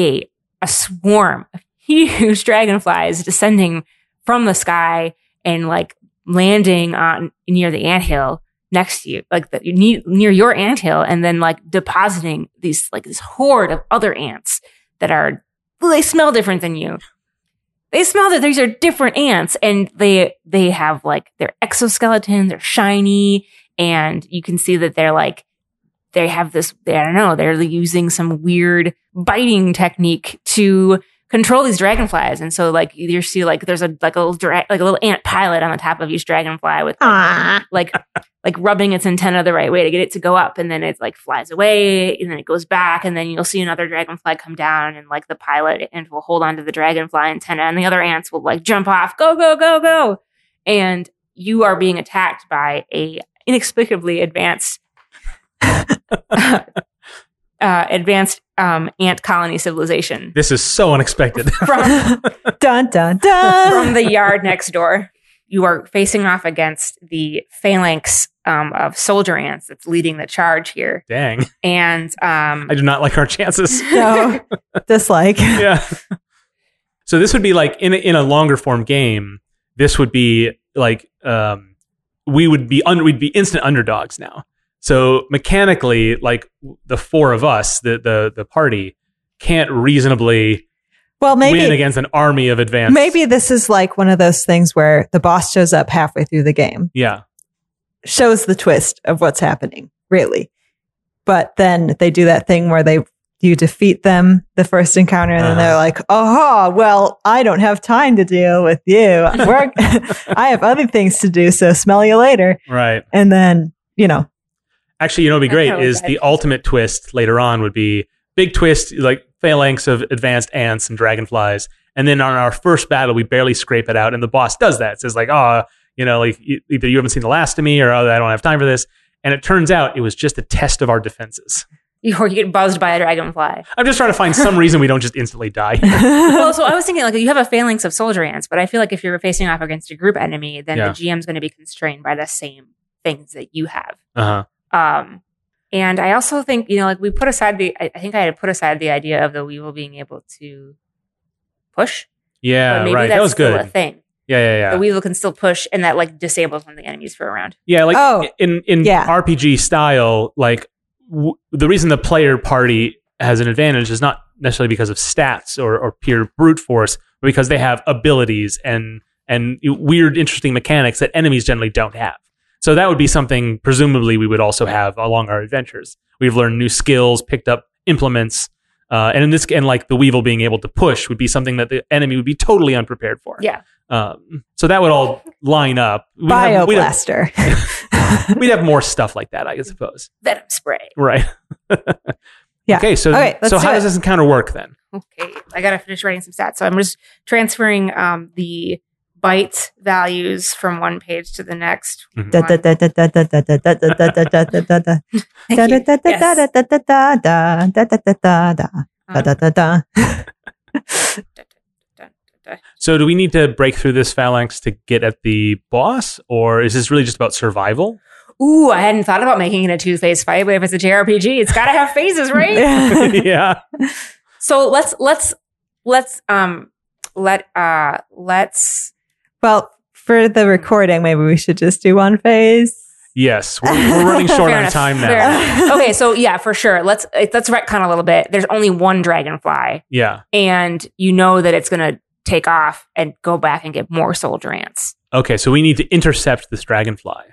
[SPEAKER 3] a a swarm of huge dragonflies descending from the sky and like landing on near the anthill next to you, like the, ne- near your anthill, and then like depositing these like this horde of other ants that are well, they smell different than you. They smell that these are different ants, and they they have like their exoskeleton, they're shiny, and you can see that they're like they have this I don't know, they're using some weird biting technique to control these dragonflies. And so like you see like there's a like a little dra- like a little ant pilot on the top of each dragonfly with
[SPEAKER 2] Ah.
[SPEAKER 3] like like rubbing its antenna the right way to get it to go up and then it like flies away and then it goes back and then you'll see another dragonfly come down and like the pilot and will hold onto the dragonfly antenna and the other ants will like jump off go go go go and you are being attacked by a inexplicably advanced uh, advanced um, ant colony civilization
[SPEAKER 1] This is so unexpected.
[SPEAKER 3] from
[SPEAKER 2] dun dun
[SPEAKER 3] from
[SPEAKER 2] dun.
[SPEAKER 3] the yard next door. You are facing off against the phalanx um, of soldier ants that's leading the charge here,
[SPEAKER 1] Dang.
[SPEAKER 3] and um,
[SPEAKER 1] I do not like our chances.
[SPEAKER 2] no dislike.
[SPEAKER 1] yeah. So this would be like in a, in a longer form game. This would be like um, we would be un- we'd be instant underdogs now. So mechanically, like w- the four of us, the the the party can't reasonably
[SPEAKER 2] Well,
[SPEAKER 1] win
[SPEAKER 2] maybe
[SPEAKER 1] against an army of advanced.
[SPEAKER 2] maybe this is like one of those things where the boss shows up halfway through the game,
[SPEAKER 1] Yeah.
[SPEAKER 2] shows the twist of what's happening, really. But then they do that thing where they you defeat them the first encounter, and then
[SPEAKER 1] Uh-huh.
[SPEAKER 2] they're like, "Aha! Well, I don't have time to deal with you. We're, I have other things to do. So smell you later."
[SPEAKER 1] Right.
[SPEAKER 2] And then you know,
[SPEAKER 1] Actually, you know, what'd be
[SPEAKER 3] I
[SPEAKER 1] great
[SPEAKER 3] know,
[SPEAKER 1] is
[SPEAKER 3] but-
[SPEAKER 1] the ultimate twist later on would be big twist, like phalanx of advanced ants and dragonflies. And then on our first battle, we barely scrape it out, and the boss does that. Says like, "Ah, you know, like e- either you haven't seen the last of me, or oh, I don't have time for this." And it turns out it was just a test of our defenses.
[SPEAKER 3] you, or you get buzzed by a dragonfly.
[SPEAKER 1] I'm just trying to find some reason we don't just instantly die.
[SPEAKER 3] well, so I was thinking like you have a phalanx of soldier ants, but I feel like if you're facing off against a group enemy, then
[SPEAKER 1] Yeah.
[SPEAKER 3] the GM's going to be constrained by the same things that you have.
[SPEAKER 1] Uh-huh.
[SPEAKER 3] Um, and I also think, you know, like we put aside the, I, I think I had put aside the idea of the weevil being able to push. but
[SPEAKER 1] Yeah,
[SPEAKER 3] maybe
[SPEAKER 1] right.
[SPEAKER 3] That's
[SPEAKER 1] That was
[SPEAKER 3] still a
[SPEAKER 1] good.
[SPEAKER 3] thing.
[SPEAKER 1] Yeah, yeah, yeah.
[SPEAKER 3] the weevil can still push and that like disables one of the enemies for a round.
[SPEAKER 1] Yeah, like
[SPEAKER 2] Oh,
[SPEAKER 1] in in
[SPEAKER 2] yeah.
[SPEAKER 1] RPG style, like w- the reason the player party has an advantage is not necessarily because of stats or, or pure brute force, but because they have abilities and and weird, interesting mechanics that enemies generally don't have. So that would be something presumably we would also have along our adventures. We've learned new skills, picked up implements, uh, and in this and like the weevil being able to push would be something that the enemy would be totally unprepared for.
[SPEAKER 3] Yeah.
[SPEAKER 1] Um, so that would all line up. We'd have- we'd have-
[SPEAKER 2] bioblaster.
[SPEAKER 1] we'd have more stuff like that, I suppose.
[SPEAKER 3] Venom spray.
[SPEAKER 1] Right.
[SPEAKER 2] Yeah.
[SPEAKER 1] Okay. So,
[SPEAKER 2] All right, let's
[SPEAKER 1] so
[SPEAKER 2] do
[SPEAKER 1] how
[SPEAKER 2] it.
[SPEAKER 1] does this encounter work then?
[SPEAKER 3] Okay. I gotta finish writing some stats. So I'm just transferring um the byte values from one page to the next.
[SPEAKER 1] Mhm.
[SPEAKER 2] Da- da- da- da- da- da- da- da- da- da- da- da- da- da- da- da.
[SPEAKER 3] Thank
[SPEAKER 2] Da-
[SPEAKER 3] you.
[SPEAKER 2] da- da- da- da-
[SPEAKER 3] Yes.
[SPEAKER 2] da- da- da- da- da- da- da- da- da- da. Da-
[SPEAKER 3] Um,
[SPEAKER 2] da- da- da.
[SPEAKER 3] dun, dun,
[SPEAKER 1] So do we need to break through this phalanx to get at the boss, or is this really just about survival?
[SPEAKER 3] dun. Ooh, I hadn't thought about making it a two-phase fight, but if it's a JRPG, it's gotta have phases, right?
[SPEAKER 1] yeah.
[SPEAKER 3] so let's let's let's um let uh let's
[SPEAKER 2] Well, for the recording, maybe we should just do one phase.
[SPEAKER 1] Yes. We're, we're running short
[SPEAKER 3] Fair
[SPEAKER 1] on
[SPEAKER 3] enough,
[SPEAKER 1] time
[SPEAKER 3] fair
[SPEAKER 1] now.
[SPEAKER 3] enough. okay, so yeah, for sure. Let's let's retcon a little bit. There's only one dragonfly.
[SPEAKER 1] Yeah.
[SPEAKER 3] and you know that it's going to take off and go back and get more soldier ants.
[SPEAKER 1] Okay. So we need to intercept this dragonfly,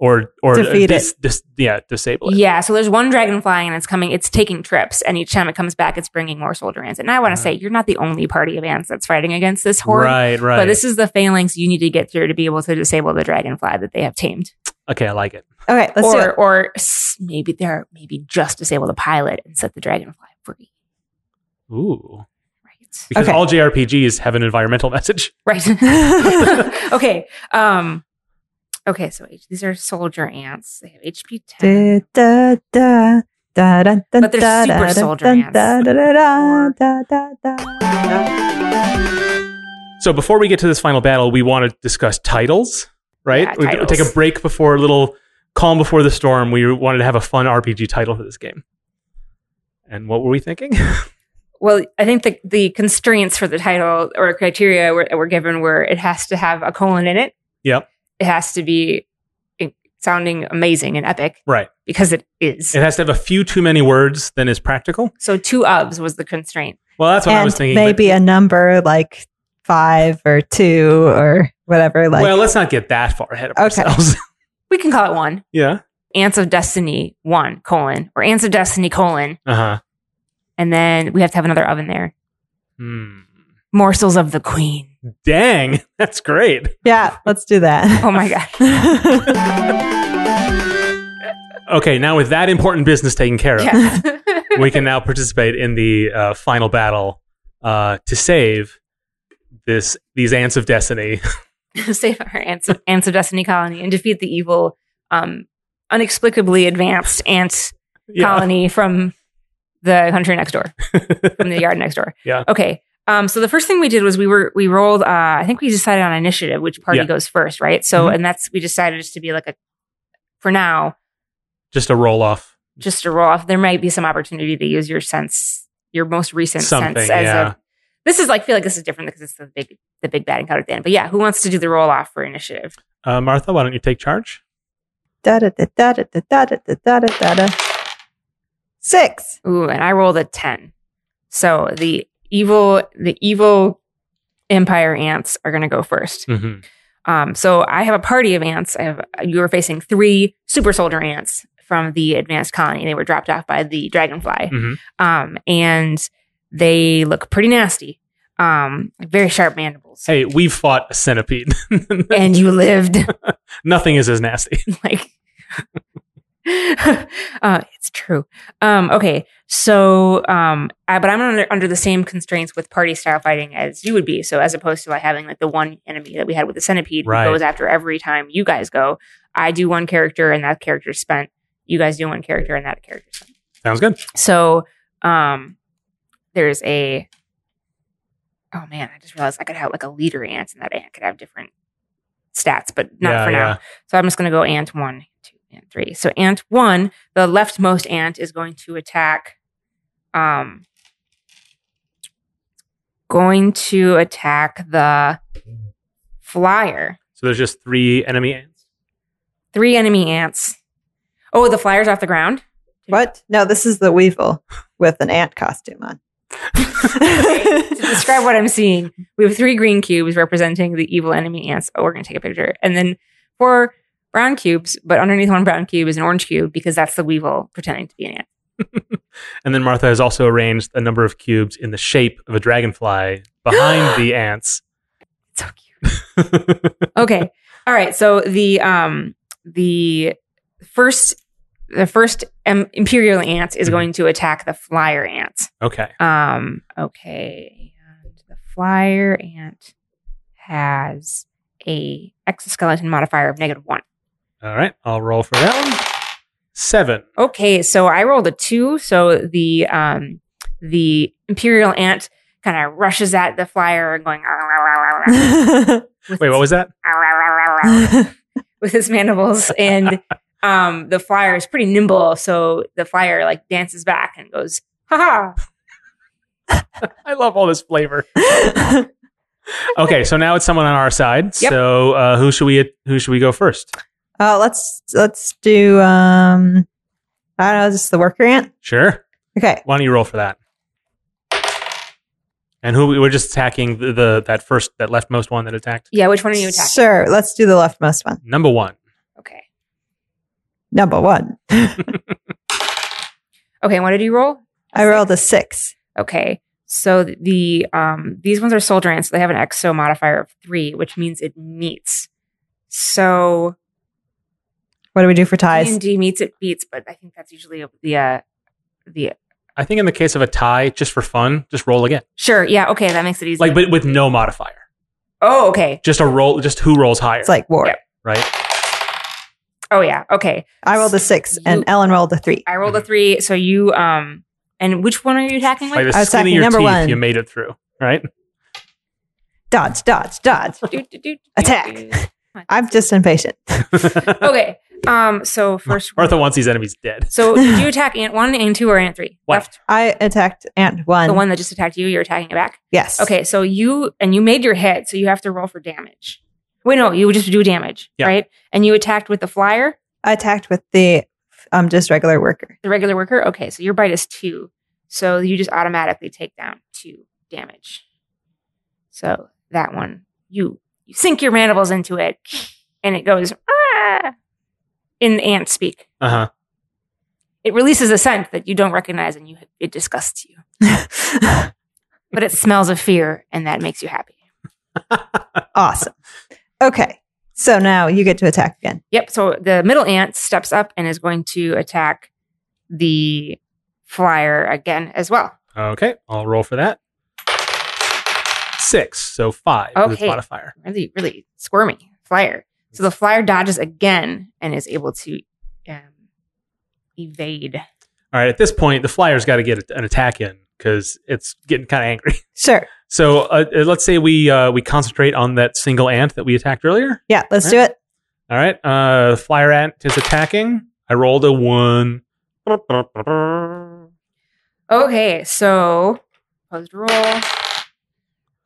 [SPEAKER 1] or or
[SPEAKER 2] Defeat
[SPEAKER 1] dis, dis, yeah, disable it.
[SPEAKER 3] Yeah, so there's one dragonfly and it's coming, it's taking trips, and each time it comes back, it's bringing more soldier ants. And I want
[SPEAKER 1] Ah.
[SPEAKER 3] to say, you're not the only party of ants that's fighting against this horde.
[SPEAKER 1] Right. Right.
[SPEAKER 3] But this is the phalanx you need to get through to be able to disable the dragonfly that they have tamed,
[SPEAKER 1] okay. I like it.
[SPEAKER 2] Okay, let's do
[SPEAKER 3] or
[SPEAKER 2] it.
[SPEAKER 3] or s- maybe they're maybe just disable the pilot and set the dragonfly free.
[SPEAKER 1] Ooh.
[SPEAKER 3] Right,
[SPEAKER 1] Because
[SPEAKER 2] Okay.
[SPEAKER 1] all JRPGs have an environmental message.
[SPEAKER 3] right. okay. Um, okay. So H- these are soldier ants. They have HP ten.
[SPEAKER 2] Da- da- da. Da- da- da-
[SPEAKER 3] But they're
[SPEAKER 2] da-
[SPEAKER 3] super
[SPEAKER 2] da-
[SPEAKER 3] soldier
[SPEAKER 2] da-
[SPEAKER 3] ants.
[SPEAKER 2] da- da- da- da- da- da- da.
[SPEAKER 1] So before we get to this final battle, we want to discuss titles, right?
[SPEAKER 3] Yeah,
[SPEAKER 1] we
[SPEAKER 3] titles.
[SPEAKER 1] take a break before a little calm before the storm. We wanted to have a fun RPG title for this game. And what were we thinking?
[SPEAKER 3] well, I think the, the constraints for the title or criteria were, were given were it has to have a colon in it.
[SPEAKER 1] Yep.
[SPEAKER 3] It has to be in- sounding amazing and epic.
[SPEAKER 1] Right.
[SPEAKER 3] Because it is.
[SPEAKER 1] It has to have a few too many words than is practical.
[SPEAKER 3] So two ofs was the constraint.
[SPEAKER 1] Well, that's what I was thinking. but-
[SPEAKER 2] maybe a number like five or two or whatever. Like,
[SPEAKER 1] well, let's not get that far ahead of
[SPEAKER 2] Okay.
[SPEAKER 1] ourselves.
[SPEAKER 3] We can call it one.
[SPEAKER 1] yeah.
[SPEAKER 3] Ants of Destiny one colon or Ants of Destiny colon,
[SPEAKER 1] Uh huh.
[SPEAKER 3] and then we have to have another oven there.
[SPEAKER 1] Hmm.
[SPEAKER 3] Morsels of the Queen.
[SPEAKER 1] Dang, that's great.
[SPEAKER 2] yeah, let's do that.
[SPEAKER 3] Oh my god.
[SPEAKER 1] Okay, now with that important business taken care of,
[SPEAKER 3] Yes.
[SPEAKER 1] we can now participate in the uh, final battle uh, to save this these ants of destiny.
[SPEAKER 3] Save our Ants of, Ants of Destiny colony and defeat the evil, um, inexplicably advanced ant
[SPEAKER 1] yeah.
[SPEAKER 3] colony from the country next door, from the yard next door.
[SPEAKER 1] Yeah.
[SPEAKER 3] Okay. Um, so the first thing we did was we were we rolled. Uh, I think we decided on initiative, which party
[SPEAKER 1] Yeah.
[SPEAKER 3] goes first, right? So
[SPEAKER 1] Mhm.
[SPEAKER 3] and that's we decided just to be like a, for now,
[SPEAKER 1] Just a roll off.
[SPEAKER 3] just to roll off. There might be some opportunity to use your sense, your most recent sense
[SPEAKER 1] Something,
[SPEAKER 3] as
[SPEAKER 1] yeah.
[SPEAKER 3] a. This is like feel like this is different because it's the big the big bad encounter at the end. But yeah, who wants to do the roll off for initiative?
[SPEAKER 1] Uh, Martha, why don't you take charge?
[SPEAKER 2] da da da da da da da da da da da. Six.
[SPEAKER 3] Ooh, and I rolled a ten. So the evil the evil empire ants are going to go first.
[SPEAKER 1] Mm-hmm.
[SPEAKER 3] Um, so I have a party of ants. I have you are facing three super soldier ants from the advanced colony. They were dropped off by the dragonfly,
[SPEAKER 1] Mhm.
[SPEAKER 3] um, and they look pretty nasty. Um, very sharp mandibles.
[SPEAKER 1] Hey, we've fought a centipede.
[SPEAKER 3] And you lived
[SPEAKER 1] Nothing is as nasty.
[SPEAKER 3] like. uh, it's true. Um, okay, so um, I, but I'm under, under the same constraints with party style fighting as you would be. So as opposed to like having like the one enemy that we had with the centipede
[SPEAKER 1] Right.
[SPEAKER 3] who goes after every time you guys go, I do one character and that character's spent. You guys do one character and that character's spent.
[SPEAKER 1] Sounds good.
[SPEAKER 3] So um, there's a. Oh man, I just realized I could have like a leader ant, and that ant could have different stats, but not
[SPEAKER 1] yeah,
[SPEAKER 3] for now.
[SPEAKER 1] yeah.
[SPEAKER 3] So I'm just going to go ant one, two, and three. So ant one, the leftmost ant is going to attack. Um, going to attack the flyer.
[SPEAKER 1] So there's just three enemy ants.
[SPEAKER 3] Three enemy ants. Oh, the flyer's off the ground.
[SPEAKER 2] What? No, this is the weevil with an ant costume on.
[SPEAKER 3] to describe what I'm seeing, we have three green cubes representing the evil enemy ants. Oh, we're going to take a picture. And then four brown cubes, but underneath one brown cube is an orange cube because that's the weevil pretending to be an ant.
[SPEAKER 1] And then Martha has also arranged a number of cubes in the shape of a dragonfly behind the ants.
[SPEAKER 3] It's so cute. okay. All right. So the um the first the first um, imperial ant is
[SPEAKER 1] Mhm.
[SPEAKER 3] going to attack the flyer ant.
[SPEAKER 1] Okay.
[SPEAKER 3] Um, okay. And the flyer ant has a exoskeleton modifier of negative one.
[SPEAKER 1] All right. I'll roll for that one. Seven.
[SPEAKER 3] Okay, so I rolled a two. So the um the imperial ant kind of rushes at the flyer and going with
[SPEAKER 1] Wait,
[SPEAKER 3] its-
[SPEAKER 1] what was that?
[SPEAKER 3] with his mandibles and um the flyer is pretty nimble so the flyer like dances back and goes ha ha
[SPEAKER 1] I love all this flavor.
[SPEAKER 2] Oh,
[SPEAKER 1] Okay, so now it's someone on our side.
[SPEAKER 3] Yep.
[SPEAKER 1] So uh, who should we who should we go first?
[SPEAKER 2] uh, let's let's do um I don't know, just the worker ant.
[SPEAKER 1] Sure.
[SPEAKER 2] Okay.
[SPEAKER 1] Why don't you roll for that? And who we're just attacking the, the that first that leftmost one that attacked
[SPEAKER 3] yeah which one are you attacking
[SPEAKER 2] Sure, let's do the leftmost one.
[SPEAKER 1] number one.
[SPEAKER 3] okay
[SPEAKER 2] Number one.
[SPEAKER 3] okay what did you roll
[SPEAKER 2] I rolled a six.
[SPEAKER 3] okay so the um these ones are soldier ants so they have an exo modifier of three which means it meets so
[SPEAKER 2] What do we do for ties?
[SPEAKER 3] D&D meets it beats but i think that's usually the uh the
[SPEAKER 1] I think in the case of a tie, just for fun, just roll again.
[SPEAKER 3] sure yeah okay that makes it easy
[SPEAKER 1] Like, but with no modifier.
[SPEAKER 3] oh okay
[SPEAKER 1] Just a roll. Just who rolls higher,
[SPEAKER 2] It's like war.
[SPEAKER 3] Yeah.
[SPEAKER 1] right?
[SPEAKER 3] oh yeah okay
[SPEAKER 2] I rolled a six and
[SPEAKER 3] You-
[SPEAKER 2] Ellen rolled a three.
[SPEAKER 3] I
[SPEAKER 1] Mm-hmm.
[SPEAKER 3] rolled a three. So you um and which one are you attacking
[SPEAKER 1] By
[SPEAKER 3] with?
[SPEAKER 1] the
[SPEAKER 2] I was
[SPEAKER 1] skin of
[SPEAKER 2] attacking
[SPEAKER 1] your
[SPEAKER 2] number
[SPEAKER 1] teeth,
[SPEAKER 2] one.
[SPEAKER 1] you made it through, right?
[SPEAKER 2] Dodge, dodge, dodge.
[SPEAKER 3] Do, do, do, do,
[SPEAKER 2] Attack.
[SPEAKER 3] do.
[SPEAKER 2] I'm just impatient.
[SPEAKER 3] Okay. Um. So first,
[SPEAKER 1] Martha wants these enemies dead.
[SPEAKER 3] so did you attack ant one, ant two, or ant three?
[SPEAKER 1] What?
[SPEAKER 3] Left.
[SPEAKER 2] I attacked ant one.
[SPEAKER 3] The one that just attacked you. You're attacking it back.
[SPEAKER 2] Yes.
[SPEAKER 3] Okay. So you and you made your hit. So you have to roll for damage. Wait, no, you just do damage,
[SPEAKER 1] Yeah.
[SPEAKER 3] right? And you attacked with the flyer,
[SPEAKER 2] I attacked with the um just regular worker.
[SPEAKER 3] the regular worker. Okay, so your bite is two, so you just automatically take down two damage. So that one, you you sink your mandibles into it, and it goes "Ah," in ant speak.
[SPEAKER 1] Uh huh.
[SPEAKER 3] It releases a scent that you don't recognize, and you it disgusts you, but it smells of fear, and that makes you happy.
[SPEAKER 2] awesome. Okay. So now you get to attack again.
[SPEAKER 3] Yep. So the middle ant steps up and is going to attack the flyer again as well.
[SPEAKER 1] Okay, I'll roll for that. Six, so five with its
[SPEAKER 3] Okay.
[SPEAKER 1] modifier.
[SPEAKER 3] Really, really squirmy flyer. So the flyer dodges again and is able to um, evade.
[SPEAKER 1] All right, at this point, the flyer's got to get an attack in because it's getting kind of angry.
[SPEAKER 2] Sure.
[SPEAKER 1] So uh, uh, let's say we uh, we concentrate on that single ant that we attacked earlier.
[SPEAKER 2] Yeah, let's do it.
[SPEAKER 1] All right, uh, flyer ant is attacking. I rolled a one.
[SPEAKER 3] Okay. So opposed roll.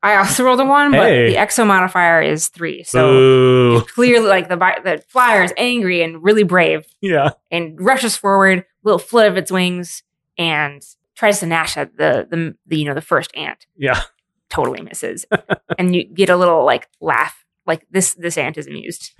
[SPEAKER 3] I also rolled a one, but
[SPEAKER 1] Hey.
[SPEAKER 3] the exo modifier is three. So
[SPEAKER 1] Boo.
[SPEAKER 3] clearly, like the vi- the flyer is angry and really brave.
[SPEAKER 1] yeah.
[SPEAKER 3] and rushes forward, little flit of its wings, and tries to gnash at the the, the you know the first ant.
[SPEAKER 1] Yeah.
[SPEAKER 3] Totally misses, and you get a little like laugh, like this this ant is amused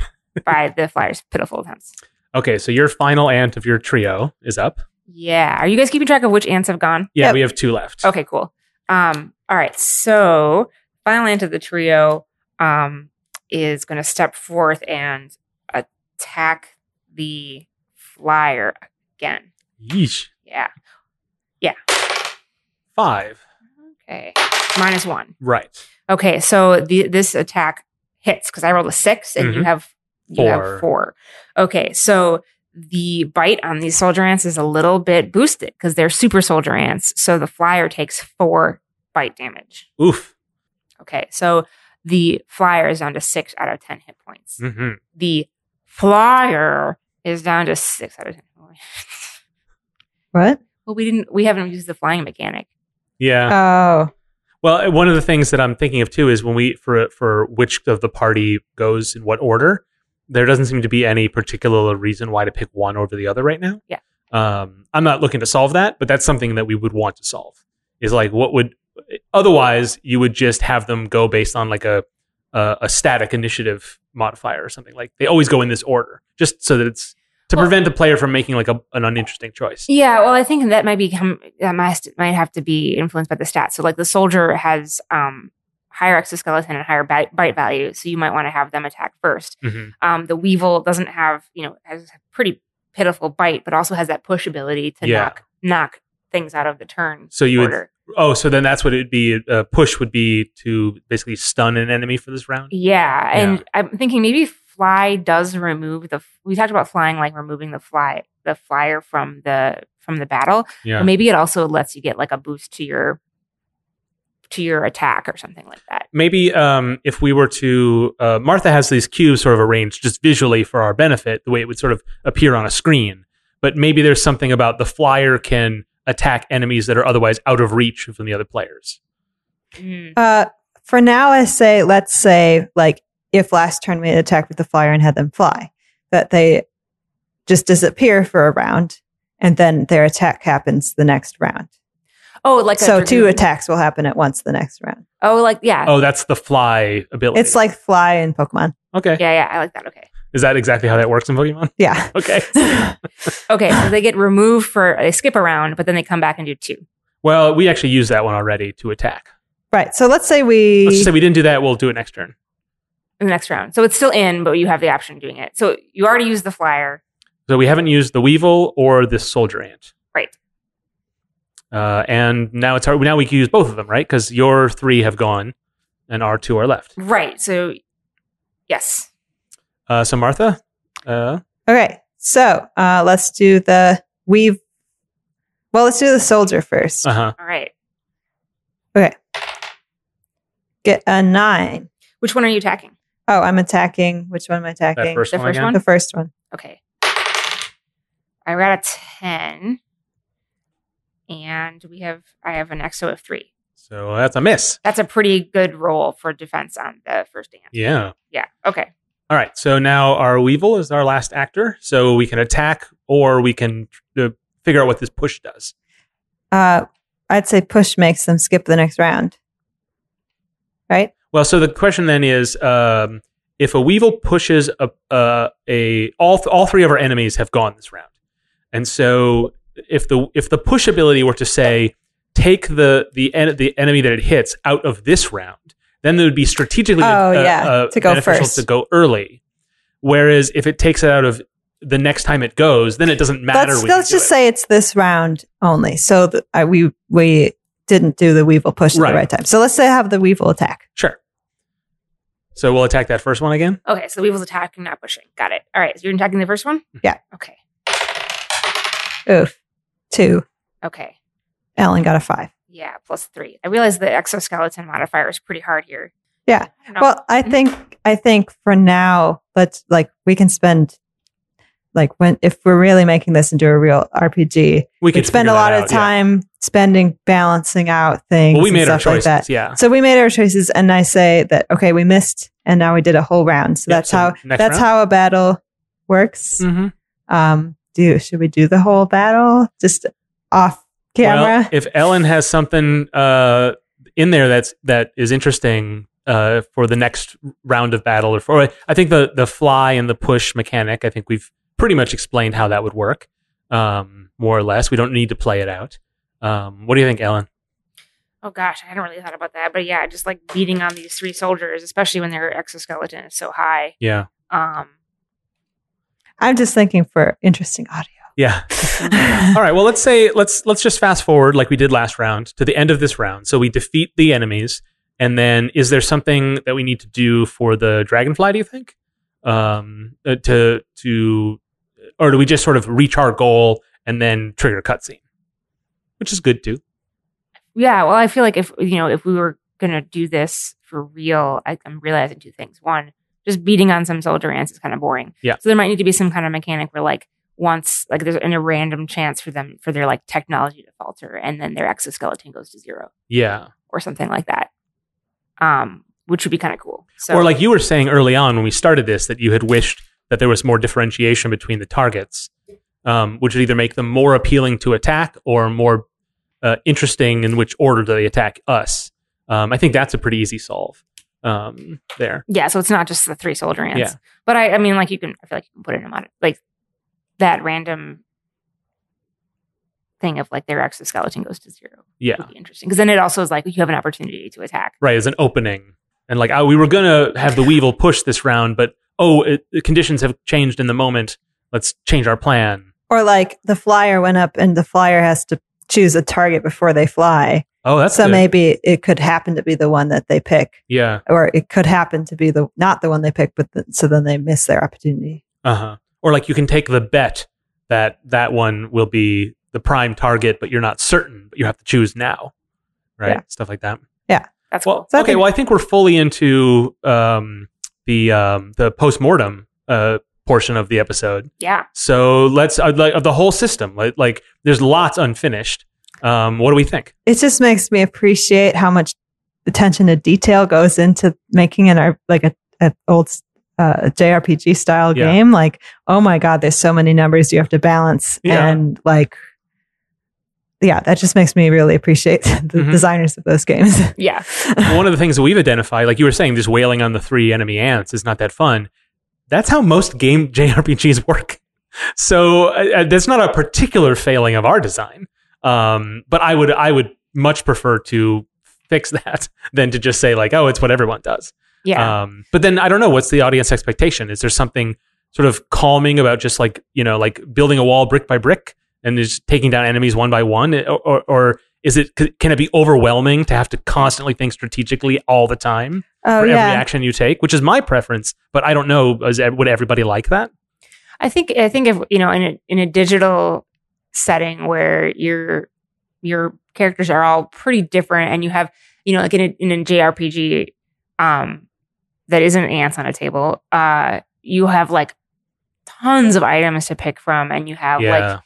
[SPEAKER 3] by the flyer's pitiful attempts.
[SPEAKER 1] Okay, so your final ant of your trio is up.
[SPEAKER 3] Yeah, are you guys keeping track of which ants have gone?
[SPEAKER 1] Yeah,
[SPEAKER 2] Yep.
[SPEAKER 1] we have two left.
[SPEAKER 3] Okay, cool. Um, all right, so final ant of the trio um, is going to step forth and attack the flyer again.
[SPEAKER 1] Yeesh.
[SPEAKER 3] Yeah.
[SPEAKER 1] Five.
[SPEAKER 3] Okay. Minus one.
[SPEAKER 1] Right.
[SPEAKER 3] Okay, so the, this attack hits because I rolled a six and you
[SPEAKER 1] Mhm.
[SPEAKER 3] have you
[SPEAKER 1] Four.
[SPEAKER 3] have four. Okay, so the bite on these soldier ants is a little bit boosted because they're super soldier ants. So the flyer takes four bite damage.
[SPEAKER 1] Oof.
[SPEAKER 3] Okay, so the flyer is down to six out of ten hit points.
[SPEAKER 1] hmm
[SPEAKER 3] The flyer is down to six out of ten. hit points.
[SPEAKER 2] What?
[SPEAKER 3] well, we didn't. We haven't used the flying mechanic.
[SPEAKER 1] Yeah.
[SPEAKER 2] Oh,
[SPEAKER 1] Well, uh, one of the things that I'm thinking of too is when we for for which of the party goes in what order. There doesn't seem to be any particular reason why to pick one over the other right now.
[SPEAKER 3] Yeah.
[SPEAKER 1] Um, I'm not looking to solve that, but that's something that we would want to solve. Is like what would otherwise you would just have them go based on like a a, a static initiative modifier or something like they always go in this order just so that it's to
[SPEAKER 3] Well-
[SPEAKER 1] prevent a player from making like a, an uninteresting choice.
[SPEAKER 3] Yeah, well, I think that might become that must might have to be influenced by the stats. So, like the soldier has um, higher exoskeleton and higher bite, bite value, so you might want to have them attack first.
[SPEAKER 1] hmm
[SPEAKER 3] Um, the weevil doesn't have you know has a pretty pitiful bite, but also has that push ability to
[SPEAKER 1] Yeah.
[SPEAKER 3] knock knock things out of the turn.
[SPEAKER 1] So you would-
[SPEAKER 3] order.
[SPEAKER 1] Oh, so then that's what it'd be. A push would be to basically stun an enemy for this round.
[SPEAKER 3] yeah, and
[SPEAKER 1] Yeah.
[SPEAKER 3] I'm thinking maybe fly does remove the. We talked about flying, like removing the fly the flyer from the from the battle.
[SPEAKER 1] Yeah.
[SPEAKER 3] Or maybe it also lets you get like a boost to your to your attack or something like that.
[SPEAKER 1] Maybe um, if we were to, uh, Martha has these cubes sort of arranged just visually for our benefit, the way it would sort of appear on a screen. But maybe there's something about the flyer can attack enemies that are otherwise out of reach from the other players.
[SPEAKER 2] Uh, for now, I say let's say like if last turn we had attacked with the flyer and had them fly, that they just disappear for a round, and then their attack happens the next round.
[SPEAKER 3] Oh, like a
[SPEAKER 2] so two
[SPEAKER 3] dragoon.
[SPEAKER 2] attacks will happen at once the next round.
[SPEAKER 3] Oh, like yeah,
[SPEAKER 1] Oh, that's the fly ability.
[SPEAKER 2] It's like fly in Pokemon.
[SPEAKER 1] okay,
[SPEAKER 3] yeah, yeah. I like that. Okay,
[SPEAKER 1] is that exactly how that works in Pokemon?
[SPEAKER 2] Yeah.
[SPEAKER 1] Okay.
[SPEAKER 3] okay. so they get removed for they skip around, but then they come back and do two.
[SPEAKER 1] Well, we actually used that one already to attack.
[SPEAKER 2] right. So let's say
[SPEAKER 1] Let's
[SPEAKER 2] we.
[SPEAKER 1] just say we didn't do that. We'll do it next turn.
[SPEAKER 3] In the next round, so it's still in, but you have the option of doing it. So you already used the flyer.
[SPEAKER 1] So we haven't used the Weevil or this Soldier Ant.
[SPEAKER 3] Right.
[SPEAKER 1] Uh, and now it's hard. Now we can use both of them, right? Because your three have gone, and our two are left.
[SPEAKER 3] Right. So yes.
[SPEAKER 1] Uh, so Martha, uh,
[SPEAKER 2] okay. So uh, let's do the weave. Well, let's do the soldier first.
[SPEAKER 1] uh huh.
[SPEAKER 3] All right.
[SPEAKER 2] Get a nine.
[SPEAKER 3] Which one are you attacking?
[SPEAKER 2] Oh, I'm attacking. Which one am I attacking?
[SPEAKER 1] That first
[SPEAKER 3] The
[SPEAKER 1] one
[SPEAKER 3] first
[SPEAKER 1] again.
[SPEAKER 3] one?
[SPEAKER 2] The first one.
[SPEAKER 3] Okay. I got a 10. And we have, I have an XO of three.
[SPEAKER 1] So that's a miss.
[SPEAKER 3] That's a pretty good roll for defense on the first hand.
[SPEAKER 1] Yeah.
[SPEAKER 3] Yeah. Okay.
[SPEAKER 1] All right. So now our Weevil is our last actor. So we can attack or we can uh, figure out what this push does.
[SPEAKER 2] Uh, I'd say push makes them skip the next round. Right?
[SPEAKER 1] Well, so the question then is um, if a Weevil pushes a, a, a all, th- all three of our enemies have gone this round. And so if the if the push ability were to say take the the en- the enemy that it hits out of this round, then it would be strategically uh,
[SPEAKER 2] Oh, yeah, to go
[SPEAKER 1] beneficial
[SPEAKER 2] first.
[SPEAKER 1] to go early. Whereas if it takes it out of the next time it goes, then it doesn't matter.
[SPEAKER 2] let's
[SPEAKER 1] when you
[SPEAKER 2] let's
[SPEAKER 1] do
[SPEAKER 2] just
[SPEAKER 1] it.
[SPEAKER 2] say it's this round only. So the, I, we we didn't do the weevil push at
[SPEAKER 1] Right.
[SPEAKER 2] the right time. So let's say I have the weevil attack.
[SPEAKER 1] Sure. So we'll attack that first one again.
[SPEAKER 3] Okay. So the weevil's attacking, not pushing. Got it. All right. So you're attacking the first one?
[SPEAKER 2] Yeah.
[SPEAKER 3] Okay.
[SPEAKER 2] Oof. Two.
[SPEAKER 3] Okay.
[SPEAKER 2] Alan got a five.
[SPEAKER 3] Yeah. Plus three. I realize the exoskeleton modifier is pretty hard here.
[SPEAKER 2] Yeah.
[SPEAKER 3] No.
[SPEAKER 2] Well, I
[SPEAKER 3] Mhm.
[SPEAKER 2] think I think for now, let's like we can spend like when if we're really making this into a real RPG,
[SPEAKER 1] We
[SPEAKER 2] we
[SPEAKER 1] can
[SPEAKER 2] could spend
[SPEAKER 1] figure
[SPEAKER 2] a
[SPEAKER 1] that
[SPEAKER 2] lot of
[SPEAKER 1] out, yeah.
[SPEAKER 2] time spending balancing out things.
[SPEAKER 1] Well, we
[SPEAKER 2] and
[SPEAKER 1] made our
[SPEAKER 2] stuff like
[SPEAKER 1] choices.
[SPEAKER 2] that.
[SPEAKER 1] Yeah.
[SPEAKER 2] So we made our choices, and I say that okay, we missed, and now we did a whole round. So
[SPEAKER 1] Yeah,
[SPEAKER 2] that's
[SPEAKER 1] so
[SPEAKER 2] how
[SPEAKER 1] next
[SPEAKER 2] that's
[SPEAKER 1] round.
[SPEAKER 2] how a battle works.
[SPEAKER 1] Mhm.
[SPEAKER 2] Um, do should we do the whole battle just off
[SPEAKER 1] Well,
[SPEAKER 2] camera?
[SPEAKER 1] if Ellen has something uh, in there that's that is interesting uh, for the next round of battle, or for I think the the fly and the push mechanic, I think we've pretty much explained how that would work, um, more or less. We don't need to play it out. Um, what do you think, Ellen?
[SPEAKER 3] Oh gosh, I hadn't really thought about that. But yeah, just like beating on these three soldiers, especially when their exoskeleton is so high.
[SPEAKER 1] Yeah,
[SPEAKER 3] Um,
[SPEAKER 2] I'm just thinking for interesting
[SPEAKER 1] yeah.
[SPEAKER 2] audio.
[SPEAKER 1] All right. Well, let's say let's let's just fast forward like we did last round to the end of this round. So we defeat the enemies, and then is there something that we need to do for the dragonfly? Do you think? Um, uh, to to, or do we just sort of reach our goal and then trigger a cutscene, which is good too.
[SPEAKER 3] yeah. Well, I feel like if you know, if we were gonna do this for real, I, I'm realizing two things. One, just beating on some soldier ants is kind of boring.
[SPEAKER 1] Yeah.
[SPEAKER 3] So there might need to be some kind of mechanic where like once like there's in a random chance for them for their like technology to falter and then their exoskeleton goes to zero
[SPEAKER 1] Yeah.
[SPEAKER 3] or something like that. Um, which would be kind of cool. So
[SPEAKER 1] Or like you were saying early on when we started this, that you had wished that there was more differentiation between the targets, um, which would either make them more appealing to attack or more uh, interesting in which order do they attack us. Um, I think that's a pretty easy solve um, there.
[SPEAKER 3] Yeah, so it's not just the three soldier ants.
[SPEAKER 1] Yeah.
[SPEAKER 3] But I, I mean, like you can, I feel like you can put in a mod like that random thing of like their exoskeleton goes to zero.
[SPEAKER 1] Yeah.
[SPEAKER 3] Would be interesting because then it also is like you have an opportunity to attack.
[SPEAKER 1] Right. As an opening. And like, oh, we were going to have the Weevil push this round, but oh, it, the conditions have changed in the moment. Let's change our plan.
[SPEAKER 2] or like the flyer went up, and the flyer has to choose a target before they fly.
[SPEAKER 1] Oh, that's
[SPEAKER 2] so
[SPEAKER 1] good.
[SPEAKER 2] maybe it could happen to be the one that they pick,
[SPEAKER 1] Yeah.
[SPEAKER 2] or it could happen to be the not the one they pick, but the, so then they miss their opportunity.
[SPEAKER 1] Uh-huh. Or like you can take the bet that that one will be the prime target, but you're not certain, but you have to choose now. Right?
[SPEAKER 2] Yeah.
[SPEAKER 1] Stuff like that.
[SPEAKER 3] That's
[SPEAKER 1] Well,
[SPEAKER 3] well,
[SPEAKER 2] So I
[SPEAKER 1] okay,
[SPEAKER 2] think-
[SPEAKER 1] well I think we're fully into um the um the postmortem uh portion of the episode.
[SPEAKER 3] yeah.
[SPEAKER 1] So let's uh, like of the whole system. Like like there's lots unfinished. Um what do we think?
[SPEAKER 2] It just makes me appreciate how much attention to detail goes into making an ar- like a, a old uh, JRPG style
[SPEAKER 1] Yeah.
[SPEAKER 2] game. Like, oh my god, there's so many numbers you have to balance,
[SPEAKER 1] Yeah.
[SPEAKER 2] and like, yeah, that just makes me really appreciate the
[SPEAKER 1] Mhm.
[SPEAKER 2] designers of those games. Oh,
[SPEAKER 3] Yeah.
[SPEAKER 1] Well, one of the things that we've identified, like you were saying, just wailing on the three enemy ants is not that fun. That's how most game JRPGs work. So uh, uh, that's not a particular failing of our design. Um, but I would I would much prefer to fix that than to just say like, oh, it's what everyone does.
[SPEAKER 3] Yeah.
[SPEAKER 1] Um, but then I don't know what's the audience expectation. Is there something sort of calming about just like you know like building a wall brick by brick and just taking down enemies one by one, or, or, or is it c- can it be overwhelming to have to constantly think strategically all the time
[SPEAKER 2] oh
[SPEAKER 1] for
[SPEAKER 2] yeah,
[SPEAKER 1] every action you take, which is my preference. But I don't know is, ev- would everybody like that?
[SPEAKER 3] I think I think if you know in a in a digital setting where your your characters are all pretty different and you have you know like in a, in a JRPG um that isn't ants on a table, uh, you have like tons of items to pick from, and you have
[SPEAKER 1] yeah.
[SPEAKER 3] like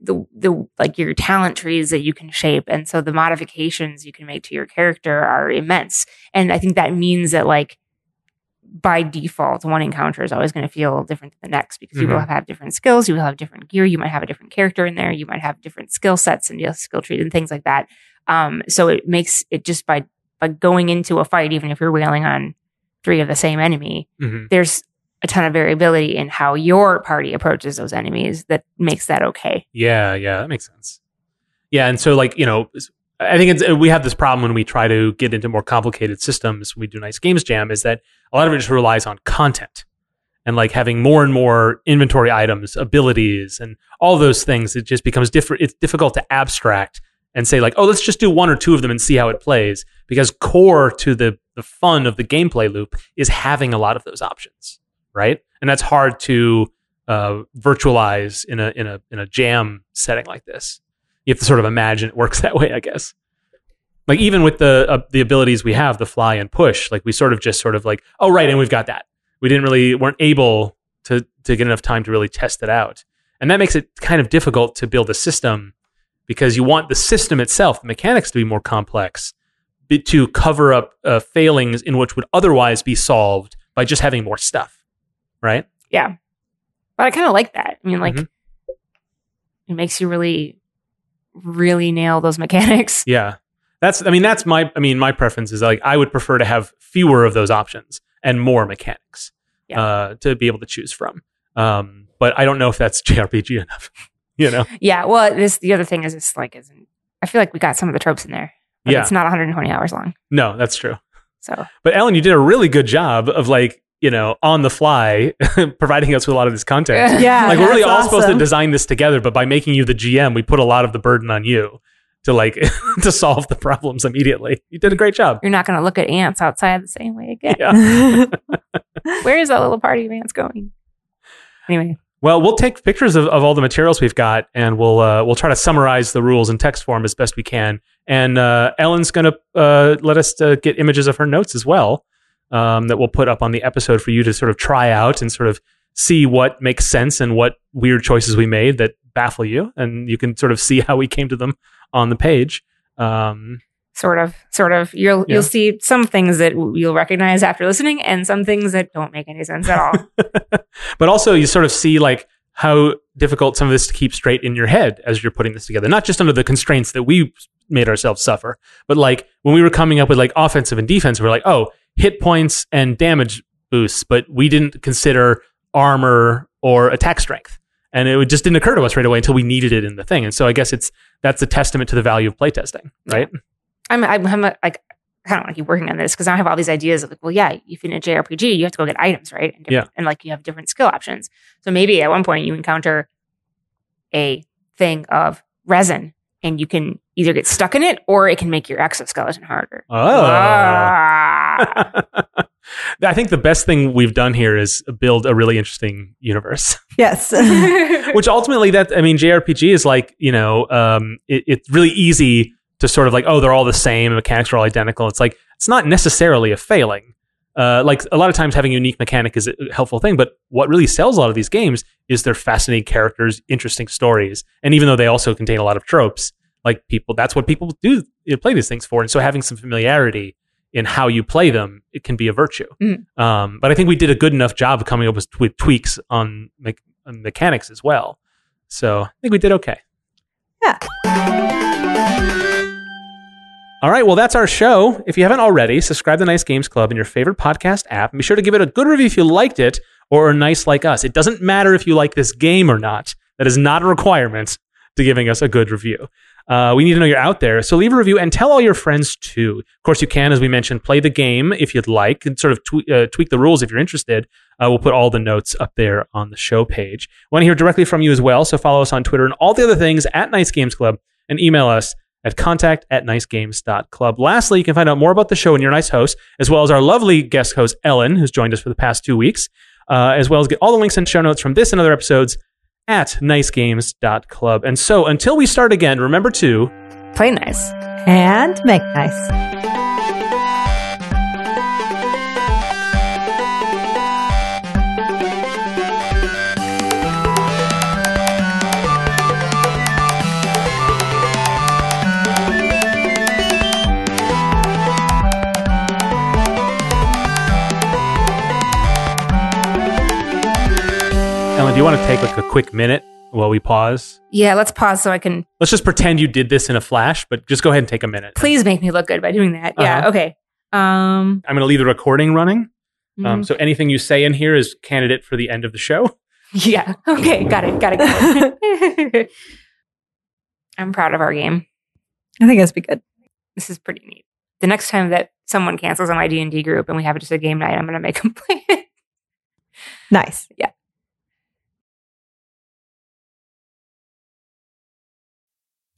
[SPEAKER 3] the the like your talent trees that you can shape, and so the modifications you can make to your character are immense. And I think that means that like by default, one encounter is always going to feel different than the next because you will
[SPEAKER 1] Mhm.
[SPEAKER 3] have different skills, you will have different gear, you might have a different character in there, you might have different skill sets and you know, skill trees and things like that. Um, so it makes it just by by going into a fight, even if you're wailing on three of the same enemy,
[SPEAKER 1] Mhm.
[SPEAKER 3] there's a ton of variability in how your party approaches those enemies that makes that okay.
[SPEAKER 1] Yeah, yeah, that makes sense. Yeah, and so like you know, s- I think it's, uh, we have this problem when we try to get into more complicated systems. when We do nice games jam is that a lot of it just relies on content and like having more and more inventory items, abilities, and all those things. It just becomes different. It's difficult to abstract and say like, oh, let's just do one or two of them and see how it plays. Because core to the the fun of the gameplay loop is having a lot of those options, right? And that's hard to uh, virtualize in a in a in a jam setting like this. You have to sort of imagine it works that way, I guess. Like even with the uh, the abilities we have, the fly and push, like we sort of just sort of like, oh right, and we've got that. We didn't really weren't able to to get enough time to really test it out, and that makes it kind of difficult to build a system because you want the system itself, the mechanics, to be more complex be- to cover up uh, failings in which would otherwise be solved by just having more stuff, right?
[SPEAKER 3] Yeah. But I kind of like that. I mean, like,
[SPEAKER 1] Mhm. Mm-hmm.
[SPEAKER 3] it makes you really, really nail those mechanics.
[SPEAKER 1] Yeah. That's I mean that's my I mean my preference is like I would prefer to have fewer of those options and more mechanics
[SPEAKER 3] Yeah.
[SPEAKER 1] uh to be able to choose from. Um but I don't know if that's JRPG enough. you know.
[SPEAKER 3] Yeah. Well, this, the other thing is, it's like, isn't, I feel like we got some of the tropes in there. But
[SPEAKER 1] Yeah.
[SPEAKER 3] It's not 120 hours long.
[SPEAKER 1] No, that's true.
[SPEAKER 3] So,
[SPEAKER 1] But Ellen you did a really good job of like, you know, on the fly providing us with a lot of this content.
[SPEAKER 2] Yeah,
[SPEAKER 1] Like we're really
[SPEAKER 2] that's
[SPEAKER 1] all supposed to
[SPEAKER 2] awesome.
[SPEAKER 1] design this together, but by making you the GM, we put a lot of the burden on you to like to solve the problems immediately. You did a great job.
[SPEAKER 3] you're not going to look at ants outside the same way again.
[SPEAKER 1] Yeah.
[SPEAKER 3] Where is that little party of ants going? Anyway,
[SPEAKER 1] Well, we'll take pictures of, of all the materials we've got, and we'll uh, we'll try to summarize the rules in text form as best we can. And uh, Ellen's going to uh, let us uh, get images of her notes as well um, that we'll put up on the episode for you to sort of try out and sort of see what makes sense and what weird choices we made that baffle you, and you can sort of see how we came to them on the page. Um,
[SPEAKER 3] sort of, sort of. You'll
[SPEAKER 1] Yeah.
[SPEAKER 3] you'll see some things that w- you'll recognize after listening, and some things that don't make any sense at all.
[SPEAKER 1] but also you sort of see like how difficult some of this to keep straight in your head as you're putting this together not just under the constraints that we made ourselves suffer but like when we were coming up with like offensive and defense we are like oh hit points and damage boosts but we didn't consider armor or attack strength and it would- just didn't occur to us right away until we needed it in the thing and so i guess it's that's a testament to the value of playtesting right
[SPEAKER 3] I'm I'm, I'm uh, like I kind of want to keep working on this because I have all these ideas of like, well, yeah, if you're in a JRPG, you have to go get items, right? And, different- and like you have different skill options. So maybe at one point you encounter a thing of resin, and you can either get stuck in it or it can make your exoskeleton harder.
[SPEAKER 1] Oh.
[SPEAKER 3] Ah.
[SPEAKER 1] i think the best thing we've done here is build a really interesting universe
[SPEAKER 2] yes.
[SPEAKER 1] which ultimately that i mean jrpg is like you know um, it, it's really easy to sort of like oh they're all the same mechanics are all identical it's like it's not necessarily a failing uh, like a lot of times having a unique mechanic is a helpful thing but what really sells a lot of these games is their fascinating characters interesting stories and even though they also contain a lot of tropes like people that's what people do you know, play these things for and so having some familiarity in how you play them it can be a virtue
[SPEAKER 3] Mm.
[SPEAKER 1] um, but i think we did a good enough job of coming up with, with tweaks on me- on mechanics as well so i think we did okay
[SPEAKER 2] Yeah.
[SPEAKER 1] all right, well, that's our show. If you haven't already, subscribe to Nice Games Club in your favorite podcast app and be sure to give it a good review if you liked it or are nice like us. It doesn't matter if you like this game or not, that is not a requirement to giving us a good review. Uh, we need to know you're out there, so leave a review and tell all your friends too. Of course, you can, as we mentioned, play the game if you'd like and sort of twe- uh, tweak the rules if you're interested. Uh, we'll put all the notes up there on the show page. want to hear directly from you as well, so follow us on Twitter and all the other things at Nice Games Club and email us at contact at nicegames.club. Lastly, you can find out more about the show and your nice host, as well as our lovely guest host, Ellen, who's joined us for the past two weeks, uh, as well as get all the links and show notes from this and other episodes at nicegames.club. And so until we start again, remember to.
[SPEAKER 3] Play nice.
[SPEAKER 2] and make nice.
[SPEAKER 1] Ellen, do you want to take like a quick minute while we pause?
[SPEAKER 3] Yeah, let's pause so I can
[SPEAKER 1] Let's just pretend you did this in a flash, but just go ahead and take a minute.
[SPEAKER 3] please make me look good by doing that. Yeah,
[SPEAKER 1] Uh-huh.
[SPEAKER 3] okay. Um,
[SPEAKER 1] I'm going to leave the recording running. Um,
[SPEAKER 3] mm,
[SPEAKER 1] so anything you say in here is candidate for the end of the show.
[SPEAKER 3] yeah. Okay, got it. Got it. Got it. I'm proud of our game.
[SPEAKER 2] I think that's be good.
[SPEAKER 3] This is pretty neat. The next time that someone cancels on my D and D group and we have just a game night, I'm going to make them play it.
[SPEAKER 2] Nice.